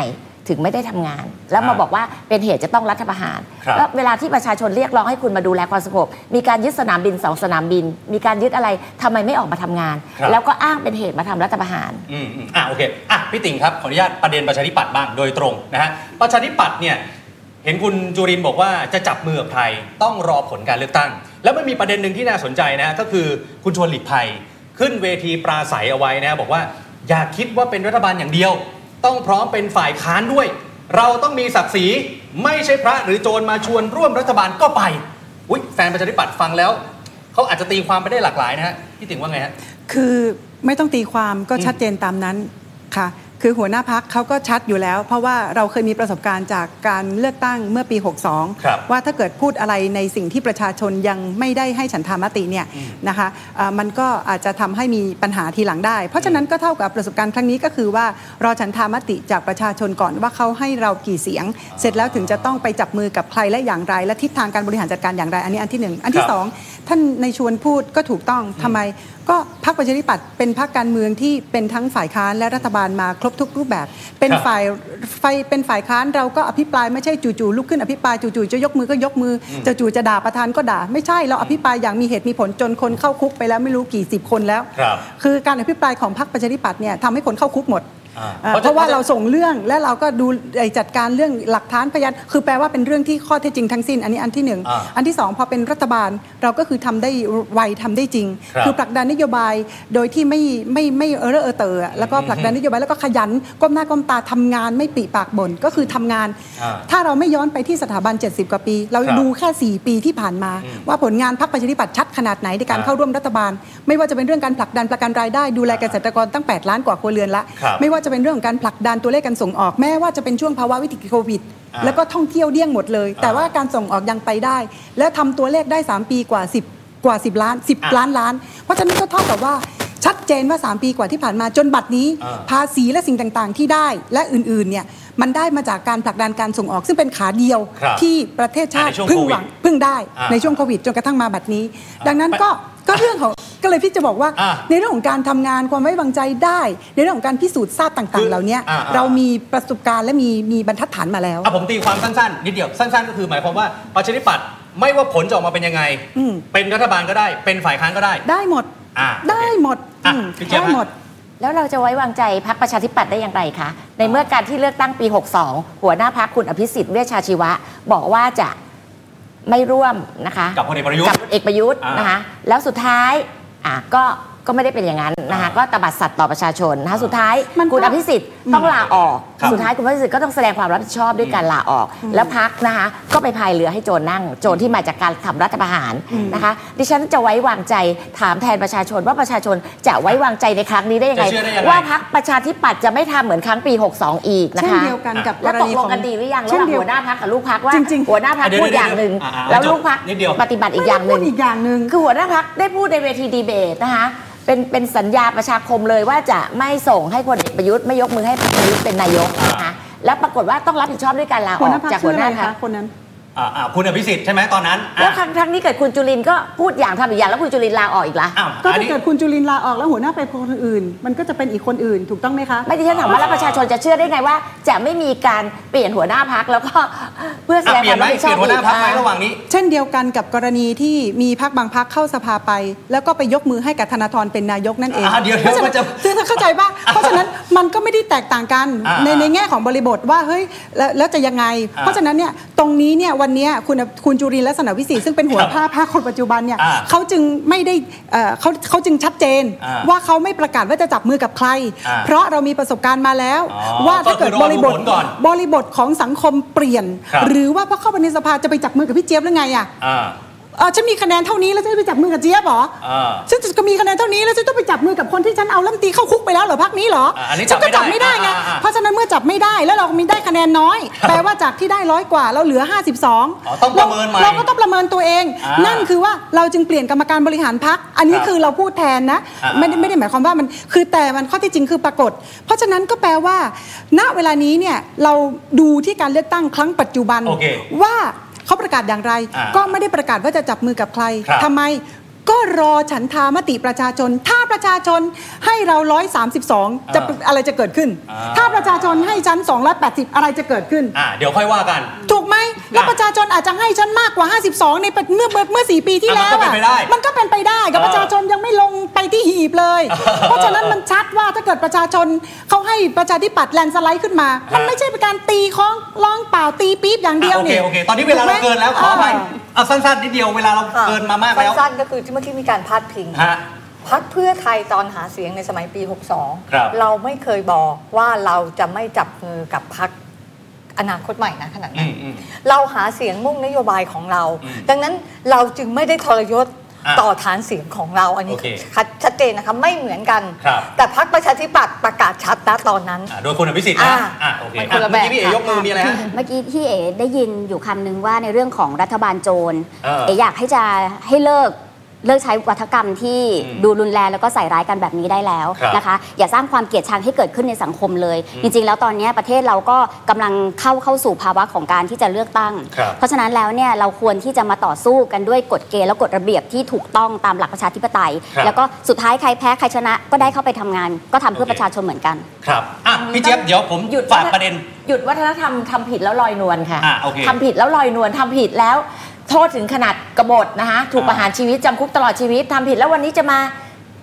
[SPEAKER 4] ถึงไม่ได้ทำงาน แล้วมา
[SPEAKER 2] อ่ะ
[SPEAKER 4] บอกว่าเป็นเหตุจะต้องรัฐประหาร
[SPEAKER 2] ครับ
[SPEAKER 4] แล้วเวลาที่ประชาชนเรียกร้องให้คุณมาดูแลความสงบมีการยึดสนามบินสองสนามบิน มีการยึดอะไรทำไมไม่ออกมาทำงาน
[SPEAKER 2] ครับ
[SPEAKER 4] แล้วก็อ้างเป็นเหตุมาทำรัฐประหาร
[SPEAKER 2] อืมอืมอ่ะโอเคอ่ะพี่ติ่งครับขออนุญาตประเด็นประชาธิปัตย์บ้างโดยตรงนะฮะประชาธิปัตย์เนี่ยเห็นคุณจุรินทร์บอกว่าจะจับมือกับไทยต้องรอผลการเลือกตั้ง แล้วมันมีประเด็นหนึ่งที่น่าสนใจนะฮะก็คือคุณชวนหลีกภัย ขึ้นเวทีปราศัยเอาไว้นะฮะบอกว่าอย่าคิดว่าเป็นรัฐบาลอย่างเดียว ต้องพร้อมเป็นฝ่ายค้านด้วย เราต้องมีศักดิ์ศรีไม่ใช่พระหรือโจรมาชวนร่วมรัฐบาลก็ไปอุ้ยแฟนประชาธิปัตย์ฟังแล้วเขาอาจจะตีความไปได้หลากหลายนะฮะพี่ติ่งว่าไงฮะ
[SPEAKER 3] คือไม่ต้องตีความก็ชัดเจนตามนั้นค่ะ คือหัวหน้าพักเขาก็ชัดอยู่แล้ว เพราะว่าเราเคยมีประสบการณ์จากการเลือกตั้งเมื่อปี
[SPEAKER 2] ครับ
[SPEAKER 3] 62 ว่าถ้าเกิดพูดอะไรในสิ่งที่ประชาชนยังไม่ได้ให้ฉันทามติเนี่ยนะคะเอ่อมันก็อาจจะทำให้มีปัญหาทีหลังได้ เพราะฉะนั้นก็เท่ากับประสบการณ์ครั้งนี้ก็คือว่ารอฉันทามติจากประชาชนก่อนว่าเขาให้เรากี่เสียง เสร็จแล้วถึงจะต้องไปจับมือกับใครและอย่างไร และทิศทางการบริหารจัดการอย่างไร อันนี้อันที่หนึ่งอัน
[SPEAKER 2] ค
[SPEAKER 3] ที่
[SPEAKER 2] รับ
[SPEAKER 3] สอง ท่านในชวนพูดก็ถูกต้องทำไม ก็พรรคประชาธิปัตย์เป็นพรรคการเมืองที่เป็นทั้งฝ่ายค้านและรัฐบาลมาครบทุกรูปแบบ เป็น
[SPEAKER 2] ครับ
[SPEAKER 3] ฝ่ายไฟเป็นฝ่ายค้านเราก็อภิปรายไม่ใช่จู่ๆลุกขึ้นอภิปรายจู่ๆจะยกมือก็ยกมืออจะจู่จะด่าประธานก็ด่า ไม่ใช่เราอภิปรายอย่างมีเหตุมีผลจนคนเข้าคุกไปแล้วไม่รู้กี่สิบคนแล้ว
[SPEAKER 2] ครับ
[SPEAKER 3] อการอภิปรายของพรรคประชาธิปัตย์เนี่ยทำให้คนเข้าคุกหมด
[SPEAKER 2] อ่า
[SPEAKER 3] อ่า
[SPEAKER 2] เพราะ
[SPEAKER 3] เพราะว่า
[SPEAKER 2] เพราะ
[SPEAKER 3] เราส่งเรื่องและเราก็ดูไอ้จัดการเรื่องหลักฐานพยานคือแปลว่าเป็นเรื่องที่ข้อเท็จจริงทั้งสิ้น อันนี้อันที่หนึ่ง
[SPEAKER 2] อ่า
[SPEAKER 3] อันที่สองพอเป็นรัฐบาลเราก็คือทำได้ไวทำได้จริง
[SPEAKER 2] ครับ
[SPEAKER 3] อผลักดันนโยบายโดยที่ไม่ไม่ไม่เออเรอเออเตอร์อะแล้วก็ผลักดันนโยบายแล้วก็ขยันก้มหน้าก้มตาทำงานไม่ปีปากบ่นก็คือทำงาน
[SPEAKER 2] อ่า
[SPEAKER 3] ถ้าเราไม่ย้อนไปที่สถาบัน 70 กว่าปี เรา
[SPEAKER 2] ครับ
[SPEAKER 3] ดูแค่ 4 ปีที่ผ่านมา
[SPEAKER 2] อืม
[SPEAKER 3] ว่าผลงานพรรคประชาธิปัตย์ชัดขนาดไหนในการ
[SPEAKER 2] อ่า
[SPEAKER 3] เข้าร่วมรัฐบาล ไม่ว่าจะเป็นเรื่องการผลักดันประกันรายได้ดูแลเกษตรกรตั้ง 8 ล้านกว่าครัวเรือนละ
[SPEAKER 2] ครับ
[SPEAKER 3] ไม่ว่าจะเป็นเรื่องของการผลักดันตัวเลขการส่งออกแม้ว่าจะเป็นช่วงภาวะวิกฤตโควิด
[SPEAKER 2] อ่า
[SPEAKER 3] แล้วก็ท่องเที่ยวเดี้ยงหมดเลย
[SPEAKER 2] อ่า
[SPEAKER 3] แต่ว่าการส่งออกยังไปได้ และทำตัวเลขได้ 3 ปีกว่า 10 กว่า 10 ล้าน
[SPEAKER 2] อ่ะ
[SPEAKER 3] 10 ล้านล้าน เพราะฉะนั้นก็เท่ากับว่าชัดเจนว่า 3 ปีกว่าที่ผ่านมาจนบัดนี้
[SPEAKER 2] อ่า
[SPEAKER 3] ภาษีและสิ่งต่างๆ ที่ได้และอื่นๆเนี่ยมันได้มาจากการผลักดันการส่งออก ซึ่งเป็นขาเดียว
[SPEAKER 2] ครับ
[SPEAKER 3] ที่ประเทศชาติ
[SPEAKER 2] อ่ะในช่วง
[SPEAKER 3] เพึ่งหวัง
[SPEAKER 2] โควิด
[SPEAKER 3] เพึ่งได้
[SPEAKER 2] อ่า
[SPEAKER 3] ในช่วงโควิดจนกระทั่งมาบัดนี้
[SPEAKER 2] อ่ะ
[SPEAKER 3] ดังนั้นก็ก็เรื่องของก็เลยพี่จะบอกว่า
[SPEAKER 2] อ่ะ
[SPEAKER 3] ในเรื่องของการทำงานความไว้วางใจได้ ในเรื่องของการพิสูจน์ทราบต่าง ๆ เหล่านี้
[SPEAKER 2] อ่าๆ
[SPEAKER 3] เรามี มีประสบการณ์และมีมีบรรทัดฐานมาแล้ว
[SPEAKER 2] อ่ะผมตีความสั้นๆนิดเดียวสั้นๆ ก็คือหมายความว่าประชาธิปัตย์ไม่ว่าผลจะออกมาเป็นยังไง
[SPEAKER 3] อืม
[SPEAKER 2] เป็นรัฐบาลก็ได้ เป็นฝ่ายค้านก็ได้
[SPEAKER 3] ได้หมด
[SPEAKER 2] อ่า
[SPEAKER 3] ได้หมด
[SPEAKER 2] อ่ะ
[SPEAKER 3] อืม
[SPEAKER 2] พี่เจี๊ยบ
[SPEAKER 3] ได้
[SPEAKER 2] ฮะ
[SPEAKER 3] หมด
[SPEAKER 4] แล้วเราจะไว้วางใจพักประชาธิปัตย์ได้อย่างไรคะ ในเมื่อการที่เลือกตั้งปี 62 หัวหน้าพักคุณอภิสิทธิ์เวชชาชีวะ บอกว่าจะไม่ร่วมนะคะ
[SPEAKER 2] กับพลเอกประยุทธ์
[SPEAKER 4] กับเอกประยุทธ์
[SPEAKER 2] อ่าน
[SPEAKER 4] นะคะแล้วสุดท้ายอ่ะก็ก็ไม่ได้เป็นอย่างนั้นนะคะ
[SPEAKER 2] อ่า
[SPEAKER 4] ก็ตบัดสัตว์ต่อประชาชนนะคะสุดท้าย
[SPEAKER 3] มันก็
[SPEAKER 4] คุณอภิสิทธิ์ต้องลาออก
[SPEAKER 2] ครับ
[SPEAKER 4] สุดท้ายคุณอภิสิทธิ์ก็ต้องแสดงความรับผิดชอบด้วยการลาออก แล้วพักนะคะก็ไปพายเรือให้โจรนั่ง โจรที่มาจากการทำรัฐประหารนะคะ ดิฉันจะไว้วางใจถามแทนประชาชนว่าประชาชนจะไว้วางใจในครั้งนี้ได้ยังไง
[SPEAKER 2] จะเชื่อได้ยังไง
[SPEAKER 4] ว่าพรรค พักประชาธิปัตย์จะไม่ทำเหมือนครั้งปี 62 อีกนะคะ
[SPEAKER 3] เช่นเดียวกันกับ
[SPEAKER 4] แล้ว
[SPEAKER 3] ก
[SPEAKER 4] ต
[SPEAKER 3] ร
[SPEAKER 4] ก
[SPEAKER 3] ณี
[SPEAKER 4] ล
[SPEAKER 3] ของ ง
[SPEAKER 4] กันดีหรือยัง
[SPEAKER 3] เช่
[SPEAKER 4] ระหว่าง
[SPEAKER 3] นเดียว
[SPEAKER 4] หัวหน้าพักกับลูกพักว่า
[SPEAKER 3] จริงๆ
[SPEAKER 4] หัวหน้าพัก
[SPEAKER 2] อ่ะเดี๋ยว
[SPEAKER 4] พูดอย่างหนึ่ง
[SPEAKER 2] เดี๋ยวอ่ะอ่ะ
[SPEAKER 4] แล้ว
[SPEAKER 2] จบ
[SPEAKER 4] ลูกพัก
[SPEAKER 2] นิดเดียว
[SPEAKER 4] ปฏิบัติอีกอย่างหนึ่ง
[SPEAKER 3] ไม่ได้พูดอีกอย่างหนึ่ง
[SPEAKER 4] คือหัวหน้าพักได้พูดในเวทีดีเบตนะคะเป็นเป็นสัญญาประชาคมเลยว่าจะไม่ส่งให้พลเอกประยุทธ์ไม่ยกมือให้พลเอกประยุทธ์เป็นนายกนะคะแล้วปรากฏว่าต้องรับผิดชอบด้วยการลาอ
[SPEAKER 3] หัวห
[SPEAKER 4] อ
[SPEAKER 3] น้าก พัก
[SPEAKER 4] จาก
[SPEAKER 3] ชื่
[SPEAKER 4] หั
[SPEAKER 3] อ
[SPEAKER 4] ว
[SPEAKER 3] อะ
[SPEAKER 4] หน้า
[SPEAKER 3] ไร
[SPEAKER 4] พั
[SPEAKER 3] คะ
[SPEAKER 4] ก
[SPEAKER 3] คนนั้น
[SPEAKER 2] อ่าอ่าคุณอภิสิทธิ์ใช่ไหมตอนนั้นอ่ะ
[SPEAKER 4] แล้วครั้งครั้งนี้เกิดคุณจุลินก็พูดอย่างทำอีกอย่างแล้วคุณจุลินลาออกอีกละ
[SPEAKER 2] อ้าว
[SPEAKER 3] ก็
[SPEAKER 2] อัน
[SPEAKER 3] ถ้า
[SPEAKER 2] นี้
[SPEAKER 3] เกิดคุณจุลินทร์ลาออกแล้วหัวหน้าไปคนอื่น มันก็จะเป็นอีกคนอื่นถูกต้องไหมคะ
[SPEAKER 4] ไม่ดิฉันถามว่าแล้วประชาชนจะเชื่อได้ไงว่า จะไม่มีการเปลี่ยนหัวหน้าพักแล้วก็เพื่อแสด
[SPEAKER 2] อ่ะ
[SPEAKER 4] ง
[SPEAKER 2] เป
[SPEAKER 4] ค
[SPEAKER 2] ลี่ยว
[SPEAKER 4] าน
[SPEAKER 2] ไหมเปลี่ยนหัว
[SPEAKER 4] มรับผิดชอบ
[SPEAKER 2] หน้าพั
[SPEAKER 4] อีก
[SPEAKER 2] กไหม
[SPEAKER 4] อ่ะ
[SPEAKER 2] ระหว่างนี้
[SPEAKER 3] เช่นเดียวกันกับกรณีที่มีพักบางพักเข้าสภาไป แล้วก็ไปยกมือให้กับธนาธรเป็นนายกนั่นเอง
[SPEAKER 2] อ่าเดี๋ยวเดี๋ยว
[SPEAKER 3] พราะฉะ
[SPEAKER 2] มันจะ
[SPEAKER 3] ซึ่งเข้าใจป่ะเพราะฉะนั้นมันก็ไม่ได้แตกต่างกัน
[SPEAKER 2] อ่า
[SPEAKER 3] ในในแง่ของบริบทว่าเฮ้ยแล้วแล้วจะยังไง
[SPEAKER 2] อ่า
[SPEAKER 3] เพราะฉะนั้นเนี่ยตรงนี้เนี่ยวันเนี้ยคุณคุณจุรินทร์ลักษณะวิสิทธิ์ซึ่งเป็นหัวผ้าภาคคนปัจจุบันเนี่ย
[SPEAKER 2] อ่า
[SPEAKER 3] เขาจึงไม่ได้เอ่อเขาเขาจึงชัดเจน
[SPEAKER 2] อ่า
[SPEAKER 3] ว่าเขาไม่ประกาศว่าจะจับมือกับใคร
[SPEAKER 2] อ่า
[SPEAKER 3] เพราะเรามีประสบการณ์มาแล้ว
[SPEAKER 2] อ๋อ
[SPEAKER 3] ว่าถ้าเกิด
[SPEAKER 2] ก็คือรอดู
[SPEAKER 3] บริบท
[SPEAKER 2] ผลก่อน
[SPEAKER 3] บริบทของสังคมเปลี่ยน
[SPEAKER 2] ครับ
[SPEAKER 3] หรือว่าพอเข้าไปในสภาจะไปจับมือกับพี่เจี๊ยบหรือไงอ่ะ
[SPEAKER 2] อ่า
[SPEAKER 3] เออฉันมีคะแนนเท่านี้แล้วฉันจะไปจับมือกับเจี๊ยบเหรอ
[SPEAKER 2] อ่า
[SPEAKER 3] ฉันจะมีคะแนนเท่านี้แล้วฉันต้องไปจับมือกับคนที่ฉันเอาลัมตีเข้าคุกไปแล้วเหรอพักนี้เหรอ
[SPEAKER 2] อ่าอันนี้จั
[SPEAKER 3] ฉั
[SPEAKER 2] บ
[SPEAKER 3] นก็จับไม่ได้
[SPEAKER 2] ไม่ได้
[SPEAKER 3] ไง
[SPEAKER 2] อ่าอ่า
[SPEAKER 3] เพราะฉะนั้นเมื่อจับไม่ได้แล้วเรามีได้คะแนนน้อย แปลว่าจากที่ได้ร้อยกว่าเราเหลือ
[SPEAKER 2] อ
[SPEAKER 3] 52
[SPEAKER 2] ต้องประเมินใหม่
[SPEAKER 3] เราก็ต้องประเมินตัวเอง
[SPEAKER 2] อ่านั่
[SPEAKER 3] นั่นคือว่าเราจึงเปลี่ยนกรรมการบริหารพักอันนี้
[SPEAKER 2] ครับ
[SPEAKER 3] คือเราพูดแทนนะ
[SPEAKER 2] อ่า
[SPEAKER 3] ไม่ได้ไม่ได้หมายความว่ามันคือแต่มันข้อที่จริงคือปรากฏ เพราะฉะนั้นก็แปลว่า ณเวลานี้เนี่ยเราดูที่การเลือกตั้งครั้งปัจจุบัน
[SPEAKER 2] โอเค
[SPEAKER 3] ว่าเขาประกาศอย่างไร
[SPEAKER 2] อ่า
[SPEAKER 3] ก็ไม่ได้ประกาศว่าจะจับมือกับใคร
[SPEAKER 2] ครับ
[SPEAKER 3] ทำไมก็รอฉันทามติประชาชน ถ้าประชาชนให้เรา 132 จะอะไรจะเกิดขึ้น
[SPEAKER 2] อ่า
[SPEAKER 3] ถ้าประชาชนให้ฉัน 280 อะไรจะเกิดขึ้น
[SPEAKER 2] อ่าเดี๋ยวค่อยว่ากัน
[SPEAKER 3] ถูกไหม แล้วประชาชนอาจจะให้ฉันมากกว่า 52 ในเมื่อเมื่อเมื่อสี่ปีที่แล้ว
[SPEAKER 2] อ่ะมันก็เป็นไปได้
[SPEAKER 3] มันก็เป็นไปได้กับ
[SPEAKER 2] เออ
[SPEAKER 3] ประชาชนยังไม่ลงไปที่หีบเลย เพราะฉะนั้นมันชัดว่าถ้าเกิดประชาชนเขาให้ประชาธิปัตย์แลนด์สไลด์ขึ้นมา มันไม่ใช่เป็นการตีค้องร้องเปล่าตีปี๊บอย่างเดีย
[SPEAKER 2] ะ
[SPEAKER 3] ว
[SPEAKER 2] โอเค
[SPEAKER 3] นี่
[SPEAKER 2] โอเคตอนนี้เวลาเราเกินแล้วขออภัย
[SPEAKER 3] เ
[SPEAKER 2] เอาสั้นๆนิดเดียวเวลาเรา
[SPEAKER 5] ค่ะ
[SPEAKER 2] เกินมามากแล้ว
[SPEAKER 5] สั้นๆก็คือที่เมื่อกี้มีการพาดพิง
[SPEAKER 2] ฮะ
[SPEAKER 5] พักเพื่อไทยตอนหาเสียงในสมัยปี
[SPEAKER 2] ครับ
[SPEAKER 5] 62 เราไม่เคยบอกว่าเราจะไม่จับมือกับพักอนาคตใหม่นะขนาดนั้น
[SPEAKER 2] อืมอืม
[SPEAKER 5] เราหาเสียงมุ่งนโยบายของเรา
[SPEAKER 2] อืม
[SPEAKER 5] ดังนั้นเราจึงไม่ได้ทรยศ
[SPEAKER 2] อ่ะ
[SPEAKER 5] ต่อฐานเสียงของเราอันนี้
[SPEAKER 2] โอเค
[SPEAKER 5] ชัดชัดเจนนะคะไม่เหมือนกัน
[SPEAKER 2] ครับ
[SPEAKER 5] แต่พักประชาธิปัตย์ประกาศชัดนะตอนนั้น
[SPEAKER 2] อ่าโดยคุณอภิสิทธิ์นะ
[SPEAKER 5] อ่า
[SPEAKER 2] อ่าโอเค
[SPEAKER 5] มัน
[SPEAKER 2] อ่ะ
[SPEAKER 5] คนละแบ
[SPEAKER 2] เมื่อบ กี้พี่เอ๋ยกมือมีอะไรฮะ
[SPEAKER 6] เมื่อกี้ที่เอ๋ได้ยินอยู่คำนึงว่าในเรื่องของรัฐบาลโจร
[SPEAKER 2] เออ
[SPEAKER 6] เอ๋อยากให้จะให้เลิกเลิกใช้วัฒกรรมที่
[SPEAKER 2] อืม
[SPEAKER 6] ดูรุนแรงแล้วก็ใส่ร้ายกันแบบนี้ได้แล้ว
[SPEAKER 2] ครับ
[SPEAKER 6] นะคะ อย่าสร้างความเกลียดชังให้เกิดขึ้นในสังคมเลย จริง ๆ แล้วตอนนี้ประเทศเราก็กำลังเข้าเข้าสู่ภาวะของการที่จะเลือกตั้ง
[SPEAKER 2] ครับ
[SPEAKER 6] เพราะฉะนั้นแล้วเนี่ยเราควรที่จะมาต่อสู้กันด้วยกฎเกณฑ์และกฎระเบียบที่ถูกต้องตามหลักประชาธิปไตย
[SPEAKER 2] ครับ
[SPEAKER 6] แล้วก็สุดท้ายใครแพ้ใครชนะก็ได้เข้าไปทำงาน ก็ทำเพื่อ
[SPEAKER 2] โอเค
[SPEAKER 6] ประชาชนเหมือนกัน
[SPEAKER 2] ครับอ่ะพี่เจี๊ยบเดี๋ยวผม
[SPEAKER 4] หยุด
[SPEAKER 2] ฝากประเด็น
[SPEAKER 4] หยุดวัฒนธรรมทำผิดแล้วลอยนวลค่ะ
[SPEAKER 2] อ่ะโอเค
[SPEAKER 4] ทำผิดแล้วลอยนวลทำผิดแล้ว โทษถึงขนาดกบฏนะคะ ถูก
[SPEAKER 2] อ่า
[SPEAKER 4] ประหารชีวิตจำคุกตลอดชีวิตทำผิดแล้ววันนี้จะมา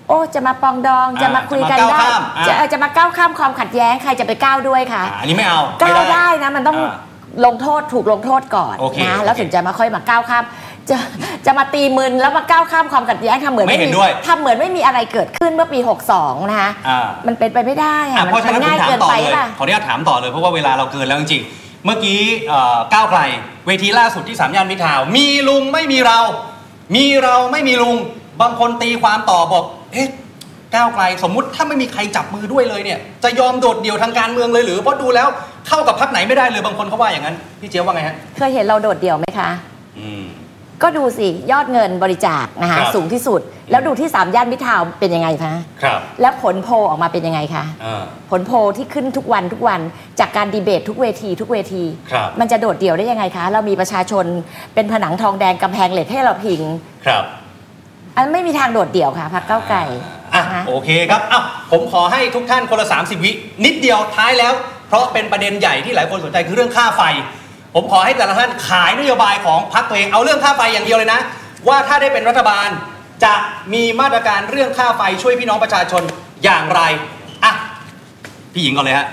[SPEAKER 4] โอ้จะมาปองดอง
[SPEAKER 2] อ่า
[SPEAKER 4] จะมาคุยกัน
[SPEAKER 2] จะมา
[SPEAKER 4] ได้
[SPEAKER 2] ก้าวข้ามอ่า
[SPEAKER 4] จะเออจะมาก้าวข้ามความขัดแย้งใครจะไปก้าวด้วยค่ะ
[SPEAKER 2] อ่าอันนี้ไม่เอา
[SPEAKER 4] ก้าว
[SPEAKER 2] ม่
[SPEAKER 4] ได้นะมันต้อง
[SPEAKER 2] อ่า
[SPEAKER 4] ลงโทษถูกลงโทษก่อน
[SPEAKER 2] โอเคโอ
[SPEAKER 4] นะ
[SPEAKER 2] เค
[SPEAKER 4] แล้วถึงจะมาค่อยมาก้าวข้าม จะจะมาตีมืนแล้วมาก้าวข้ามความขัดแย้งทำเหมือน
[SPEAKER 2] ไม่เห็นด้วย
[SPEAKER 4] ทำเหมือนไม่มีอะไรเกิดขึ้นเมื่อปี 62 นะคะ
[SPEAKER 2] อ่า
[SPEAKER 4] มันเป็นไปไม่ได้
[SPEAKER 2] อ่ะ
[SPEAKER 4] มั
[SPEAKER 2] เพราะฉะนั้นผม
[SPEAKER 4] ง่าย
[SPEAKER 2] ถาม
[SPEAKER 4] เกิน
[SPEAKER 2] ต่อ
[SPEAKER 4] ไป
[SPEAKER 2] เลย
[SPEAKER 4] ป่ะ
[SPEAKER 2] ขออนุญาตถามต่อเลยเพราะว่าเวลาเราเกินแล้วจริงๆ เมื่อกี้เอ่อก้าวไกลเวทีล่าสุดที่สามย่านมิตรทาวน์มีลุงไม่มีเรา มีเราไม่มีลุง บางคนตีความต่อบอกเอ๊ะก้าวไกลสมมุติถ้าไม่มีใครจับมือด้วยเลยเนี่ย จะยอมโดดเดี่ยวทางการเมืองเลยหรือเพราะดูแล้วเข้ากับพักไหนไม่ได้เลยบางคนเขาว่าอย่างนั้นพี่เจ๊ยบว่าไงฮะ
[SPEAKER 4] เคยเห็นเราโดดเดี่ยวไหมคะ
[SPEAKER 2] อืม
[SPEAKER 4] ก็ดูสิ ยอดเงินบริจาคนะคะ
[SPEAKER 2] ครับ
[SPEAKER 4] สูงที่สุด แล้วดูที่สามย่านมิตรทาวน์เป็นยังไงคะ
[SPEAKER 2] ครับ
[SPEAKER 4] แล้วผลโพลออกมาเป็นยังไงคะ
[SPEAKER 2] อ่า
[SPEAKER 4] ผลโพลที่ขึ้นทุกวันทุกวันจากการดีเบตทุกเวทีทุกเวที
[SPEAKER 2] ครับ
[SPEAKER 4] มันจะโดดเดี่ยวได้ยังไงคะ เรามีประชาชนเป็นผนังทองแดงกำแพงเหล็กให้เราพิง
[SPEAKER 2] ครับ
[SPEAKER 4] อันไม่มีทางโดดเดี่ยวค่ะพักเก้าวไก่
[SPEAKER 2] อ่ะ
[SPEAKER 4] นะคะ
[SPEAKER 2] โอเคครับอ้าวผมขอให้ทุกท่านคนละ 30 วินิดเดียวท้ายแล้ว เพราะเป็นประเด็นใหญ่ที่หลายคนสนใจคือเรื่องค่าไฟ ผมขอให้แต่ละท่านขายนโยบายของพรรคตัวเองเอาเรื่องค่าไฟอย่างเดียวเลยนะ ว่าถ้าได้เป็นรัฐบาลจะมีมาตรการเรื่องค่าไฟช่วยพี่น้องประชาชนอย่างไรอ่ะพี่หญิงก่อนเลยฮะ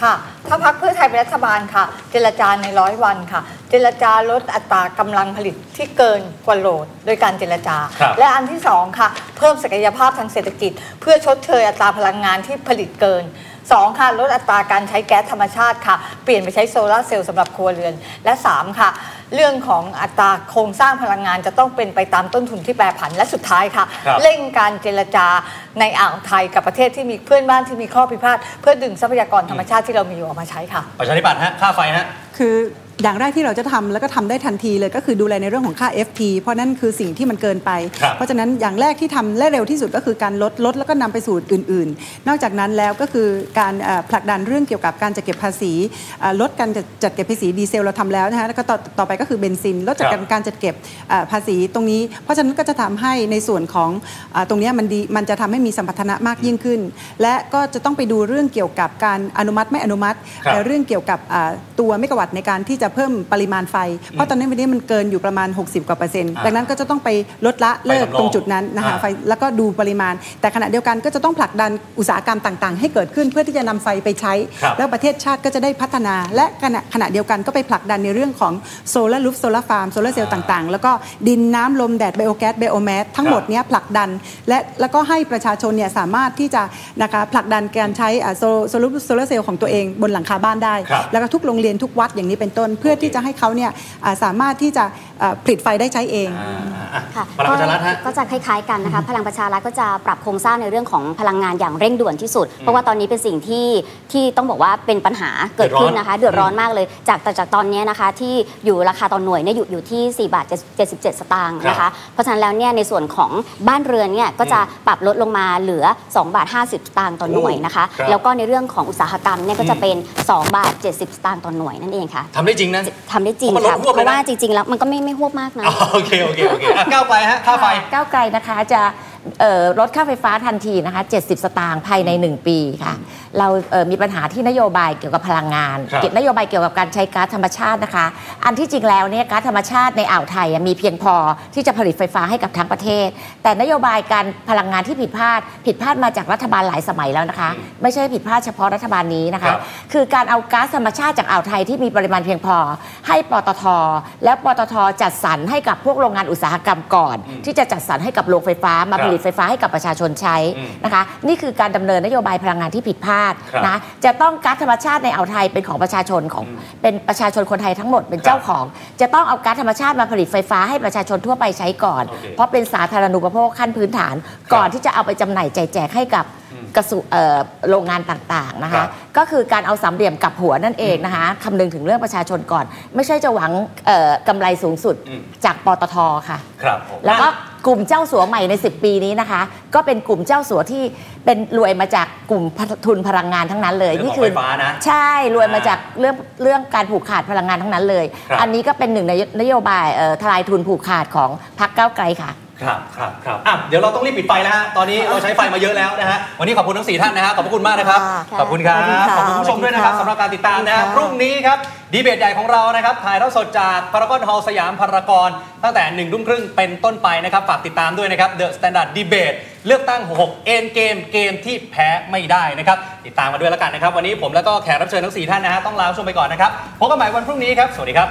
[SPEAKER 5] ค่ะ ถ้าพักเพื่อไทยเป็นรัฐบาลค่ะ เจรจาในร้อยวันค่ะ เจรจาลดอัตรากำลังผลิตที่เกินกว่าโหลด โดยการเจรจา
[SPEAKER 2] ครับ
[SPEAKER 5] และอันที่สองค่ะ เพิ่มศักยภาพทางเศรษฐกิจ เพื่อชดเชยอัตราพลังงานที่ผลิตเกินสองค่ะลดอัตราการใช้แก๊สธรรมชาติค่ะ เปลี่ยนไปใช้โซลาร์เซลล์สำหรับครัวเรือน และสามค่ะ เรื่องของอัตราโครงสร้างพลังงานจะต้องเป็นไปตามต้นทุนที่แปรผันและสุดท้ายค่ะ
[SPEAKER 2] ครับ
[SPEAKER 5] เร่งการเจรจาในอ่าวไทยกับประเทศที่มีเพื่อนบ้านที่มีข้อพิพาทเพื่อดึงทรัพยากรธรรมชาติที่เรามีอยู่ออกมาใช้ค่ะ
[SPEAKER 2] ประชาธิปัตย์ฮะค่าไฟฮะ
[SPEAKER 3] คืออย่างแรกที่เราจะทำแล้วก็ทำได้ทันทีเลยก็คือดูแลในเรื่องของค่า FT เพราะนั่นคือสิ่งที่มันเกินไป
[SPEAKER 2] ครับ
[SPEAKER 3] เพราะฉะนั้นอย่างแรกที่ทำและเร็วที่สุดก็คือการลดลดแล้วก็นำไปสู่อื่น ๆ นอกจากนั้นแล้วก็คือการเอ่อผลักดันเรื่องเกี่ยวกับการจัดเก็บภาษีเอ่อลดการจัดเก็บภาษีดีเซลเราทำแล้วนะคะแล้วก็ต่อต่อไปก็คือเบนซินลดจาก
[SPEAKER 2] ครับ
[SPEAKER 3] การจัดเก็บเอ่อภาษีตรงนี้ เพราะฉะนั้นก็จะทำให้ในส่วนของเอ่อตรงเนี้ยมันดีมันจะทำให้มีสัมพัทธนะมากยิ่งขึ้น และก็จะต้องไปดูเรื่องเกี่ยวกับการอนุมัติไม่อนุมัติ
[SPEAKER 2] ครับ
[SPEAKER 3] เรื่องเกี่ยวกับอ่าตัวเมกะวัตต์ในการที่จะเพิ่มปริมาณไฟ เพราะตอนนี้วันนี้มันเกินอยู่ประมาณ 60 กว่าเปอร์เซ็นต์
[SPEAKER 2] อ่า
[SPEAKER 3] ดังนั้นก็จะต้องไปลดละเลิกตรงจุดนั้นนะคะ
[SPEAKER 2] อ่า
[SPEAKER 3] ไฟแล้วก็ดูปริมาณ แต่ขณะเดียวกันก็จะต้องผลักดันอุตสาหกรรมต่างๆ ให้เกิดขึ้นเพื่อที่จะนำไฟไปใช้
[SPEAKER 2] ครับ
[SPEAKER 3] แล้วประเทศชาติก็จะได้พัฒนา และขณะขณะเดียวกันก็ไปผลักดันในเรื่องของโซลารูฟโซลาฟาร์มโซลาเซลล์
[SPEAKER 2] อ่า
[SPEAKER 3] ต่างๆ แล้วก็ดินน้ำลมแดดไบโอแก๊สไบโอแมสทั้ง
[SPEAKER 2] ครับ
[SPEAKER 3] หมดเนี้ยผลักดันและแล้วก็ให้ประชาชนเนี่ยสามารถที่จะนะคะผลักดันการใช้อ่าโซโซลูโซลาเซลล์ของตัวเองบนหลังคาบ้านได้
[SPEAKER 2] ครับ
[SPEAKER 3] แล้วก็ทุกโรงเรียนทุกวัดอย่างนี้เป็นต้นเพื่อ
[SPEAKER 2] โอเค
[SPEAKER 3] ที่จะให้เขาเนี่ยอ่าสามารถที่จะอ่าผลิตไฟได้ใช้เอง
[SPEAKER 2] อ่าอ่ะ
[SPEAKER 6] ค่ะ
[SPEAKER 2] พลังประชารัฐฮะ
[SPEAKER 6] ก็ก็จะคล้ายๆกันนะคะ พลังประชารัฐก็จะปรับโครงสร้างในเรื่องของพลังงานอย่างเร่งด่วนที่สุด เพราะว่าตอนนี้เป็นสิ่งที่ที่ต้องบอกว่าเป็นปัญหาเกิดขึ้นนะคะ
[SPEAKER 2] เดื
[SPEAKER 6] เดื
[SPEAKER 2] อ
[SPEAKER 6] อ
[SPEAKER 2] ด
[SPEAKER 6] ด
[SPEAKER 2] ร้
[SPEAKER 6] ร้
[SPEAKER 2] อ
[SPEAKER 6] อน นมากเลย จากแต่จากตอนนี้นะคะที่อยู่ราคาต่อหน่วยเนี่ยอยู่อยู่ที่4บาท77 สตางค์นะ
[SPEAKER 2] ครั
[SPEAKER 6] คะ
[SPEAKER 2] บ
[SPEAKER 6] เพราะฉะนั้นแล้วเนี่ยในส่วนของบ้านเรือนเนี่ยก็จะปรับลดลงมาเหลือ2บาท50 สตางค์ต่อหน่วยนะคะ
[SPEAKER 2] โอ้ครับ
[SPEAKER 6] แล้วก็ในเรื่องของอุตสาหกรรมเนี่ยก็
[SPEAKER 2] อื
[SPEAKER 6] จะ
[SPEAKER 2] ม
[SPEAKER 6] เป็น2บาท70 สตางค์ต่อหน่วยนั่นเองค่ะ
[SPEAKER 2] ทำได้จริงนะ
[SPEAKER 6] ทำได้จริง
[SPEAKER 2] เพราะมันลด
[SPEAKER 6] ค่ะ
[SPEAKER 2] ฮวบ
[SPEAKER 6] เพ
[SPEAKER 2] เลยนะ
[SPEAKER 6] ราะว่าจริง ๆ แล้วมันก็ไม่ไม่ฮวบมากนะ
[SPEAKER 2] อ๋อโอเคโอเคโอเคอ่ะก้าวไกลฮะค่าไฟ
[SPEAKER 4] ก้าวไกลนะคะจะเอ่อลดค่าไฟฟ้าทันทีนะคะ 70 สตางค์ภายใน 1 ปีค่ะ เราเอ่อมีปัญหาที่นโยบายเกี่ยวกับพลังงาน
[SPEAKER 2] ครับ
[SPEAKER 4] เกี่ยวนโยบายเกี่ยวกับการใช้ก๊าซธรรมชาตินะคะ อันที่จริงแล้วเนี่ยก๊าซธรรมชาติในอ่าวไทยอ่ะมีเพียงพอที่จะผลิตไฟฟ้าให้กับทั้งประเทศ แต่นโยบายการพลังงานที่ผิดพลาด ผิดพลาดมาจากรัฐบาลหลายสมัยแล้วนะคะ ไม่ใช่ผิดพลาดเฉพาะรัฐบาลนี้นะ
[SPEAKER 2] ครั
[SPEAKER 4] คะ
[SPEAKER 2] บ
[SPEAKER 4] คือการเอาก๊าซธรรมชาติจากอ่าวไทยที่มีปริมาณเพียงพอ ให้ปตท และปตท จัดสรรให้กับพวกโรงงานอุตสาหกรรมก่อน ที่จะจัดสรรให้กับโรงไฟฟ้ามา
[SPEAKER 2] ครับ
[SPEAKER 4] ผลิตไฟฟ้าให้กับประชาชนใช้
[SPEAKER 2] อืม
[SPEAKER 4] นะคะ นี่คือการดำเนินนโยบายพลังงานที่ผิดพลาด
[SPEAKER 2] ครับ
[SPEAKER 4] นะจะต้องก๊าซธรรมชาติในอ่าวไทยเป็นของประชาชนของเป็นประชาชนคนไทยทั้งหมดเป็นเจ้าของ จะต้องเอาก๊าซธรรมชาติมาผลิตไฟฟ้าให้ประชาชนทั่วไปใช้ก่อน
[SPEAKER 2] โอเค
[SPEAKER 4] เพราะเป็นสาธารณูปโภคขั้นพื้นฐาน ก่อนที่จะเอาไปจำหน่ายใจายแจกให้กับกระทรวงเอ่อโรงงานต่างๆนะ
[SPEAKER 2] ครั
[SPEAKER 4] คะ
[SPEAKER 2] บ
[SPEAKER 4] ก็คือการเอาสามเหลี่ยมกลับหัวนั่นเองนะคะคำนึงถึงเรื่องประชาชนก่อน ไม่ใช่จะหวังเอ่อกำไรสูงสุด
[SPEAKER 2] อืม
[SPEAKER 4] จากปตทค่ะ
[SPEAKER 2] ครับผม
[SPEAKER 4] แล้วก็กลุ่มเจ้าสัวใหม่ใน 10 ปีนี้นะคะ ก็เป็นกลุ่มเจ้าสัวที่เป็นรวยมาจากกลุ่มทุนพลังงานทั้งนั้นเลย
[SPEAKER 2] เรื่องของ
[SPEAKER 4] คื
[SPEAKER 2] ไฟฟ้านะ
[SPEAKER 4] ใช่รวยมาจากเรื่องเรื่องการผูกขาดพลังงานทั้งนั้นเลย
[SPEAKER 2] ครับ
[SPEAKER 4] อันนี้ก็เป็นหนึ่งในนโยบายเอ่อทลายทุนผูกขาดของพรรคก้าวไกลค่ะ
[SPEAKER 2] ครับครับครับอ่ะเดี๋ยวเราต้องรีบปิดไฟแล้วฮะ ตอนนี้เราใช้ไฟมาเยอะแล้วนะฮะ วันนี้ขอบคุณทั้งสี่ท่านนะฮะ ขอบพระคุณมากนะครับ
[SPEAKER 5] ค่ะ
[SPEAKER 2] ขอบคุณครับ
[SPEAKER 5] ขอบ
[SPEAKER 2] ขอบ
[SPEAKER 5] คุณค่ะ
[SPEAKER 2] คุณผู้ชมด้วยนะครับ
[SPEAKER 5] ขอ
[SPEAKER 2] สำ
[SPEAKER 5] บคุณค่ะ
[SPEAKER 2] หรับการติดตามนะฮะ
[SPEAKER 5] ขอบคุณค่ะ
[SPEAKER 2] พรุ่งนี้ครับ ดีเบตใหญ่ของเรานะครับ ถ่ายทอดสดจากพารากอนฮอลล์สยามพารากอนตั้งแต่1นึ่ทุ่มครึ่งเป็นต้นไปนะครับ ฝากติดตามด้วยนะครับ The Standard Debate เลือกตั้ง 6 เอ็นเกมเกมที่แพ้ไม่ได้นะครับ ติดตามมาด้วยแล้วกันนะครับ วันนี้ผมแล้วก็แขกรับเชิญทั้งสี่ท่านนะฮะ ต้องลาผู้ชมไปก่อนนะครับ พบกันใหม่วันพรุ่งนี้ครับ สวัสดีครับ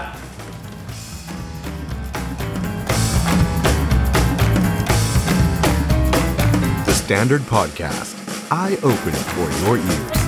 [SPEAKER 1] The Standard Podcast, eye opening for your ears.